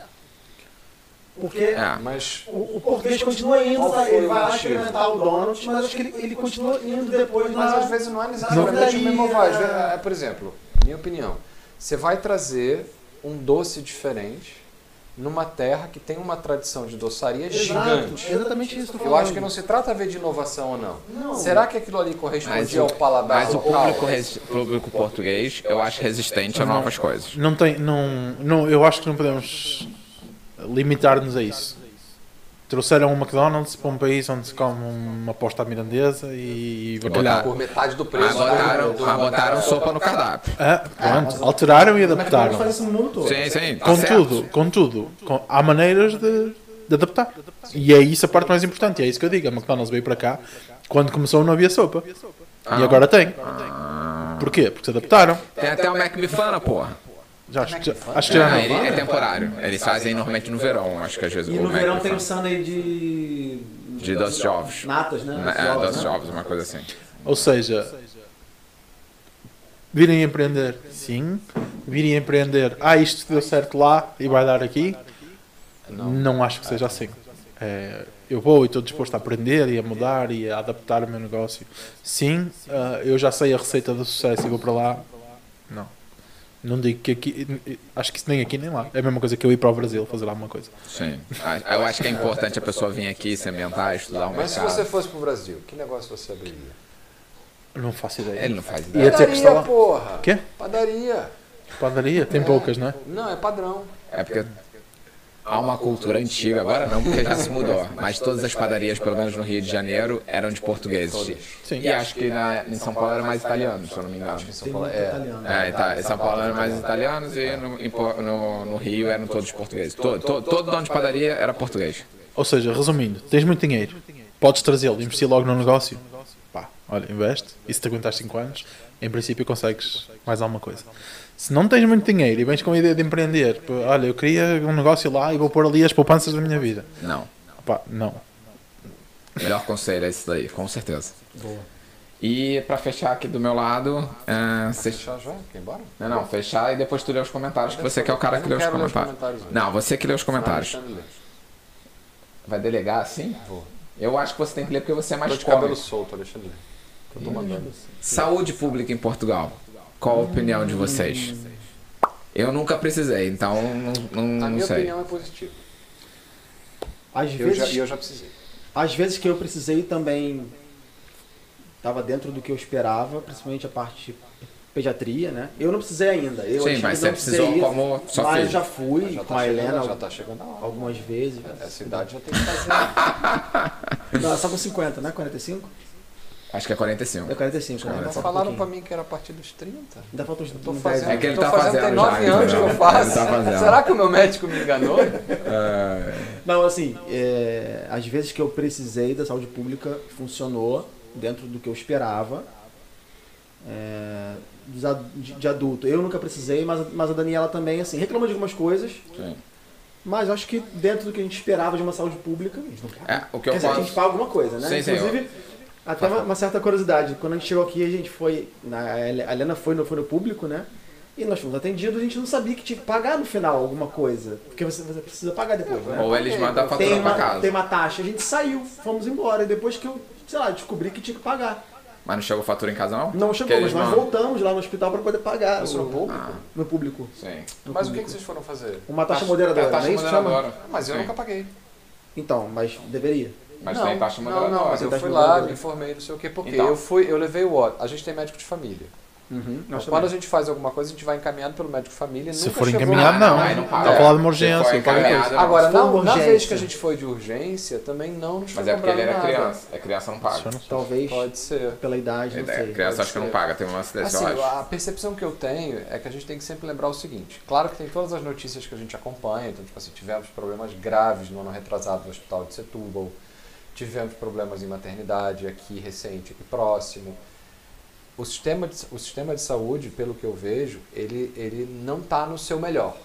Speaker 4: Porque
Speaker 1: É.
Speaker 2: Mas
Speaker 4: o, o português continua indo, tá? ele vai lá experimentar o donut, mas acho que ele, ele continua indo depois
Speaker 2: Mas às
Speaker 4: na...
Speaker 2: vezes não é
Speaker 4: Não.
Speaker 2: necessariamente o mesmo vai. Às vezes, é, Por exemplo, minha opinião, você vai trazer um doce diferente numa terra que tem uma tradição de doçaria gigante.
Speaker 4: Exato, exatamente isso que eu tô
Speaker 2: Eu acho
Speaker 4: falando.
Speaker 2: que não se trata a ver de inovação ou não.
Speaker 4: Não.
Speaker 2: Será que aquilo ali
Speaker 1: Mas
Speaker 2: correspondia
Speaker 1: o,
Speaker 2: ao paladar
Speaker 1: mas o
Speaker 2: local?
Speaker 1: público, resi- público português, eu acho resistente a novas coisas.
Speaker 3: Não tem. Não, não, eu acho que não podemos limitar-nos a isso. Trouxeram um McDonald's para um país onde se come uma posta à mirandesa e bacalhau.
Speaker 2: Por metade do
Speaker 1: Mas
Speaker 2: preço. né?
Speaker 1: botaram,
Speaker 2: do- do-
Speaker 1: mas botaram sopa no cardápio.
Speaker 3: Ah, pronto. Alteraram e
Speaker 4: McDonald's
Speaker 3: adaptaram.
Speaker 4: faz isso no mundo todo.
Speaker 1: Sim, sim. Tá
Speaker 3: Contudo, contudo, com- há maneiras de, de adaptar. E é isso a parte mais importante, é isso que eu digo. A McDonald's veio para cá, quando começou não havia sopa.
Speaker 1: Ah,
Speaker 3: E
Speaker 1: não?
Speaker 3: agora tem. Porquê? Porque se adaptaram.
Speaker 1: Tem até o Mac Bifana, porra.
Speaker 3: Já, acho que- acho que
Speaker 1: É, ele-
Speaker 3: tiraram.
Speaker 1: é temporário. Eles fazem normalmente no verão, acho é que às vezes
Speaker 4: E
Speaker 1: o
Speaker 4: no
Speaker 1: Mac
Speaker 4: verão tem um
Speaker 1: Bifana.
Speaker 4: sundae de...
Speaker 1: De doces de ovos.
Speaker 4: Natas, né?
Speaker 1: É,
Speaker 4: Ovos,
Speaker 1: doces
Speaker 4: né?
Speaker 1: de ovos, uma coisa assim.
Speaker 3: Ou seja, virem empreender, sim. Virem empreender, ah, isto deu certo lá e vai dar aqui. Não, acho que seja assim. É, eu vou e estou disposto a aprender e a mudar e a adaptar o meu negócio. Sim, ah, eu já sei a receita do sucesso e vou para lá. Não. Não digo que aqui. Acho que isso nem aqui nem lá. É a mesma coisa que eu ir para o Brasil fazer alguma coisa.
Speaker 1: Sim. Ah, Eu acho que é importante a pessoa vir aqui, se ambientar, estudar um o
Speaker 2: Mas se você
Speaker 1: mercado.
Speaker 2: fosse pro Brasil, que negócio você abriria?
Speaker 3: É, Não faço ideia.
Speaker 1: Ele não faz
Speaker 3: Ia
Speaker 1: ideia.
Speaker 3: ter que
Speaker 2: Padaria,
Speaker 3: estar lá.
Speaker 2: porra!
Speaker 3: Quê?
Speaker 2: Padaria.
Speaker 3: Padaria? Tem poucas, não é?
Speaker 2: Não, é padrão.
Speaker 1: É porque há uma cultura antiga, agora não, porque já se mudou. Mas todas as padarias, pelo menos no Rio de Janeiro, eram de portugueses.
Speaker 3: Sim.
Speaker 1: E acho que na, em São Paulo era mais italiano, se eu não me engano.
Speaker 2: São Paulo, é.
Speaker 1: É, Ita- em São Paulo eram mais italianos e no, em Po- no- no Rio eram todos portugueses. Todo, todo, todo dono de padaria era português.
Speaker 3: Ou seja, resumindo, tens muito dinheiro, podes trazê-lo, investir logo no negócio. Pá, olha, investe e se te aguentares 5 anos, em princípio consegues mais alguma coisa. Se não tens muito dinheiro e vens com a ideia de empreender, pô, olha, eu queria um negócio lá e vou pôr ali as poupanças da minha vida.
Speaker 1: Não.
Speaker 3: Pá, não.
Speaker 1: Melhor conselho é esse daí, com certeza. E pra fechar aqui do meu lado, ah, vocês-
Speaker 2: Fechar já? Quer ir embora?
Speaker 1: não, não, fechar e depois tu lê os comentários, que você que é o cara
Speaker 2: Eu
Speaker 1: que lê
Speaker 2: não
Speaker 1: os
Speaker 2: quero ler os
Speaker 1: comentários.
Speaker 2: comentários. hoje.
Speaker 1: Não, você que lê os comentários.
Speaker 2: Não, deixa eu ler.
Speaker 1: Vai delegar assim?
Speaker 2: Vou.
Speaker 1: Eu acho que você tem que ler porque você é
Speaker 2: Tô
Speaker 1: mais
Speaker 2: de cabelo
Speaker 1: cômico.
Speaker 2: solto, Alexandre. Eu tô mandando.
Speaker 1: Saúde pública em Portugal. Qual a opinião de vocês? Eu nunca precisei, então não, não,
Speaker 2: A
Speaker 1: não
Speaker 2: minha
Speaker 1: sei.
Speaker 2: opinião é positiva.
Speaker 4: Às
Speaker 2: Eu já,
Speaker 4: vezes,
Speaker 2: eu já precisei.
Speaker 4: às vezes que eu precisei também estava dentro do que eu esperava, principalmente a parte de pediatria, né? Eu não precisei ainda. Eu achei
Speaker 1: Sim,
Speaker 4: que
Speaker 1: mas
Speaker 4: não
Speaker 1: você precisou
Speaker 4: precisei ir,
Speaker 1: como só
Speaker 4: mas
Speaker 1: filho.
Speaker 4: eu já fui
Speaker 2: Já
Speaker 4: com
Speaker 2: tá
Speaker 4: a
Speaker 2: chegando-
Speaker 4: Helena
Speaker 2: Já tá chegando a hora.
Speaker 4: algumas vezes.
Speaker 1: É,
Speaker 2: Essa idade já tem
Speaker 1: <laughs>
Speaker 2: que fazer.
Speaker 4: Não, só com 50, né? 45?
Speaker 1: Acho que é 45.
Speaker 4: É 45, né?
Speaker 2: Não
Speaker 4: Só um
Speaker 2: falaram
Speaker 4: pouquinho.
Speaker 2: pra mim que era a partir dos 30.
Speaker 4: Ainda falta uns
Speaker 2: Tô
Speaker 4: 10
Speaker 2: fazendo,
Speaker 1: É que ele
Speaker 2: tô
Speaker 1: tá
Speaker 2: fazendo
Speaker 1: fazendo
Speaker 2: tem
Speaker 1: já,
Speaker 2: 9 anos que
Speaker 1: entendeu?
Speaker 2: eu faço.
Speaker 1: Ele tá fazendo.
Speaker 2: Será que o meu médico
Speaker 1: <laughs>
Speaker 2: me enganou?
Speaker 4: Não, assim, é, às vezes que eu precisei da saúde pública, funcionou dentro do que eu esperava é, dos ad- de, de adulto. Eu nunca precisei, mas, mas a Daniela também, assim, reclama de algumas coisas,
Speaker 1: Sim.
Speaker 4: mas acho que dentro do que a gente esperava de uma saúde pública, a gente, não paga.
Speaker 1: É, o que
Speaker 4: Quer
Speaker 1: eu
Speaker 4: dizer, a gente
Speaker 1: posso.
Speaker 4: paga alguma coisa, né?
Speaker 1: Sim, sim,
Speaker 4: Inclusive, até uma, uma certa curiosidade, quando a gente chegou aqui, a gente foi, na, a Helena foi no, foi no público, né? E nós fomos atendidos, a gente não sabia que tinha que pagar no final alguma coisa, porque você, você precisa pagar depois, né?
Speaker 1: Ou eles mandam a
Speaker 4: tem
Speaker 1: fatura
Speaker 4: uma,
Speaker 1: pra casa.
Speaker 4: tem uma taxa. A gente saiu, fomos embora. E depois que eu, sei lá, descobri que tinha que pagar.
Speaker 1: Mas não chegou fatura em casa, não?
Speaker 4: Não chegou,
Speaker 1: Que
Speaker 4: mas
Speaker 1: eles
Speaker 4: nós
Speaker 1: mandam.
Speaker 4: voltamos lá no hospital para poder pagar.
Speaker 2: Isso
Speaker 1: um
Speaker 2: no
Speaker 4: o-
Speaker 2: público?
Speaker 4: No público.
Speaker 1: Sim.
Speaker 4: No
Speaker 2: Mas o que,
Speaker 4: público.
Speaker 2: que vocês foram fazer?
Speaker 4: Uma taxa
Speaker 2: Taxa-
Speaker 1: Tem a
Speaker 4: moderadora, não
Speaker 1: taxa
Speaker 4: é isso que chama?
Speaker 1: moderadora.
Speaker 2: Mas eu
Speaker 1: Sim.
Speaker 2: nunca paguei.
Speaker 4: Então, mas deveria.
Speaker 1: Mas
Speaker 2: não,
Speaker 1: tem tá taxa
Speaker 2: não,
Speaker 1: moderadora.
Speaker 2: não, mas eu
Speaker 4: Taxa
Speaker 2: fui lá,
Speaker 4: moderadora.
Speaker 2: me informei, não sei o quê, porque
Speaker 1: Então.
Speaker 2: eu fui, eu levei o ódio. A gente tem médico de família. Então,
Speaker 4: Nós
Speaker 2: quando a
Speaker 4: também.
Speaker 2: gente faz alguma coisa, a gente vai encaminhado pelo médico de família.
Speaker 3: Se
Speaker 2: nunca
Speaker 3: for
Speaker 2: chegou-
Speaker 3: encaminhado, não.
Speaker 1: Não, não
Speaker 3: Está
Speaker 1: paga.
Speaker 3: a falar de uma
Speaker 1: Se for
Speaker 3: urgência, qualquer
Speaker 1: encaminhado,
Speaker 3: coisa.
Speaker 1: não.
Speaker 2: Agora,
Speaker 4: Se for
Speaker 2: na,
Speaker 4: é uma
Speaker 2: na
Speaker 4: urgência.
Speaker 2: vez que a gente foi de urgência, também não nos foi
Speaker 1: Mas é porque ele
Speaker 2: cobrado
Speaker 1: era
Speaker 2: nada.
Speaker 1: criança. É criança não
Speaker 3: Isso
Speaker 1: paga.
Speaker 3: eu não-
Speaker 4: Talvez
Speaker 2: Pode ser.
Speaker 4: pela idade, não
Speaker 1: É,
Speaker 4: sei.
Speaker 1: criança acho que não paga, tem uma lance desse, eu
Speaker 2: Assim,
Speaker 1: acho.
Speaker 2: a percepção que eu tenho é que a gente tem que sempre lembrar o seguinte: claro que tem todas as notícias que a gente acompanha, então, tipo assim, tivemos problemas graves no ano retrasado no hospital de Setúbal, tivemos problemas em maternidade aqui recente, aqui próximo. o sistema de, o sistema de saúde, pelo que eu vejo, ele, ele não está no seu melhor.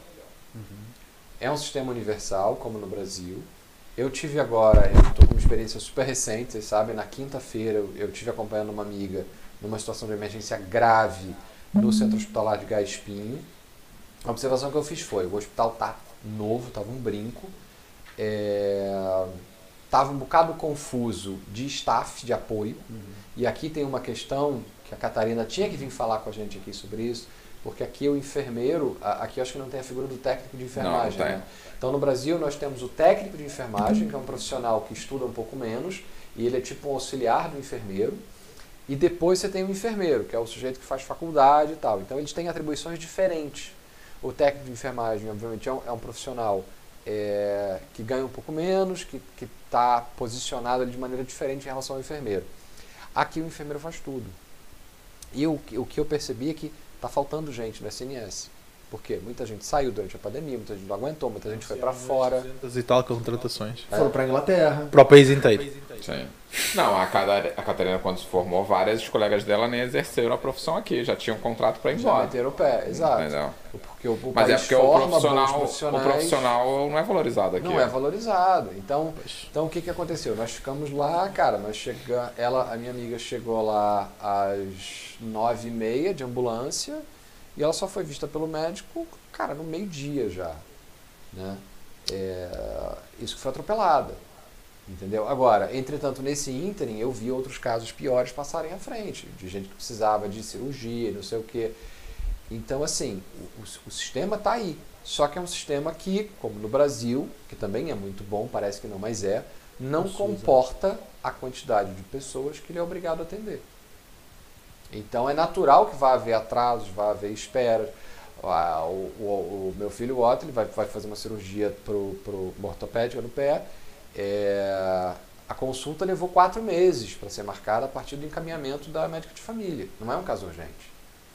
Speaker 2: É um sistema universal, como no Brasil. Eu tive agora, eu estou com uma experiência super recente, vocês sabem, na quinta-feira eu, eu tive acompanhando uma amiga numa situação de emergência grave no centro hospitalar de Gaspinho. A observação que eu fiz foi, o hospital tá novo, tava um brinco, é, tava um bocado confuso de staff de apoio,
Speaker 1: Uhum.
Speaker 2: e aqui tem uma questão que a Catarina tinha que vir falar com a gente aqui sobre isso, porque aqui o enfermeiro, a- aqui eu acho que não tem a figura do técnico de enfermagem.
Speaker 1: Não, não tem.
Speaker 2: né? Então no Brasil nós temos o técnico de enfermagem, que é um profissional que estuda um pouco menos, e ele é tipo um auxiliar do enfermeiro. E depois você tem o enfermeiro, que é o sujeito que faz faculdade e tal. Então eles têm atribuições diferentes. O técnico de enfermagem, obviamente, é um, é um profissional é, que ganha um pouco menos, que está posicionado ali de maneira diferente em relação ao enfermeiro. Aqui o enfermeiro faz tudo. E o, que- o que eu percebi é que está faltando gente no SNS. Porque muita gente saiu durante a pandemia, muita gente não aguentou, muita gente foi para fora.
Speaker 3: e tal contratações.
Speaker 4: Foram pra Inglaterra.
Speaker 3: Para o país inteiro.
Speaker 1: Sim. Não, a, Cada- a Catarina, quando se formou, várias colegas dela nem exerceram a profissão aqui, já tinham um contrato pra ir
Speaker 2: Já
Speaker 1: embora.
Speaker 2: meteram o pé, exato.
Speaker 1: Entendeu?
Speaker 2: Porque o, o
Speaker 1: é. Mas é
Speaker 2: país
Speaker 1: porque o
Speaker 2: forma bons
Speaker 1: profissional, o
Speaker 2: profissionais.
Speaker 1: profissional não é valorizado aqui.
Speaker 2: Não é valorizado. Então, então o que, que aconteceu? Nós ficamos lá, cara, nós chega, ela, a minha amiga chegou lá às nove e meia de ambulância e ela só foi vista pelo médico, cara, no meio-dia já. Né? É, isso que foi atropelada. Entendeu? Agora, entretanto, nesse ínterim, eu vi outros casos piores passarem à frente, de gente que precisava de cirurgia, não sei o quê. Então, assim, o, o- o sistema está aí. Só que é um sistema que, como no Brasil, que também é muito bom, parece que não, mas é, não comporta a quantidade de pessoas que ele é obrigado a atender. Então, é natural que vá haver atrasos, vá haver esperas. Ah, O, o- o meu filho, o Otto, ele vai, vai fazer uma cirurgia pro, pro uma ortopédica no pé. É, a consulta levou quatro meses para ser marcada a partir do encaminhamento da médica de família. Não é um caso urgente.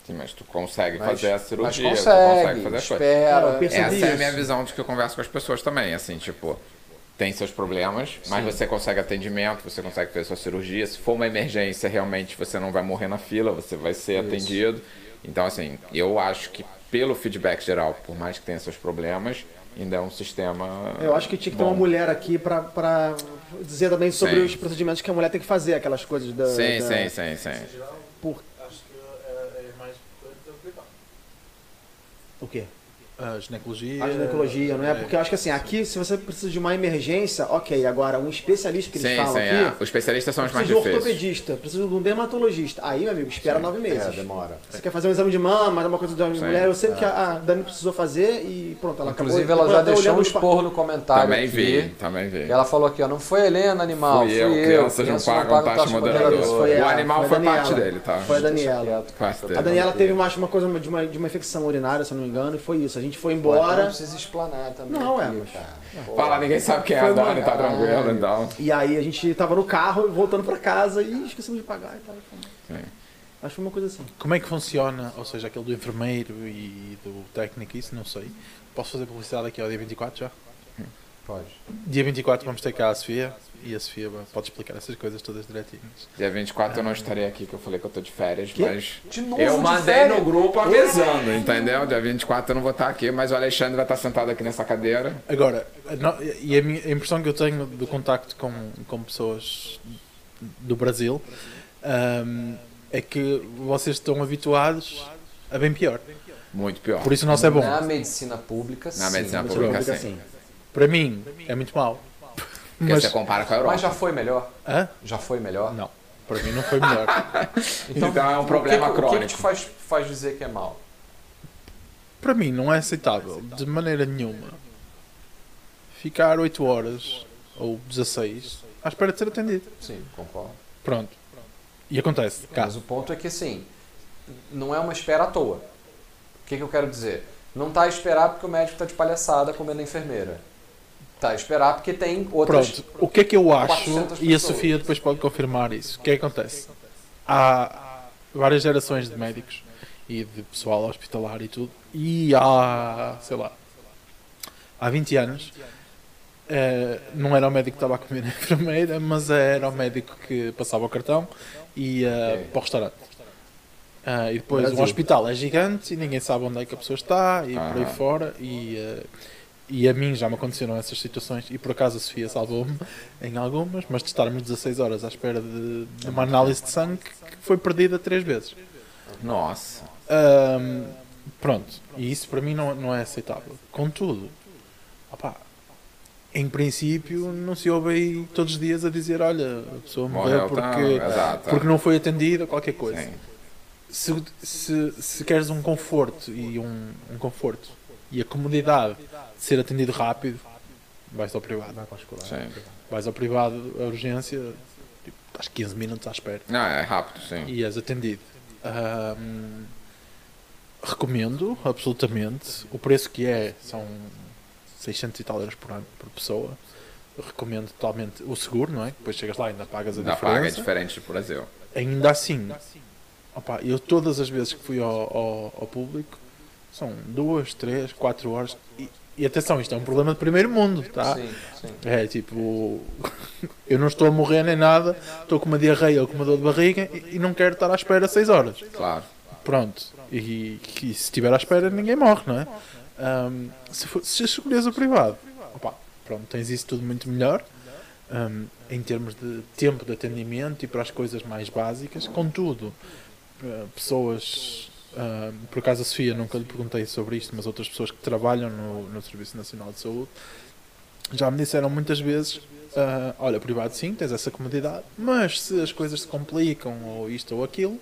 Speaker 1: Sim, mas tu consegue
Speaker 2: Mas-
Speaker 1: fazer a
Speaker 2: Mas
Speaker 1: cirurgia, tu
Speaker 2: consegue,
Speaker 1: consegue fazer as coisas.
Speaker 2: espera.
Speaker 4: É, eu percebi
Speaker 1: Essa é a
Speaker 4: isso.
Speaker 1: minha visão de que eu converso com as pessoas também, assim, tipo, tem seus problemas, mas você consegue atendimento, você consegue fazer sua cirurgia. Se for uma emergência, realmente você não vai morrer na fila, você vai ser atendido. Então, assim, eu acho que pelo feedback geral, por mais que tenha seus problemas, ainda é um sistema.
Speaker 4: Eu acho que tinha que ter
Speaker 1: bom.
Speaker 4: uma mulher aqui pra, pra dizer também sobre
Speaker 1: Sim.
Speaker 4: os procedimentos que a mulher tem que fazer, aquelas coisas da.
Speaker 1: Sim, sim,
Speaker 4: da-
Speaker 1: sim, sim.
Speaker 4: Por-
Speaker 3: Acho que é, mais
Speaker 4: O quê?
Speaker 3: A ginecologia.
Speaker 4: A ginecologia, não é? Porque eu acho que assim, aqui, se você precisa de uma emergência, ok, agora um especialista que eles
Speaker 1: Sim,
Speaker 4: falam
Speaker 1: sim, é.
Speaker 4: aqui.
Speaker 1: Os especialistas são os mais
Speaker 4: Precisa de um
Speaker 1: difíceis.
Speaker 4: ortopedista, precisa de um dermatologista. Aí, meu amigo, espera nove
Speaker 2: É,
Speaker 4: meses.
Speaker 2: demora.
Speaker 4: Você quer fazer um exame de mama, é uma coisa de uma
Speaker 1: Sim. é.
Speaker 4: mulher. Eu sei que a a Dani precisou fazer e pronto, ela acabou.
Speaker 2: Inclusive, ela já
Speaker 4: Eu tô
Speaker 2: deixou um
Speaker 4: olhando no pa-
Speaker 2: esporro no comentário
Speaker 1: Também
Speaker 2: aqui.
Speaker 1: vi, também vi.
Speaker 2: E Ela falou aqui, ó, não foi Helena, animal,
Speaker 1: Fui eu, crianças não pagam taxa
Speaker 4: moderadora. Isso foi
Speaker 1: moderadora. O
Speaker 4: ela,
Speaker 1: animal
Speaker 4: foi
Speaker 1: foi
Speaker 4: a Daniela.
Speaker 1: parte dele, tá?
Speaker 4: Foi a Daniela.
Speaker 2: Quieto.
Speaker 1: Parte
Speaker 4: A
Speaker 1: dele.
Speaker 4: Daniela teve uma, uma coisa de uma, de uma infecção urinária, se eu não me engano, e foi isso. A gente foi
Speaker 2: Bora. Não
Speaker 1: então,
Speaker 4: embora.
Speaker 2: precisa explanar também.
Speaker 4: Não, é,
Speaker 2: aqui,
Speaker 4: mas-
Speaker 2: cara.
Speaker 1: Fala, ninguém sabe quem é a Dani, tá
Speaker 4: Ah,
Speaker 1: tranquilo, então.
Speaker 4: E aí a gente tava no carro, voltando pra casa e esquecemos de pagar e tal.
Speaker 1: Sim.
Speaker 4: Acho que foi uma coisa assim.
Speaker 3: Como é que funciona, ou seja, aquele do enfermeiro e do técnico, isso não sei. Posso fazer publicidade aqui ao dia 24 já?
Speaker 2: Pode.
Speaker 3: Dia 24 vamos ter cá a Sofia e a Sofia pode explicar essas coisas todas direitinhas.
Speaker 1: Dia 24 eu não estarei aqui, que eu falei que eu tô de férias, mas.
Speaker 2: De novo,
Speaker 1: Eu
Speaker 2: de
Speaker 1: mandei
Speaker 2: férias? é
Speaker 1: no grupo avisando, entendeu? Dia 24 eu não vou estar aqui, mas o Alexandre vai estar sentado aqui nessa cadeira.
Speaker 3: Agora, a no- e a, minha, a impressão que eu tenho do contacto com, com pessoas do Brasil ahm, é que vocês estão habituados a bem pior.
Speaker 1: Muito pior.
Speaker 3: Por isso o nosso é bom.
Speaker 2: Na medicina pública, sim.
Speaker 1: Na medicina
Speaker 4: Mas
Speaker 1: pública,
Speaker 4: fica
Speaker 1: sim.
Speaker 3: Para mim é muito mal.
Speaker 1: Porque
Speaker 3: Mas,
Speaker 1: você compara com a
Speaker 2: Mas já
Speaker 1: Europa.
Speaker 2: foi melhor?
Speaker 3: Hã?
Speaker 2: Já foi melhor?
Speaker 3: Não, para mim não foi melhor.
Speaker 1: Então, é um problema
Speaker 2: o que, O que, que te
Speaker 1: crônico.
Speaker 2: faz, faz dizer que é mal?
Speaker 3: Para mim não é aceitável, de maneira nenhuma, ficar 8 horas ou 16 à espera de ser atendido.
Speaker 2: Sim, concordo.
Speaker 3: Pronto. E acontece, cá.
Speaker 2: Mas o ponto é que, assim, não é uma espera à toa. O que, que eu quero dizer? Não tá a esperar porque o médico tá de palhaçada comendo a enfermeira. Tá a esperar porque tem outras...
Speaker 3: Pronto, o que é que eu acho,
Speaker 2: 400
Speaker 3: e a
Speaker 2: pessoas.
Speaker 3: Sofia depois pode confirmar isso, o que é que acontece? Há várias gerações de médicos e de pessoal hospitalar e tudo, e há, sei lá, há 20 anos, eh, não era o médico que estava a comer a enfermeira, mas era o médico que passava o cartão e ia para o eh, restaurante. Ah, e depois um
Speaker 1: Brasil.
Speaker 3: hospital é gigante e ninguém sabe onde é que a pessoa está e por aí
Speaker 1: Aham.
Speaker 3: fora. E, ah, e a mim já me aconteceram essas situações e por acaso a Sofia salvou-me em algumas, mas de estarmos 16 horas à espera de, de uma análise de sangue que foi perdida três vezes.
Speaker 1: Nossa.
Speaker 3: Ahm, pronto, e isso para mim não, não é aceitável. Contudo, opá, em princípio não se ouve aí todos os dias a dizer, olha, a pessoa
Speaker 1: Morreu
Speaker 3: morreu porque,
Speaker 1: tá, exato.
Speaker 3: porque não foi atendida, qualquer coisa
Speaker 1: Sim.
Speaker 3: se, se, se queres um conforto e um, um conforto e a comodidade de ser atendido rápido, vais ao privado.
Speaker 2: Vai para a escola.
Speaker 1: Sim.
Speaker 3: Vais ao privado, a urgência, tipo, estás 15 minutos à espera
Speaker 1: Não, é rápido, sim.
Speaker 3: e és atendido. Ahm, recomendo absolutamente. O preço que é são 600 e tal euros por ano por pessoa. Recomendo totalmente o seguro, não é? Depois chegas lá e ainda pagas a
Speaker 1: Da
Speaker 3: diferença
Speaker 1: paga é diferente do Brasil.
Speaker 3: ainda assim, opá, eu todas as vezes que fui ao, ao- ao público são duas, três, quatro horas. E, e atenção, isto é um problema de primeiro mundo, tá?
Speaker 2: Sim, sim.
Speaker 3: É tipo, eu não estou a morrer nem nada, estou com uma diarreia ou com uma dor de barriga e, e não quero estar à espera seis horas.
Speaker 1: Claro.
Speaker 3: Pronto. E, e se estiver à espera, ninguém morre, não é? Ahm, se, for, se escolheres o privado, opá, pronto, tens isso tudo muito melhor ahm, em termos de tempo de atendimento e para as coisas mais básicas. Contudo, ah, pessoas. ah, por acaso a Sofia nunca lhe perguntei sobre isto, mas outras pessoas que trabalham no, no Serviço Nacional de Saúde já me disseram muitas vezes: ah, olha, privado sim, tens essa comodidade, mas se as coisas se complicam ou isto ou aquilo,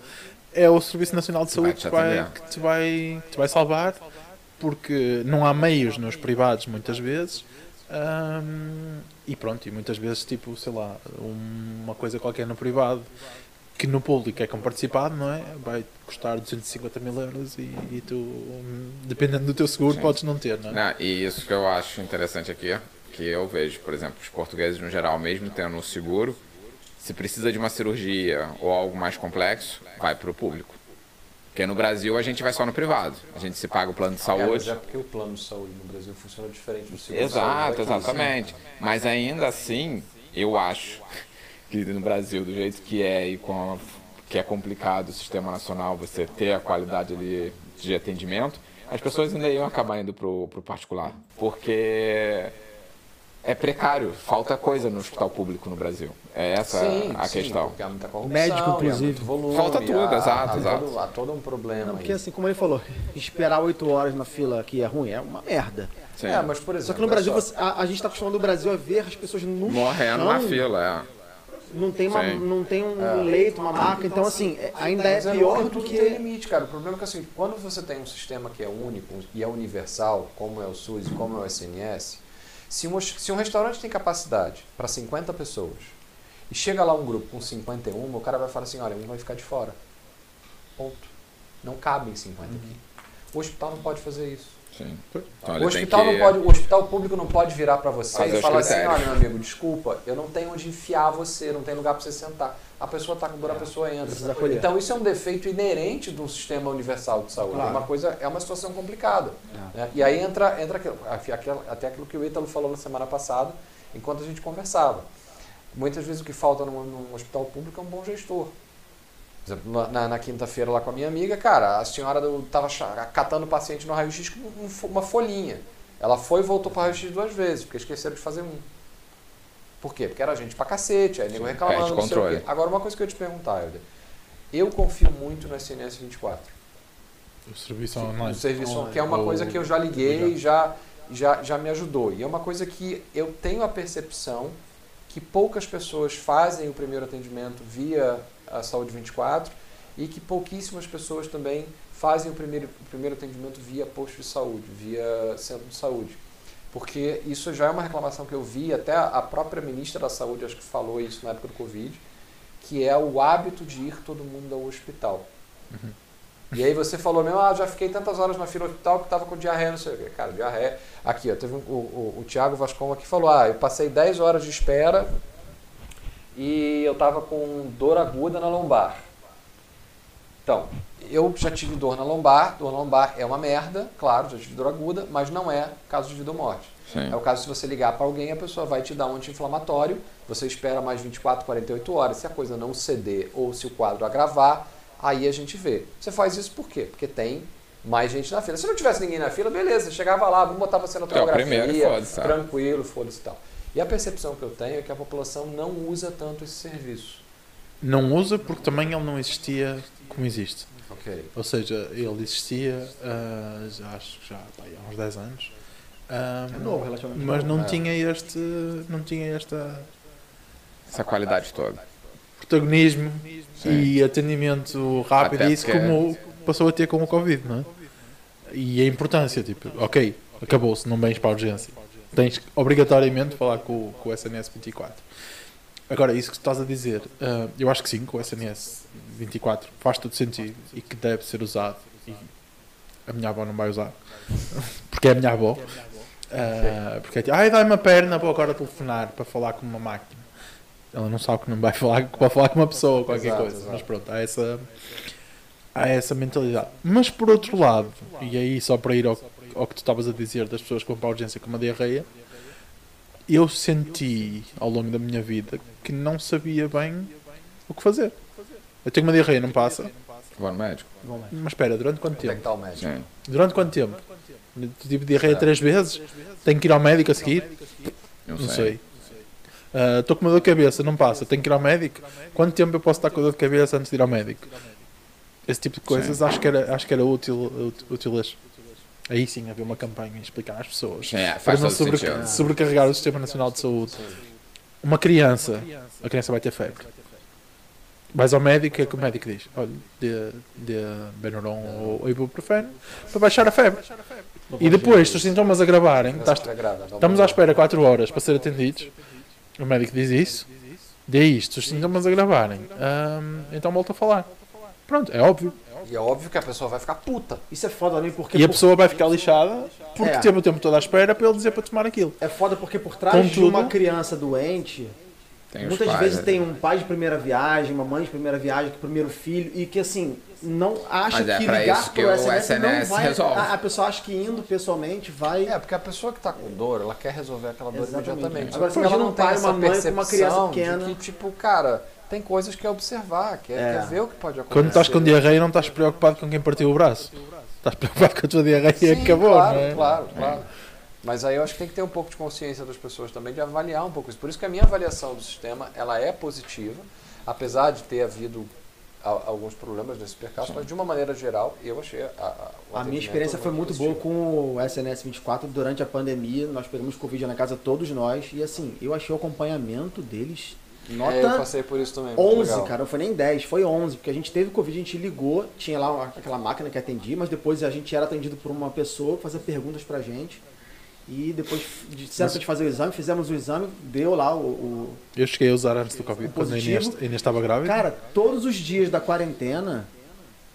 Speaker 3: é o Serviço Nacional de Saúde
Speaker 1: Vai-te
Speaker 3: que, vai,
Speaker 1: atender.
Speaker 3: que te vai, que te vai salvar, porque não há meios nos privados muitas vezes. ahm, e pronto, e muitas vezes, tipo, sei lá, um, uma coisa qualquer no privado que no público é com participado, não é? Vai custar 250 mil euros e, e tu, hum, dependendo do teu seguro,
Speaker 1: Sim.
Speaker 3: podes não ter, não é?
Speaker 1: Não, e isso que eu acho interessante aqui, que eu vejo, por exemplo, os portugueses no geral, mesmo tendo um seguro, se precisa de uma cirurgia ou algo mais complexo, vai para o público. Porque no Brasil a gente vai só no privado. A gente se paga o plano de
Speaker 2: É, mas
Speaker 1: saúde.
Speaker 2: é porque o plano de saúde no Brasil funciona diferente do né? seguro de saúde
Speaker 1: Exato,
Speaker 2: daqui,
Speaker 1: exatamente. Mas ainda assim, eu acho <laughs> que no Brasil, do jeito que é e com a- que é complicado o sistema nacional, você ter a qualidade ali de atendimento, as pessoas ainda iam acabar indo pro, pro particular. Porque é precário, falta coisa no hospital público no Brasil. É essa
Speaker 2: Sim,
Speaker 1: a
Speaker 2: sim,
Speaker 1: questão.
Speaker 2: porque há muita corrupção,
Speaker 6: Médico,
Speaker 2: e há
Speaker 6: inclusive.
Speaker 2: muito volume,
Speaker 1: Falta tudo,
Speaker 2: há-
Speaker 1: exato,
Speaker 2: há
Speaker 1: exato.
Speaker 2: todo- há todo um problema
Speaker 4: Não, porque
Speaker 2: aí.
Speaker 4: assim, como ele falou, <laughs> esperar oito horas na fila que é ruim é uma merda.
Speaker 1: Sim.
Speaker 2: É, mas por exemplo,
Speaker 4: Só que no Brasil,
Speaker 2: olha só,
Speaker 4: você- a, a gente tá acostumado no Brasil a ver as pessoas no
Speaker 1: Morrendo
Speaker 4: chão,
Speaker 1: na fila, é.
Speaker 4: Não tem, uma-
Speaker 1: Sim. É.
Speaker 4: não tem um leito, uma maca. Então, assim, é- ainda é
Speaker 2: mas não-
Speaker 4: pior
Speaker 2: tá um tudo
Speaker 4: do
Speaker 2: tem
Speaker 4: que...
Speaker 2: limite, cara. O problema é que assim, quando você tem um sistema que é único e é universal, como é o SUS e como é o SNS, se um, se um restaurante tem capacidade para 50 pessoas e chega lá um grupo com 51, o cara vai falar assim, olha, um vai ficar de fora. Ponto. Não cabem 50 aqui.
Speaker 4: Uhum.
Speaker 2: O hospital não pode fazer isso.
Speaker 1: é. Sim. Então,
Speaker 2: O
Speaker 1: ele tem
Speaker 2: hospital, não
Speaker 1: que-
Speaker 2: pode, o hospital público não pode virar para você
Speaker 1: Fazer
Speaker 2: e
Speaker 1: os
Speaker 2: falar assim,
Speaker 1: critérios.
Speaker 2: olha meu amigo, desculpa, eu não tenho onde enfiar você, não tem lugar para você sentar. A pessoa está com
Speaker 4: É.
Speaker 2: dor, a pessoa
Speaker 4: precisa
Speaker 2: entra.
Speaker 4: acolher.
Speaker 2: Então isso é um defeito inerente de um sistema universal de saúde. É uma coisa, é uma situação complicada. né? E aí entra, entra aquilo- afi- aquela- até aquilo que o Ítalo falou na semana passada, enquanto a gente conversava. Muitas vezes o que falta num, num hospital público é um bom gestor. Por exemplo, na, na- na quinta-feira lá com a minha amiga, cara, a senhora estava catando o paciente no raio-x com um fo- uma folhinha. Ela foi e voltou para o raio-x duas vezes, porque esqueceram de fazer um. Por quê? Porque era gente pra cacete, aí nego reclamando,
Speaker 1: perde
Speaker 2: não sei o
Speaker 1: controle.
Speaker 2: quê. Agora, uma coisa que eu ia te perguntar, Helder. Eu confio muito no SNS 24.
Speaker 3: O serviço online.
Speaker 2: O serviço,
Speaker 3: Online.
Speaker 2: que é uma
Speaker 3: Ou-
Speaker 2: coisa que eu já liguei e já, já, já me ajudou. E é uma coisa que eu tenho a percepção que poucas pessoas fazem o primeiro atendimento via a Saúde 24 e que pouquíssimas pessoas também fazem o primeiro, o primeiro atendimento via posto de saúde, via centro de saúde. Porque isso já é uma reclamação que eu vi, até a própria ministra da Saúde acho que falou isso na época do Covid, que é o hábito de ir todo mundo ao hospital. E aí você falou mesmo, ah, já fiquei tantas horas na fila do hospital que tava com diarreia, não sei o quê. Cara, diarreia. Aqui, ó, teve um- o, o, o Thiago Vascon aqui falou, ah, eu passei 10 horas de espera e eu tava com dor aguda na lombar. Então, eu já tive dor na lombar, dor na lombar é uma merda, claro, já tive dor aguda, mas não é caso de vida ou morte.
Speaker 1: Sim.
Speaker 2: É o caso se você ligar para alguém, a pessoa vai te dar um anti-inflamatório, você espera mais 24, 48 horas, se a coisa não ceder ou se o quadro agravar, Aí a gente vê. Você faz isso por quê? Porque tem mais gente na fila. Se não tivesse ninguém na fila, beleza, chegava lá, vamos botar você na
Speaker 1: É, o primeiro,
Speaker 2: autografia,
Speaker 1: foda-se, sabe?
Speaker 2: tranquilo, foda-se e tal. E a percepção que eu tenho é que a população não usa tanto esse serviço.
Speaker 3: Não usa porque também ele não existia como existe.
Speaker 2: Ok.
Speaker 3: Ou seja, ele existia ah, já, acho que já pá, há uns 10 anos. Ah,
Speaker 7: É novo, relativamente
Speaker 3: mas
Speaker 7: novo.
Speaker 3: não
Speaker 2: É.
Speaker 3: tinha este. não tinha esta
Speaker 1: Essa qualidade toda.
Speaker 3: protagonismo
Speaker 1: Sim.
Speaker 3: e atendimento rápido
Speaker 1: Até
Speaker 3: e isso
Speaker 1: porque-
Speaker 3: como passou a ter com o Covid, não é? E a importância, tipo, ok, acabou-se, não vens para a urgência. Tens que, obrigatoriamente de falar com, o- com o SNS 24. Agora, isso que estás a dizer, ah, eu acho que sim, com o SNS 24 faz todo sentido e que deve ser usado. E a minha avó não vai usar, <laughs> porque é a minha avó. Ah, porque é tipo, ai, dá-me a perna, vou agora telefonar para falar com uma máquina. Ela não sabe que não vai falar, que vai falar com uma pessoa ou qualquer
Speaker 2: Exato,
Speaker 3: coisa.
Speaker 2: exato.
Speaker 3: Mas pronto, há essa, há essa mentalidade. Mas por outro lado, e aí só para ir ao, ao que tu estavas a dizer das pessoas que vão para a urgência com uma diarreia, eu senti ao longo da minha vida que não sabia bem o que fazer. Eu tenho uma diarreia, não passa.
Speaker 1: Vou no médico.
Speaker 7: Vão lá.
Speaker 3: Mas espera, durante quanto
Speaker 2: Onde é
Speaker 3: tempo?
Speaker 2: que está o
Speaker 1: Sim.
Speaker 2: médico?
Speaker 3: Durante quanto tempo? Tive diarreia três vezes? Tenho que ir ao médico a seguir?
Speaker 1: Não,
Speaker 3: Não
Speaker 1: sei.
Speaker 3: sei. Estou com uma dor de cabeça, não passa. Tenho que ir ao médico? Quanto tempo eu posso estar com dor de cabeça antes de ir ao médico? Esse tipo de coisas acho que era, acho que era útil, út- útil este. Aí sim havia uma campanha a explicar às pessoas
Speaker 1: Sim, é,
Speaker 3: para
Speaker 1: faz
Speaker 3: não
Speaker 1: todo
Speaker 3: sobreca-
Speaker 1: sentido.
Speaker 3: sobrecarregar o Sistema Nacional de Saúde. Uma criança, a criança vai ter febre. Vais ao médico, o que é que o médico diz? Olha, dê, dê Benuron ou ibuprofeno para baixar a febre. E depois, se os sintomas agravarem,
Speaker 2: Tá-
Speaker 3: tá estás Estamos à espera 4 horas para ser atendidos. O médico diz isso. Dê isto, os sintomas agravarem. Ahm, então volta a falar. Pronto, é óbvio.
Speaker 2: E é óbvio que a pessoa vai ficar puta.
Speaker 4: Isso é foda também porque.
Speaker 3: E a
Speaker 4: por-
Speaker 3: pessoa vai ficar lixada porque
Speaker 4: É.
Speaker 3: teve o tempo todo à espera para ele dizer para tomar aquilo.
Speaker 4: É foda porque por trás de
Speaker 3: Contudo-
Speaker 4: uma criança doente,
Speaker 1: Tem os
Speaker 4: muitas
Speaker 1: pais,
Speaker 4: vezes
Speaker 1: né?
Speaker 4: tem um pai de primeira viagem, uma mãe de primeira viagem, que é primeiro filho, e que assim, não acha
Speaker 1: Mas é
Speaker 4: que
Speaker 1: pra
Speaker 4: ligar
Speaker 1: isso que
Speaker 4: pro
Speaker 1: o
Speaker 4: SNS,
Speaker 1: SNS
Speaker 4: não vai.
Speaker 1: resolve.
Speaker 4: A, a pessoa acha que indo pessoalmente vai.
Speaker 2: É, porque a pessoa que está com dor, ela quer resolver aquela dor
Speaker 4: Exatamente.
Speaker 2: imediatamente.
Speaker 4: Agora,
Speaker 2: Agora,
Speaker 4: se
Speaker 2: se ela
Speaker 4: imagina
Speaker 2: não
Speaker 4: um
Speaker 2: tem
Speaker 4: pai,
Speaker 2: essa
Speaker 4: uma mãe com
Speaker 2: percepção
Speaker 4: uma criança
Speaker 2: de
Speaker 4: pequena.
Speaker 2: que, tipo, cara, tem coisas que é observar, que é,
Speaker 4: É.
Speaker 2: quer ver o que pode acontecer.
Speaker 3: Quando tá estás com diarreia não estás preocupado com quem partiu o braço. Estás preocupado com a tua diarreia e
Speaker 2: Sim,
Speaker 3: acabou,
Speaker 2: claro,
Speaker 4: né?
Speaker 3: não é?
Speaker 2: claro, claro. Mas aí eu acho que tem que ter um pouco de consciência das pessoas também de avaliar um pouco isso. Por isso que a minha avaliação do sistema, ela é positiva, apesar de ter havido al- alguns problemas nesse percalço, mas de uma maneira geral, eu achei a, a,
Speaker 4: A
Speaker 2: o
Speaker 4: minha
Speaker 2: atendimento
Speaker 4: experiência foi muito boa
Speaker 2: positivo.
Speaker 4: com o SNS 24 durante a pandemia. Nós pegamos Covid na casa todos nós. E assim, eu achei o acompanhamento deles nota
Speaker 2: É, eu passei por isso também. muito
Speaker 4: 11,
Speaker 2: legal.
Speaker 4: cara. Não foi nem 10, foi 11. Porque a gente teve Covid, a gente ligou, tinha lá uma- aquela máquina que atendia, mas depois a gente era atendido por uma pessoa que fazia perguntas pra gente. E depois disseram pra gente fazer o exame, fizemos o exame, deu lá o- o,
Speaker 3: Eu cheguei a usar antes do Covid, quando a Inês,
Speaker 4: Positivo.
Speaker 3: a Inês estava grávida.
Speaker 4: Cara, todos os dias da quarentena,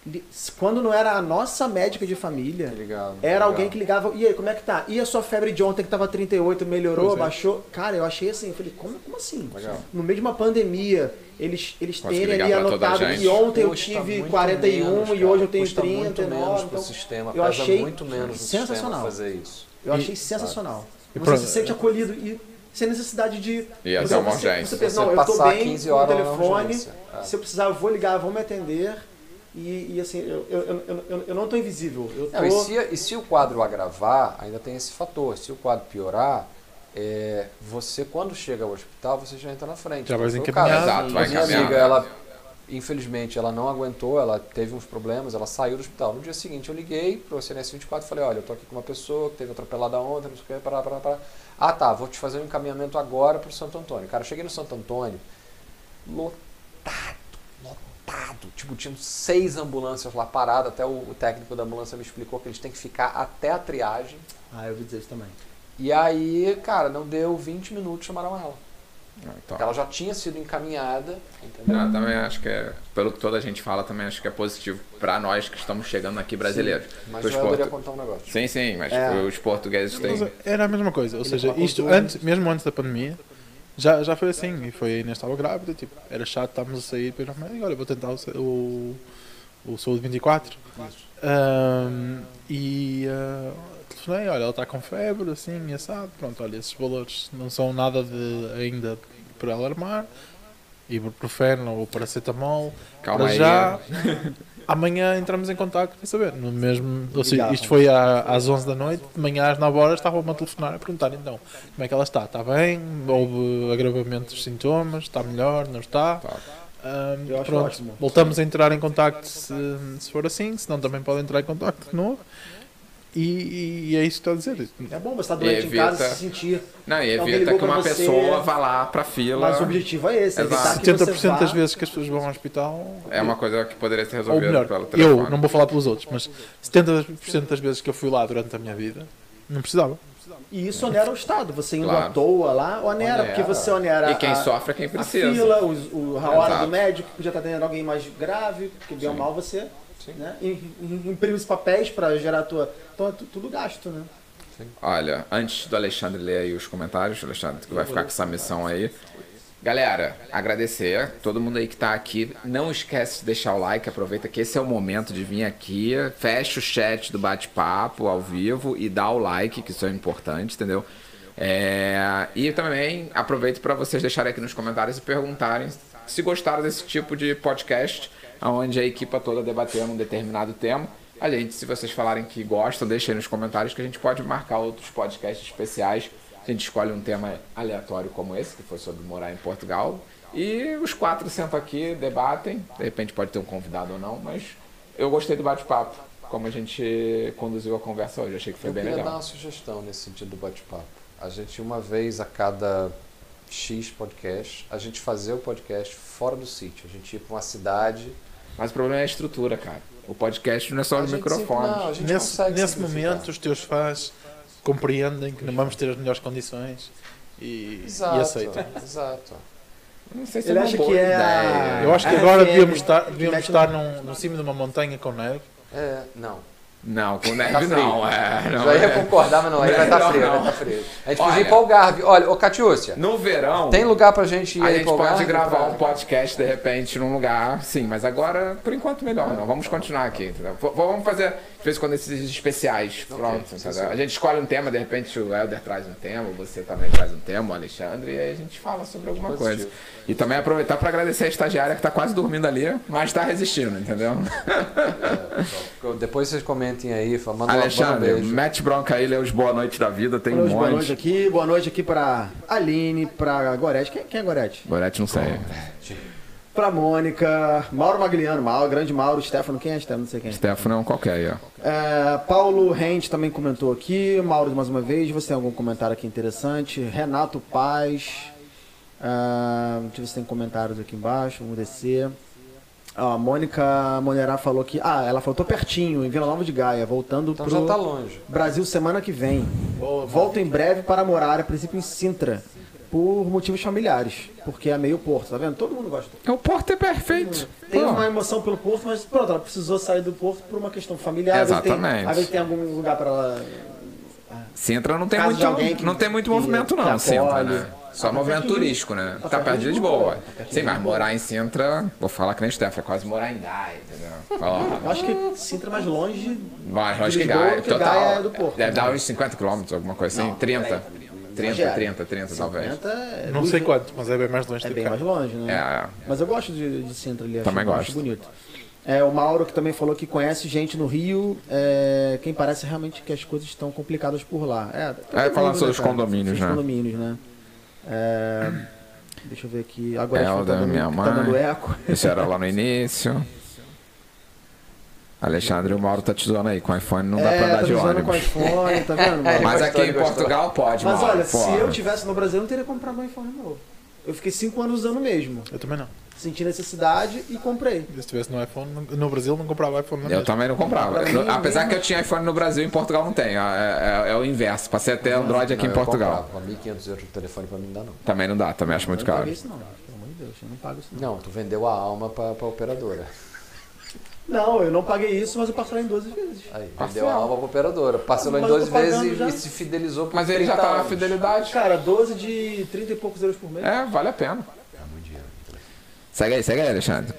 Speaker 4: li- quando não era a nossa médica de família,
Speaker 2: Ligado,
Speaker 4: era
Speaker 2: legal.
Speaker 4: alguém que ligava, e aí, como é que tá? E a sua febre de ontem que tava 38, melhorou,
Speaker 3: Pois é.
Speaker 4: baixou? Cara, eu achei assim, eu falei, como, como assim?
Speaker 2: Legal.
Speaker 4: No meio de uma pandemia, eles, eles
Speaker 1: Consegui
Speaker 4: terem
Speaker 1: ligar
Speaker 4: ali
Speaker 1: pra toda a
Speaker 4: anotado
Speaker 1: gente.
Speaker 4: que ontem eu
Speaker 2: Custa
Speaker 4: tive
Speaker 2: muito
Speaker 4: 41
Speaker 2: menos,
Speaker 4: e hoje
Speaker 2: cara.
Speaker 4: eu tenho
Speaker 2: Custa
Speaker 4: 39.
Speaker 2: muito menos pro
Speaker 4: então,
Speaker 2: sistema,
Speaker 4: eu
Speaker 2: pesa
Speaker 4: achei
Speaker 2: muito menos no
Speaker 4: sensacional.
Speaker 2: sistema fazer isso.
Speaker 4: eu
Speaker 3: E-
Speaker 4: achei sensacional.
Speaker 3: E
Speaker 4: Você
Speaker 3: pronto.
Speaker 4: se sente acolhido e sem necessidade de.
Speaker 1: E até
Speaker 4: você,
Speaker 1: uma
Speaker 4: você-
Speaker 1: urgência.
Speaker 4: Você pensa, não,
Speaker 2: Você
Speaker 4: eu tô
Speaker 2: passar
Speaker 4: bem
Speaker 2: 15
Speaker 4: com o
Speaker 2: horas na
Speaker 4: telefone.
Speaker 2: urgência. É.
Speaker 4: Se eu precisar, eu vou ligar, vão me atender. E, e assim, eu, eu, eu, eu, eu não tô invisível. Eu tô.
Speaker 2: Não, e, se, e se o quadro agravar, ainda tem esse fator. Se o quadro piorar, é, você quando chega ao hospital, você já entra na frente.
Speaker 3: Já vai
Speaker 2: Foi o
Speaker 3: encaminhado.
Speaker 2: caso.
Speaker 1: Exato, vai
Speaker 2: A minha
Speaker 1: encaminhado.
Speaker 2: amiga, ela, infelizmente, ela não aguentou, ela teve uns problemas, ela saiu do hospital. No dia seguinte eu liguei pro SNS 24 e falei, olha, eu tô aqui com uma pessoa que teve atropelada ontem, não sei o que, pará, pará, pará. Ah tá, vou te fazer um encaminhamento agora pro Santo Antônio. Cara, eu cheguei no Santo Antônio, lotado, lotado. Tipo, tinham seis ambulâncias lá paradas, até o, o técnico da ambulância me explicou que eles têm que ficar até a triagem.
Speaker 4: Ah, eu ouvi dizer isso também.
Speaker 2: E aí, cara, não deu 20 minutos, chamaram ela.
Speaker 1: Ah, então.
Speaker 2: Ela já tinha sido encaminhada, entendeu?
Speaker 1: Não, também acho que é, pelo que toda a gente fala, também acho que é positivo pra nós que estamos chegando aqui brasileiros.
Speaker 2: Mas
Speaker 1: Os
Speaker 2: eu adoraria
Speaker 1: portu-
Speaker 2: contar um negócio.
Speaker 1: Sim, sim, mas
Speaker 4: É.
Speaker 1: os portugueses têm.
Speaker 3: Mas Era a mesma coisa, ou
Speaker 4: Ele
Speaker 3: seja,
Speaker 4: colocou
Speaker 3: isto
Speaker 4: tudo.
Speaker 3: antes, mesmo antes da pandemia, já, já foi assim, e foi ainda estava grávida, tipo, era chato, estávamos a sair, depois não, agora vou tentar o, sa- o, o Saúde 24. Ahm, e ah, telefonei, olha, ela está com febre, assim, e assado, pronto, olha, esses valores não são nada de ainda para alarmar, ibuprofeno ou paracetamol.
Speaker 1: Calma
Speaker 3: para
Speaker 1: aí. é.
Speaker 3: já. <laughs> Amanhã entramos em contato para saber. No mesmo, ou seja,
Speaker 7: Ligavam.
Speaker 3: isto foi à- às 11 da noite, de manhã às 9 horas estavam-me a telefonar a perguntar então como é que ela está. Está bem? Houve agravamento dos sintomas? Está melhor? Não está?
Speaker 1: Tá.
Speaker 3: Ahm,
Speaker 7: Eu acho
Speaker 3: pronto,
Speaker 7: ótimo.
Speaker 3: voltamos a entrar em contacto se, se for assim, senão também podem entrar em contacto de novo. E, e é isso que estou a dizer.
Speaker 4: É bom você estar doente em
Speaker 1: Evita.
Speaker 4: casa se sentir.
Speaker 1: Não, e
Speaker 4: Alguém
Speaker 1: evita
Speaker 4: ligou
Speaker 1: que
Speaker 4: pra
Speaker 1: uma
Speaker 4: você,
Speaker 1: pessoa vá lá pra fila.
Speaker 4: Mas o objetivo é esse, é evitar
Speaker 1: Exato.
Speaker 4: que você
Speaker 3: 70% das
Speaker 4: vá-
Speaker 3: vezes que as pessoas vão ao hospital.
Speaker 1: É uma coisa que poderia ser
Speaker 3: Ou
Speaker 1: resolvida
Speaker 3: melhor,
Speaker 1: pelo telefone.
Speaker 3: eu não vou falar pelos outros, mas 70% das vezes que eu fui lá durante a minha vida, não precisava.
Speaker 4: E isso onera o Estado. Você indo
Speaker 1: Claro.
Speaker 4: à toa lá, onera,
Speaker 1: Onera.
Speaker 4: porque você onera
Speaker 1: E quem
Speaker 4: a,
Speaker 1: sofre é quem
Speaker 4: a
Speaker 1: precisa.
Speaker 4: fila, os- o, a hora
Speaker 1: Exato.
Speaker 4: do médico, que podia estar atendendo alguém mais grave, porque bem ou mal você né, im- im- imprime os papéis para gerar a tua... Então é tu- tudo gasto, né?
Speaker 1: Olha, antes do Alexandre ler aí os comentários, o Alexandre que vai ficar com essa missão aí. Galera, agradecer a todo mundo aí que tá aqui. Não esquece de deixar o like, aproveita que esse é o momento de vir aqui. Fecha o chat do bate-papo ao vivo e dá o like, que isso é importante, entendeu? É, E também aproveito para vocês deixarem aqui nos comentários e perguntarem se gostaram desse tipo de podcast, onde a equipa toda debatendo um determinado tema. A gente, se vocês falarem que gostam, deixem aí nos comentários que a gente pode marcar outros podcasts especiais. A gente escolhe um tema aleatório como esse, que foi sobre morar em Portugal. E os quatro sentam aqui, debatem. De repente pode ter um convidado ou não, mas eu gostei do bate-papo, como a gente conduziu a conversa hoje. Achei que foi
Speaker 6: eu
Speaker 1: bem
Speaker 6: queria dar
Speaker 1: legal.
Speaker 6: uma sugestão nesse sentido do bate-papo. A gente, uma vez a cada X podcast, a gente fazer o podcast fora do sítio. A gente ir para uma cidade.
Speaker 1: Mas o problema é a estrutura, cara. O podcast não é só
Speaker 6: a
Speaker 1: os
Speaker 6: gente
Speaker 1: microfones.
Speaker 6: Não, a gente
Speaker 3: Nesse,
Speaker 6: consegue
Speaker 3: nesse
Speaker 6: simplificar.
Speaker 3: momento, os teus fãs compreendem que não vamos ter as melhores condições e,
Speaker 6: Exato,
Speaker 3: e aceitam.
Speaker 6: Exato.
Speaker 1: Não sei se
Speaker 4: Ele
Speaker 1: é uma
Speaker 4: acha
Speaker 1: boa
Speaker 4: que é a-
Speaker 1: ideia.
Speaker 3: Eu acho que
Speaker 4: Ah,
Speaker 3: agora
Speaker 4: é,
Speaker 3: devíamos
Speaker 4: é,
Speaker 3: estar,
Speaker 4: é,
Speaker 3: devíamos
Speaker 4: mete
Speaker 3: estar num- no cimo de uma montanha com neve.
Speaker 6: É, não.
Speaker 1: Não, com
Speaker 4: Tá
Speaker 1: neve não.
Speaker 4: assim.
Speaker 1: É, não
Speaker 6: Já ia
Speaker 1: é.
Speaker 6: concordar, mas não,
Speaker 1: <laughs>
Speaker 6: aí vai estar
Speaker 1: Não,
Speaker 6: frio,
Speaker 1: não.
Speaker 6: vai estar frio. A gente
Speaker 1: Olha.
Speaker 6: podia ir para Algarve. Olha, ô Catiúcia,
Speaker 1: No verão.
Speaker 6: tem lugar pra gente ir
Speaker 1: A
Speaker 6: aí
Speaker 1: gente
Speaker 6: pra Algarve?
Speaker 1: pode gravar um
Speaker 4: É.
Speaker 6: pra...
Speaker 1: podcast de repente num lugar, sim, mas agora, por enquanto, melhor não. Vamos continuar aqui, entendeu? V- Vamos fazer de vez em quando esses especiais, pronto. entendeu? A gente escolhe um tema, de repente o Helder traz um tema, você também traz um tema, o Alexandre, e aí a gente fala sobre alguma coisa. E também aproveitar para agradecer a estagiária que tá quase dormindo ali, mas tá resistindo, entendeu?
Speaker 6: Depois vocês comentem aí, fa- manda uma- manda um
Speaker 1: Alexandre,
Speaker 6: beijo.
Speaker 1: mete bronca aí, lê os Boa Noite da Vida, tem um
Speaker 4: Boa noite, boa noite
Speaker 1: monte.
Speaker 4: aqui. Boa noite aqui para Aline, para Gorete. Quem, quem é Gorete?
Speaker 1: Gorete não sei.
Speaker 4: Para Mônica, Mauro Magliano, Mauro, grande Mauro, Stefano. Quem é Stefano? Não sei quem é.
Speaker 1: Stefano é um qualquer aí, ó.
Speaker 4: É, Paulo Rente também comentou aqui. Mauro, mais uma vez, você tem algum comentário aqui interessante? Renato Paz. Ah, deixa eu ver se tem comentários aqui embaixo. Vamos descer. Ó, a Mônica Monerá falou que. Ah, ela falou: tô pertinho, em Vila Nova de Gaia, voltando
Speaker 6: Então
Speaker 4: pro
Speaker 6: já tá longe.
Speaker 4: Brasil semana que vem. Volto em breve para morar, a princípio, em Sintra. Por motivos familiares, porque é meio porto, tá vendo? Todo mundo gosta.
Speaker 1: O Porto é perfeito.
Speaker 4: Tem
Speaker 1: Pô.
Speaker 4: uma emoção pelo Porto, mas pronto, ela precisou sair do Porto por uma questão familiar. às vezes tem-
Speaker 1: Exatamente.
Speaker 4: Às vezes tem algum lugar para ela.
Speaker 1: Sintra não tem
Speaker 4: Caso de alguém
Speaker 1: muito,
Speaker 4: que-
Speaker 1: não tem muito
Speaker 4: que-
Speaker 1: movimento
Speaker 4: que
Speaker 1: não,
Speaker 4: acolhe.
Speaker 1: Sintra, né? Só
Speaker 4: Ah, mas
Speaker 1: movimento
Speaker 4: aqui em-
Speaker 1: turístico, né? Tá
Speaker 4: tá perto
Speaker 1: perto de
Speaker 4: de
Speaker 1: Lisboa.
Speaker 4: Lisboa, tá perto de
Speaker 1: Sim, mas
Speaker 4: Lisboa.
Speaker 1: morar em Sintra, vou falar que nem Stefano, é quase morar em Gaia, entendeu?
Speaker 4: Eu
Speaker 1: Ó,
Speaker 4: acho que Sintra é mais longe.
Speaker 1: Mas acho que
Speaker 4: Lisboa
Speaker 1: Gaia,
Speaker 4: do que
Speaker 1: total,
Speaker 4: Gaia é do Porto,
Speaker 1: deve
Speaker 4: né?
Speaker 1: dar uns 50 km, alguma coisa assim, 30, 30,
Speaker 4: Exagero.
Speaker 1: 30, 30 talvez.
Speaker 4: Sintra é
Speaker 3: Não
Speaker 4: Luís-
Speaker 3: sei quanto, mas é bem mais longe
Speaker 4: É
Speaker 3: do
Speaker 4: bem
Speaker 3: que
Speaker 4: mais longe, né?
Speaker 1: É,
Speaker 4: Mas eu gosto de, de Sintra ali. acho-
Speaker 1: Também gosto.
Speaker 4: Acho bonito. É, o Mauro que também falou que conhece gente no Rio. é, quem parece realmente que as coisas estão complicadas por lá. É, tá todo
Speaker 1: É, falando
Speaker 4: mundo,
Speaker 1: sobre os
Speaker 4: cara?
Speaker 1: condomínios,
Speaker 4: Sobre
Speaker 1: né?
Speaker 4: Os condomínios, né? É, deixa eu ver aqui. Agora
Speaker 1: É,
Speaker 4: acho
Speaker 1: o
Speaker 4: que
Speaker 1: da
Speaker 4: tá dando,
Speaker 1: minha
Speaker 4: tá
Speaker 1: mãe.
Speaker 4: dando eco.
Speaker 1: isso era lá no início. Alexandre, o Mauro tá te zoando aí, com o iPhone não dá
Speaker 4: é,
Speaker 1: pra andar
Speaker 4: tá
Speaker 1: de
Speaker 4: me zoando com
Speaker 1: ônibus.
Speaker 4: iPhone, tá vendo? Mauro?
Speaker 1: Mas
Speaker 6: Gostou,
Speaker 1: aqui em
Speaker 6: ele gostou.
Speaker 1: Portugal pode,
Speaker 4: Mas
Speaker 1: Mauro,
Speaker 4: olha,
Speaker 1: porra.
Speaker 4: se eu tivesse no Brasil, eu não teria comprado um iPhone novo. Eu fiquei cinco anos usando o mesmo.
Speaker 3: Eu também não.
Speaker 4: Senti necessidade e comprei.
Speaker 3: Se estivesse no iPhone, não- no Brasil não comprava iPhone na
Speaker 1: Eu
Speaker 3: mesma.
Speaker 1: também não comprava.
Speaker 4: Pra
Speaker 1: No-
Speaker 4: mim,
Speaker 1: apesar
Speaker 4: ninguém-
Speaker 1: que eu tinha iPhone no Brasil, em Portugal não tem. É, é- é o inverso. Passei até Android aqui
Speaker 6: Não,
Speaker 1: em
Speaker 6: eu
Speaker 1: Portugal.
Speaker 6: comprava, 1.500 euros de telefone pra mim dá não.
Speaker 1: Também não dá, também acho muito
Speaker 4: Eu não paguei
Speaker 1: caro.
Speaker 4: isso não, pelo amor de Deus, eu não pago isso não.
Speaker 6: Não, tu vendeu a alma pra, pra operadora.
Speaker 4: Não, eu não paguei isso, mas eu parcelei em 12 vezes.
Speaker 6: Aí, vendeu a alma pra operadora. Parcelou em
Speaker 4: Tá Mas eu tô
Speaker 6: 12 vezes
Speaker 4: pagando
Speaker 6: e,
Speaker 4: já.
Speaker 6: e se fidelizou por
Speaker 1: Mas ele já
Speaker 6: 30
Speaker 1: tá na
Speaker 6: anos.
Speaker 1: fidelidade.
Speaker 4: Cara, 12 de 30 e poucos euros por mês.
Speaker 1: É, vale a pena. Segue aí, segue aí, Alexandre.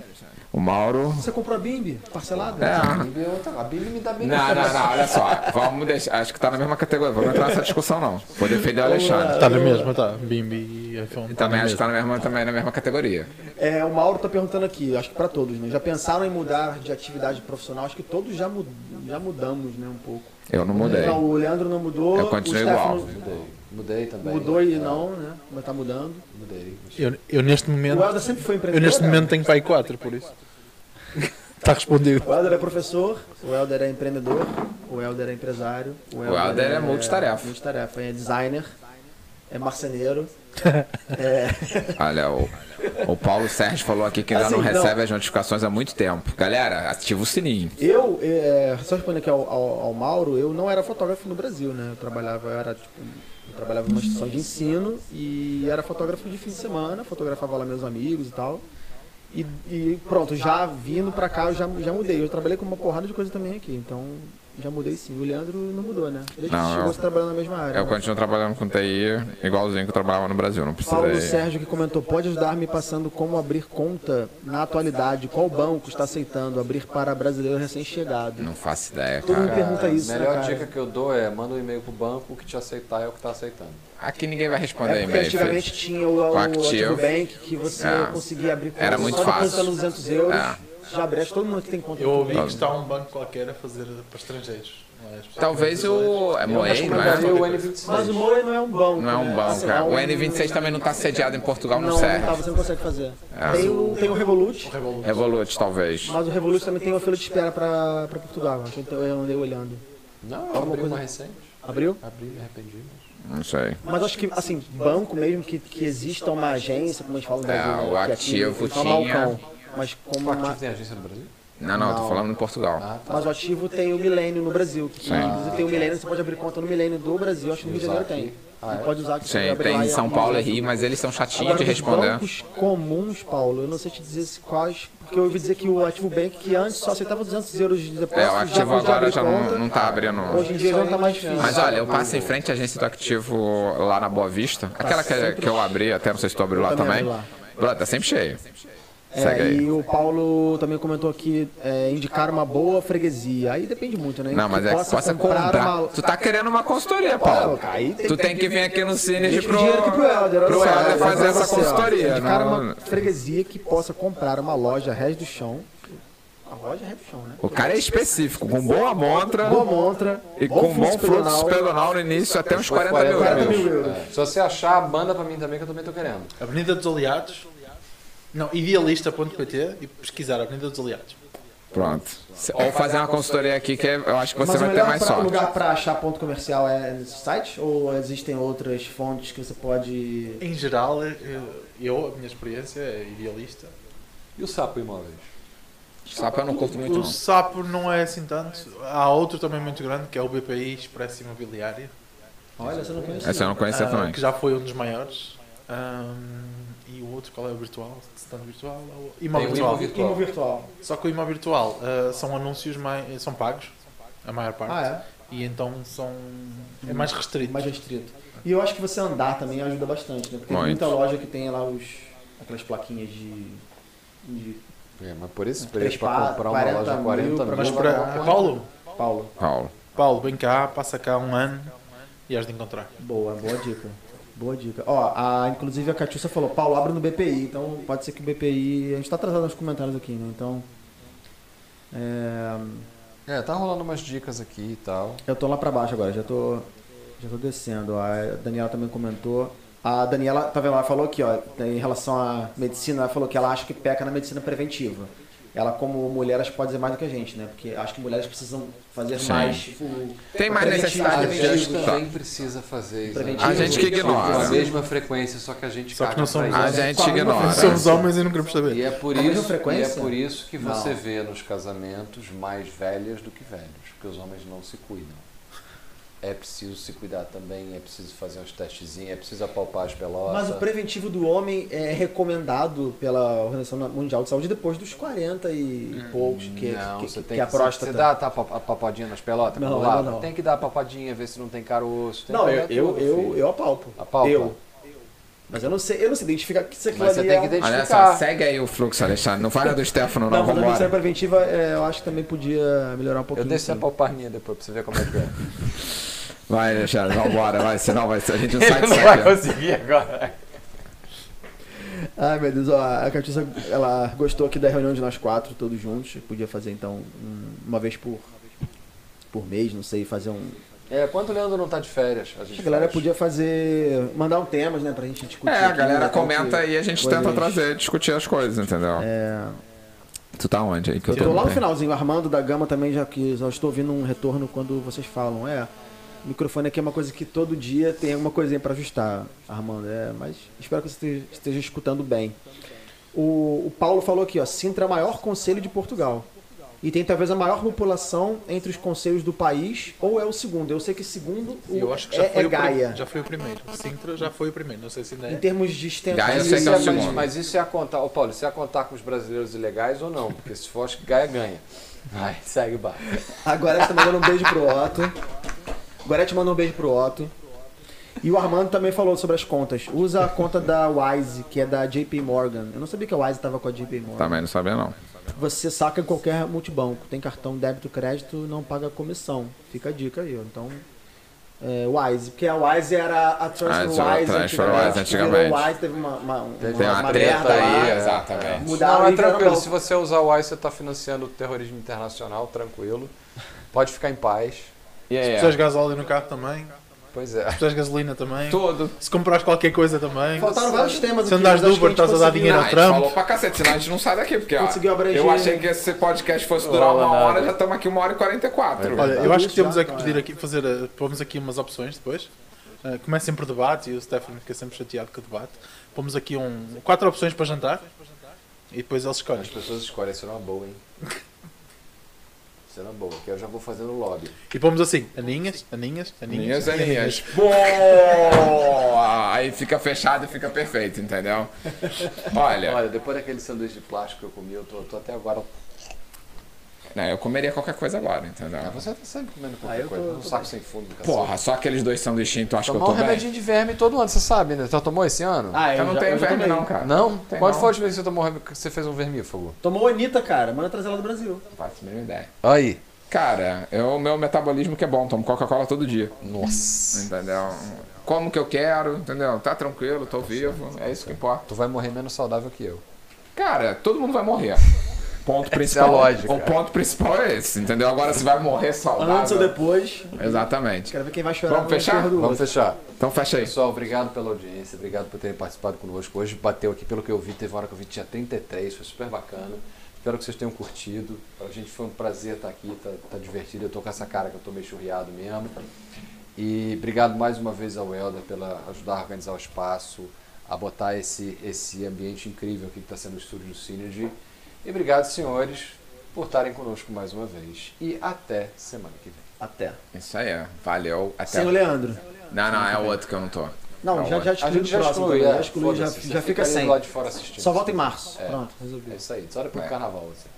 Speaker 1: O Mauro.
Speaker 4: Você comprou a Bimbi parcelada?
Speaker 1: É.
Speaker 6: A Bíblia é outra- A Bíblia me dá bem
Speaker 1: <laughs> Não, não, não, olha só. Vamos deixar. Acho que tá na mesma categoria. Vamos entrar nessa discussão, não. Vou defender o Alexandre.
Speaker 3: Tá na mesma, tá. Bimbi e iPhone.
Speaker 1: E
Speaker 3: tá
Speaker 1: também
Speaker 3: na
Speaker 1: acho que tá
Speaker 3: mesma.
Speaker 1: na mesma, também na mesma categoria.
Speaker 4: É, o Mauro tá perguntando aqui, acho que pra todos, né? Já pensaram em mudar de atividade profissional? Acho que todos já, mud- já mudamos, né, um pouco.
Speaker 1: Eu não mudei.
Speaker 4: Não, o Leandro não mudou.
Speaker 1: Eu continuo
Speaker 4: o Stefano
Speaker 1: igual.
Speaker 6: Mudei. Mudei também.
Speaker 4: Mudou e
Speaker 6: É,
Speaker 4: não, né? Mas tá mudando.
Speaker 6: Mudei.
Speaker 3: Eu, eu neste
Speaker 4: O
Speaker 3: momento,
Speaker 4: Helder sempre foi
Speaker 3: eu
Speaker 4: empreendedor.
Speaker 3: neste
Speaker 4: né?
Speaker 3: momento tenho pai 4, por isso. <laughs> Está respondido.
Speaker 4: O Helder é professor, o Helder é empreendedor, o Helder é empresário, o Helder,
Speaker 1: Helder é multitarefa.
Speaker 4: multitarefa, é designer, é marceneiro.
Speaker 1: Olha, o, o Paulo Sérgio falou aqui que ainda
Speaker 4: Assim,
Speaker 1: não
Speaker 4: não.
Speaker 1: recebe as notificações há muito tempo. Galera, ativa o sininho.
Speaker 4: Eu, é, só respondendo aqui ao, ao- ao Mauro, eu não era fotógrafo no Brasil, né? Eu trabalhava, eu era tipo, eu trabalhava numa instituição de ensino e era fotógrafo de fim de semana, fotografava lá meus amigos e tal. E, e pronto, já vindo pra cá eu já, já mudei. Eu trabalhei com uma porrada de coisa também aqui, então já mudei sim. O Leandro não mudou, né? Ele
Speaker 1: Não, é
Speaker 4: chegou
Speaker 1: eu-
Speaker 4: a trabalhar na mesma área.
Speaker 1: Eu
Speaker 4: né?
Speaker 1: continuo trabalhando com TI igualzinho que eu trabalhava no Brasil, não
Speaker 4: Paulo
Speaker 1: precisei.
Speaker 4: Sérgio que comentou, pode ajudar-me passando como abrir conta na atualidade? Qual banco está aceitando abrir para brasileiro recém-chegado?
Speaker 1: Não faço ideia,
Speaker 4: Todo mundo
Speaker 1: cara.
Speaker 4: pergunta isso,
Speaker 6: A
Speaker 4: né,
Speaker 6: melhor
Speaker 4: cara?
Speaker 6: dica que eu dou é manda um e-mail pro banco, o que te aceitar é o que tá aceitando.
Speaker 1: Aqui ninguém vai responder
Speaker 4: É porque
Speaker 1: e-mail.
Speaker 4: antigamente
Speaker 1: filho.
Speaker 4: tinha o, o,
Speaker 1: Com
Speaker 4: Ativo
Speaker 1: Active.
Speaker 4: Bank que você
Speaker 1: É.
Speaker 4: conseguia abrir conta
Speaker 1: Era muito
Speaker 4: só
Speaker 1: fácil.
Speaker 4: depositando 200 euros.
Speaker 1: É.
Speaker 4: Já abrange todo mundo que tem conta.
Speaker 3: Eu ouvi
Speaker 1: que
Speaker 3: que
Speaker 1: está
Speaker 3: está um banco qualquer a fazer para estrangeiros. é?
Speaker 1: Talvez o. É Moen, não
Speaker 6: Mas o
Speaker 1: é?
Speaker 4: Mas o
Speaker 6: N26.
Speaker 4: Moe não é um banco.
Speaker 1: Não é um
Speaker 4: né?
Speaker 1: banco,
Speaker 4: Assim,
Speaker 1: cara.
Speaker 4: é
Speaker 1: O
Speaker 4: um-
Speaker 1: N26 também não tá sediado em Portugal,
Speaker 4: Não,
Speaker 1: não
Speaker 4: não tá,
Speaker 1: serve.
Speaker 4: você não consegue fazer.
Speaker 1: É.
Speaker 4: Tem, o, tem o Revolut,
Speaker 1: Revolut, talvez.
Speaker 4: mas o Revolut também tem uma fila de espera pra, pra Portugal. Acho que eu andei olhando.
Speaker 6: Não, eu
Speaker 4: Alguma
Speaker 6: abri
Speaker 4: coisa-
Speaker 6: uma recente.
Speaker 4: Abriu?
Speaker 6: Abri, me arrependi. mas-
Speaker 1: Não sei.
Speaker 4: Mas acho que, assim, banco mesmo que, que exista uma agência, como a gente fala no
Speaker 1: É,
Speaker 4: Brasil,
Speaker 1: o
Speaker 4: né? que
Speaker 1: Ativo
Speaker 4: então,
Speaker 1: tinha-
Speaker 4: balcão. Mas como
Speaker 6: O
Speaker 4: uma,
Speaker 6: Ativo tem agência no Brasil?
Speaker 1: Não, não, tô
Speaker 4: Não.
Speaker 1: falando em Portugal.
Speaker 6: Ah, tá.
Speaker 4: Mas o ativo tem o milênio no Brasil. Que,
Speaker 1: Sim.
Speaker 4: inclusive tem o milênio, você pode abrir conta no milênio do Brasil, acho que no Rio de Janeiro tem.
Speaker 6: Ah,
Speaker 4: E
Speaker 6: é?
Speaker 4: pode usar que você
Speaker 1: Sim,
Speaker 4: abre
Speaker 1: tem
Speaker 4: lá
Speaker 1: em
Speaker 4: e-
Speaker 1: São Paulo e Rio, mas eles são chatinhos
Speaker 4: Agora,
Speaker 1: de
Speaker 4: dos
Speaker 1: responder.
Speaker 4: bancos comuns, Paulo, eu não sei te dizer se quais, porque eu ouvi dizer que o Ativo Bank, que antes só aceitava 200 euros de depósito,
Speaker 1: É, o
Speaker 4: já
Speaker 1: ativo
Speaker 4: podia
Speaker 1: agora
Speaker 4: abrir
Speaker 1: já
Speaker 4: conta.
Speaker 1: não, não tá abrindo.
Speaker 4: Hoje em dia já não tá mais difícil.
Speaker 1: Mas olha, eu passo em frente à agência do Activo lá na Boa Vista. Aquela que, que eu abri, até não sei se tu abriu lá
Speaker 4: Tá Eu também
Speaker 1: também.
Speaker 4: abri lá.
Speaker 1: Bro, tá sempre cheio. Segue
Speaker 4: É,
Speaker 1: aí.
Speaker 4: e o Paulo também comentou aqui, é, indicar uma boa freguesia. Aí depende muito, né?
Speaker 1: Não, mas é que possa comprar.
Speaker 4: uma-
Speaker 1: Tu tá querendo uma consultoria, Paulo.
Speaker 4: aí tem-
Speaker 1: Tu tem que vir aqui no Cine
Speaker 4: Deixa
Speaker 1: pro,
Speaker 4: o dinheiro aqui pro Helder, olha
Speaker 1: pro
Speaker 4: só,
Speaker 1: Helder
Speaker 4: olha
Speaker 1: fazer
Speaker 4: pra
Speaker 1: essa
Speaker 4: você, ó.
Speaker 1: consultoria.
Speaker 4: De cara,
Speaker 1: não-
Speaker 4: uma freguesia que possa comprar uma loja Res do Chão. Uma loja Res do Chão, né?
Speaker 1: O cara é específico, com boa montra
Speaker 4: Boa montra.
Speaker 1: e com bom fruto
Speaker 4: pedonal,
Speaker 1: espelonal no início até uns 40
Speaker 6: 40
Speaker 1: mil
Speaker 4: 40 mil
Speaker 1: euros.
Speaker 4: euros.
Speaker 6: Se você achar, manda pra mim também, que eu também tô querendo.
Speaker 3: Avenida dos Aliados. Não, idealista.pt e pesquisar Avenida dos Aliados.
Speaker 1: Pronto. Se- Ou fazer uma consultoria aqui que eu acho que você
Speaker 4: Mas o
Speaker 1: vai ter
Speaker 4: melhor
Speaker 1: mais
Speaker 4: pra-
Speaker 1: sorte.
Speaker 4: lugar para achar ponto comercial é no site? Ou existem outras fontes que você pode...
Speaker 3: Em geral, eu- eu, a minha experiência é idealista.
Speaker 6: E o Sapo Imóveis?
Speaker 1: Sapo eu não curto muito
Speaker 3: O
Speaker 1: não.
Speaker 3: Sapo não é assim tanto. Há outro também muito grande que é o BPI Expresso Imobiliária,
Speaker 4: Olha, você não conhece.
Speaker 1: Essa eu não conhecia
Speaker 3: ah,
Speaker 1: também.
Speaker 3: que já foi um dos maiores. Ahm, e o outro, qual é o virtual? Stand virtual? ou- Imóvel
Speaker 6: Tem o
Speaker 3: virtual.
Speaker 6: imóvel virtual.
Speaker 4: Imóvel virtual.
Speaker 3: Só que o imóvel virtual ah, são anúncios mais, são pagos, a maior parte.
Speaker 4: Ah,
Speaker 3: E então são. É mais
Speaker 4: é?
Speaker 3: restrito.
Speaker 4: Mais restrito. E eu acho que você andar também ajuda bastante, né? Porque tem
Speaker 1: Muito.
Speaker 4: muita loja que tem lá os... Aquelas plaquinhas de... de
Speaker 6: É, mas por esse
Speaker 4: Três
Speaker 6: preço,
Speaker 4: pa-
Speaker 6: pra comprar uma
Speaker 4: 40
Speaker 6: loja
Speaker 4: mil,
Speaker 6: 40 mil,
Speaker 4: pra
Speaker 3: Mas
Speaker 4: Vou
Speaker 3: para.
Speaker 4: lá.
Speaker 3: Paulo,
Speaker 4: Paulo.
Speaker 1: Paulo.
Speaker 3: Paulo, vem cá, passa cá um ano e has de encontrar.
Speaker 4: Boa, boa dica. Boa dica. Ó, a, inclusive a Catiúcia falou, Paulo, abre no BPI, então pode ser que o BPI. A gente tá atrasado nos comentários aqui, né? Então. é,
Speaker 6: É, tá rolando umas dicas aqui e tal.
Speaker 4: eu tô lá pra baixo agora, já tô. Já tô descendo. A Daniela também comentou. A Daniela, tá vendo? Ela falou aqui, ó, em relação à medicina, ela falou que ela acha que peca na medicina preventiva. Ela, como mulher, acho que pode dizer mais do que a gente, né? Porque acho que mulheres precisam fazer
Speaker 1: Sim.
Speaker 4: mais. Tipo,
Speaker 1: Tem mais
Speaker 4: Preventivo,
Speaker 6: A
Speaker 1: necessidade de
Speaker 4: preventivo.
Speaker 6: gente
Speaker 1: gente. Tá.
Speaker 6: também precisa fazer isso.
Speaker 4: Preventivo. A gente
Speaker 1: que
Speaker 6: Com
Speaker 1: ignora.
Speaker 6: a mesma frequência, só que a gente
Speaker 3: Só que
Speaker 6: caga
Speaker 3: não somos
Speaker 6: pra
Speaker 1: A
Speaker 6: isso.
Speaker 1: gente ignora.
Speaker 4: assim.
Speaker 3: Somos homens e não queremos saber.
Speaker 6: E é por
Speaker 4: Com a mesma
Speaker 6: isso, e é
Speaker 4: frequência?
Speaker 6: por isso que
Speaker 4: Não.
Speaker 6: você vê nos casamentos mais velhas do que velhos, porque os homens não se cuidam. É preciso se cuidar também, é preciso fazer uns testezinhos, é preciso apalpar as pelotas.
Speaker 4: Mas o preventivo do homem é recomendado pela Organização Mundial de Saúde depois dos 40 e poucos, que, é
Speaker 6: não,
Speaker 4: que,
Speaker 6: você
Speaker 4: que
Speaker 6: tem
Speaker 4: a
Speaker 6: que,
Speaker 4: próstata.
Speaker 6: Você dá tá, a papadinha nas pelotas?
Speaker 4: Não,
Speaker 6: quando lava?
Speaker 4: ainda não.
Speaker 6: Tem que dar a papadinha, ver se não tem caroço. Tem
Speaker 4: Não,
Speaker 6: que
Speaker 4: eu,
Speaker 6: dar
Speaker 4: eu,
Speaker 6: tudo,
Speaker 4: eu,
Speaker 6: filho.
Speaker 4: eu apalpo.
Speaker 6: Apalpa?
Speaker 4: Eu. Mas eu não sei, eu não sei identificar que isso aqui
Speaker 6: Mas você
Speaker 4: ali
Speaker 6: tem
Speaker 4: é
Speaker 6: que
Speaker 4: um-
Speaker 1: Olha
Speaker 6: identificar.
Speaker 1: só, segue aí o fluxo, Alexandre. Não fala do Stefano,
Speaker 4: Não,
Speaker 1: não.
Speaker 4: mas a medicina
Speaker 1: Vambora.
Speaker 4: preventiva é, eu acho que também podia melhorar um
Speaker 6: Eu
Speaker 4: pouquinho.
Speaker 6: deixo você
Speaker 4: sim.
Speaker 6: apalpar a minha depois pra você ver como é que
Speaker 4: <laughs>
Speaker 6: é.
Speaker 1: Vai, Alexandre, vambora. Vai, senão vai, a gente não sai
Speaker 6: Ele
Speaker 1: disso
Speaker 6: não vai
Speaker 1: aqui.
Speaker 6: conseguir agora.
Speaker 4: Ai, meu Deus, ó, a Catiça, ela gostou aqui da reunião de nós quatro, todos juntos. Podia fazer, então, um- uma vez por, por mês, não sei, fazer um...
Speaker 2: É, quanto o Leandro não tá de férias? A, gente
Speaker 4: A galera
Speaker 2: faz.
Speaker 4: podia fazer... Mandar um temas, né, pra gente discutir.
Speaker 1: É, a
Speaker 4: aqui,
Speaker 1: galera
Speaker 4: né, tal,
Speaker 1: comenta
Speaker 4: que-
Speaker 1: aí e a gente
Speaker 4: coisas-
Speaker 1: tenta trazer, discutir as coisas, entendeu?
Speaker 4: É,
Speaker 1: Tu tá onde aí que eu tô?
Speaker 4: Tô lá
Speaker 1: não
Speaker 4: no
Speaker 1: tem?
Speaker 4: finalzinho, Armando da Gama também, já que já estou ouvindo um retorno quando vocês falam. É, o microfone aqui é uma coisa que todo dia tem alguma coisinha para ajustar, Armando. É, mas espero que você esteja- esteja escutando bem. O, o Paulo falou aqui, ó, Sintra é o maior conselho de Portugal. E tem talvez a maior população entre os conselhos do país, ou é o segundo. Eu sei que segundo o,
Speaker 3: Eu acho que já,
Speaker 4: é,
Speaker 3: foi
Speaker 4: é
Speaker 3: o pri-
Speaker 4: Gaia.
Speaker 3: já foi o primeiro. Sintra já foi o primeiro. Não sei se ainda
Speaker 4: Em
Speaker 3: é.
Speaker 4: termos de extensão.
Speaker 1: Gaia, eu
Speaker 2: Mas
Speaker 1: sei
Speaker 2: isso,
Speaker 1: que é o
Speaker 2: é, mas,
Speaker 1: segundo.
Speaker 2: mas isso é a contar. Ô Paulo, isso é a contar com os brasileiros ilegais ou não? Porque se for, acho que Gaia ganha. Vai, segue o bar.
Speaker 4: Agora ela tá mandando um beijo pro Otto. Agora te mandou um beijo pro Otto. E o Armando também falou sobre as contas. Usa a conta da Wise, que é da JP Morgan. Eu não sabia que a Wise tava com a JP Morgan.
Speaker 1: Também não sabia, não.
Speaker 4: Você saca em qualquer multibanco. Tem cartão débito, crédito, não paga comissão. Fica a dica aí, ó. Então, é, Wise. Porque a Wise era a TransferWise
Speaker 1: Ah, era a TransferWise
Speaker 4: virou
Speaker 1: antigamente.
Speaker 4: Wise, teve uma, uma,
Speaker 2: Teve
Speaker 1: Tem
Speaker 4: uma,
Speaker 1: uma
Speaker 4: uma
Speaker 1: treta
Speaker 4: merda lá. É.
Speaker 1: aí, é. exatamente.
Speaker 4: Mudaram
Speaker 2: não,
Speaker 4: e
Speaker 2: é
Speaker 4: viraram
Speaker 2: tranquilo.
Speaker 4: banco.
Speaker 2: Se você usar o AI, você tá financiando o terrorismo internacional, tranquilo. Pode ficar em paz.
Speaker 1: E aí,
Speaker 3: Se
Speaker 1: é.
Speaker 3: precisas de gasóleo no carro também, se
Speaker 2: Pois é.
Speaker 3: precisas de gasolina também,
Speaker 1: Tudo.
Speaker 3: se comprares qualquer coisa também.
Speaker 4: Faltaram vários temas
Speaker 3: Se
Speaker 4: aqui,
Speaker 3: andares
Speaker 4: mas acho
Speaker 3: do Uber,
Speaker 4: que a gente
Speaker 3: estás a dar
Speaker 4: conseguiu.
Speaker 3: dinheiro
Speaker 1: Não,
Speaker 3: ao
Speaker 1: a gente
Speaker 3: Trump.
Speaker 1: falou pra cacete, senão a gente não sai daqui, porque ó,
Speaker 4: Conseguiu abranger,
Speaker 1: eu achei
Speaker 4: né?
Speaker 1: que esse podcast fosse durar uma hora, já estamos aqui uma hora e quarenta e quatro.
Speaker 3: Olha, eu acho que
Speaker 4: Isso já
Speaker 3: temos é que
Speaker 4: tá,
Speaker 3: pedir
Speaker 4: é.
Speaker 3: aqui, fazer, eh, pomos aqui umas opções depois. Eh, comecem por debate e o Stefano fica sempre chateado com o debate. Pomos aqui um, quatro opções para jantar e depois eles escolhem.
Speaker 2: As pessoas escolhem, será uma boa, hein? <laughs> Será uma boa, que eu já vou fazendo lobby.
Speaker 3: E pomos assim, aninhas, aninhas, aninhas.
Speaker 1: Ninhas e ninhas. Boa! Aí fica fechado e fica perfeito, entendeu? Olha, É.
Speaker 2: Olha, depois daquele sanduíche de plástico que eu comi, eu tô, tô até agora.
Speaker 1: né, eu comeria qualquer coisa agora, entendeu?
Speaker 2: Ah, você tá sempre comendo
Speaker 4: Ah,
Speaker 2: qualquer
Speaker 4: eu tô-
Speaker 2: coisa.
Speaker 4: tô
Speaker 2: um saco sem fundo, do cacete.
Speaker 1: Porra, só aqueles dois sanduichinhos, tu acha que eu
Speaker 2: Tomar
Speaker 1: tô
Speaker 2: um
Speaker 1: bem?
Speaker 2: remedinho de verme todo ano, você sabe, né? Já tomou esse ano?
Speaker 4: Ah, é.
Speaker 1: Eu não
Speaker 4: já-
Speaker 1: tenho
Speaker 4: já
Speaker 1: verme
Speaker 4: tomei.
Speaker 1: não, cara.
Speaker 2: não?
Speaker 1: tem
Speaker 2: Quando
Speaker 1: não.
Speaker 2: foi a última vez que você tomou remi- que você fez um vermífugo?
Speaker 4: Tomou Anitta, cara. Manda trazer ela do Brasil.
Speaker 1: Não faço a mínima ideia.
Speaker 2: Aí.
Speaker 1: Cara, eu- o meu metabolismo que é bom, tomo Coca-Cola todo dia,
Speaker 2: Nossa.
Speaker 1: entendeu? Como que eu quero, entendeu? Tá tranquilo, tô vivo, é isso que importa.
Speaker 2: Tu vai morrer menos saudável que eu.
Speaker 1: Cara, todo mundo vai morrer. Ponto
Speaker 2: é
Speaker 1: principal.
Speaker 2: a lógica.
Speaker 1: O ponto principal é esse, entendeu? Agora se vai morrer
Speaker 4: Antes ou
Speaker 1: saudável.
Speaker 4: depois,
Speaker 1: Exatamente.
Speaker 4: quero ver quem vai chorar.
Speaker 1: né? Vamos
Speaker 4: no
Speaker 1: fechar?
Speaker 4: enterro do
Speaker 2: Vamos
Speaker 4: outro.
Speaker 2: fechar.
Speaker 1: Então fecha aí.
Speaker 2: Pessoal, obrigado pela audiência, obrigado por terem participado conosco. Hoje bateu aqui, pelo que eu vi, teve uma hora que eu vi que tinha 33, foi super bacana. Espero que vocês tenham curtido. Pra gente foi um prazer estar aqui, tá, tá divertido. Eu tô com essa cara que eu tô meio churriado mesmo. E obrigado mais uma vez ao Helder pela ajudar a organizar o espaço, a botar esse, esse ambiente incrível aqui que está sendo o estúdio do Synergy. E obrigado, senhores, por estarem conosco mais uma vez. E até semana que vem.
Speaker 4: Até.
Speaker 1: Isso aí, é. valeu. Até.
Speaker 4: Sem o Leandro.
Speaker 1: Não, não, é o outro que eu não tô. Tá
Speaker 4: Não, já, já
Speaker 1: ótimo.
Speaker 4: exclui o próximo também,
Speaker 2: é,
Speaker 4: já exclui, já,
Speaker 2: foda-se,
Speaker 4: já
Speaker 2: você
Speaker 4: fica
Speaker 2: aí
Speaker 4: sem.
Speaker 2: do lado de fora assistindo.
Speaker 4: Só volta em março.
Speaker 2: É.
Speaker 4: Pronto,
Speaker 2: É
Speaker 4: resolvido.
Speaker 2: isso aí, só hora pro
Speaker 1: É.
Speaker 2: carnaval. Assim.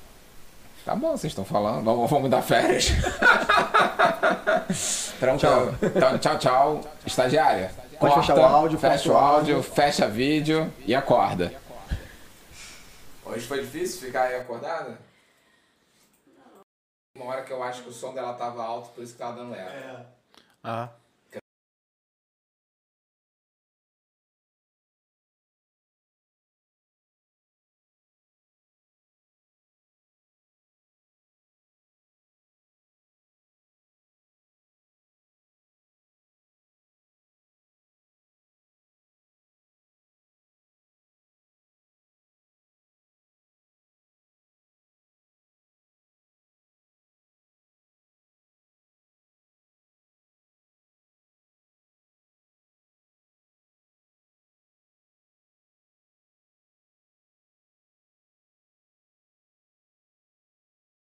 Speaker 1: Tá bom, vocês estão falando. Vamos, vamos dar
Speaker 4: <laughs>
Speaker 1: férias. Tranquilo. Então, tchau, tchau. Estagiária.
Speaker 4: Pode
Speaker 1: corta,
Speaker 4: fechar o áudio,
Speaker 1: Fecha
Speaker 4: corta
Speaker 1: o
Speaker 4: o
Speaker 1: áudio, fecha vídeo e acorda. Hoje foi difícil ficar aí acordada? Uma hora que eu acho que o som dela tava alto, por isso que tava dando eco.
Speaker 3: Ah.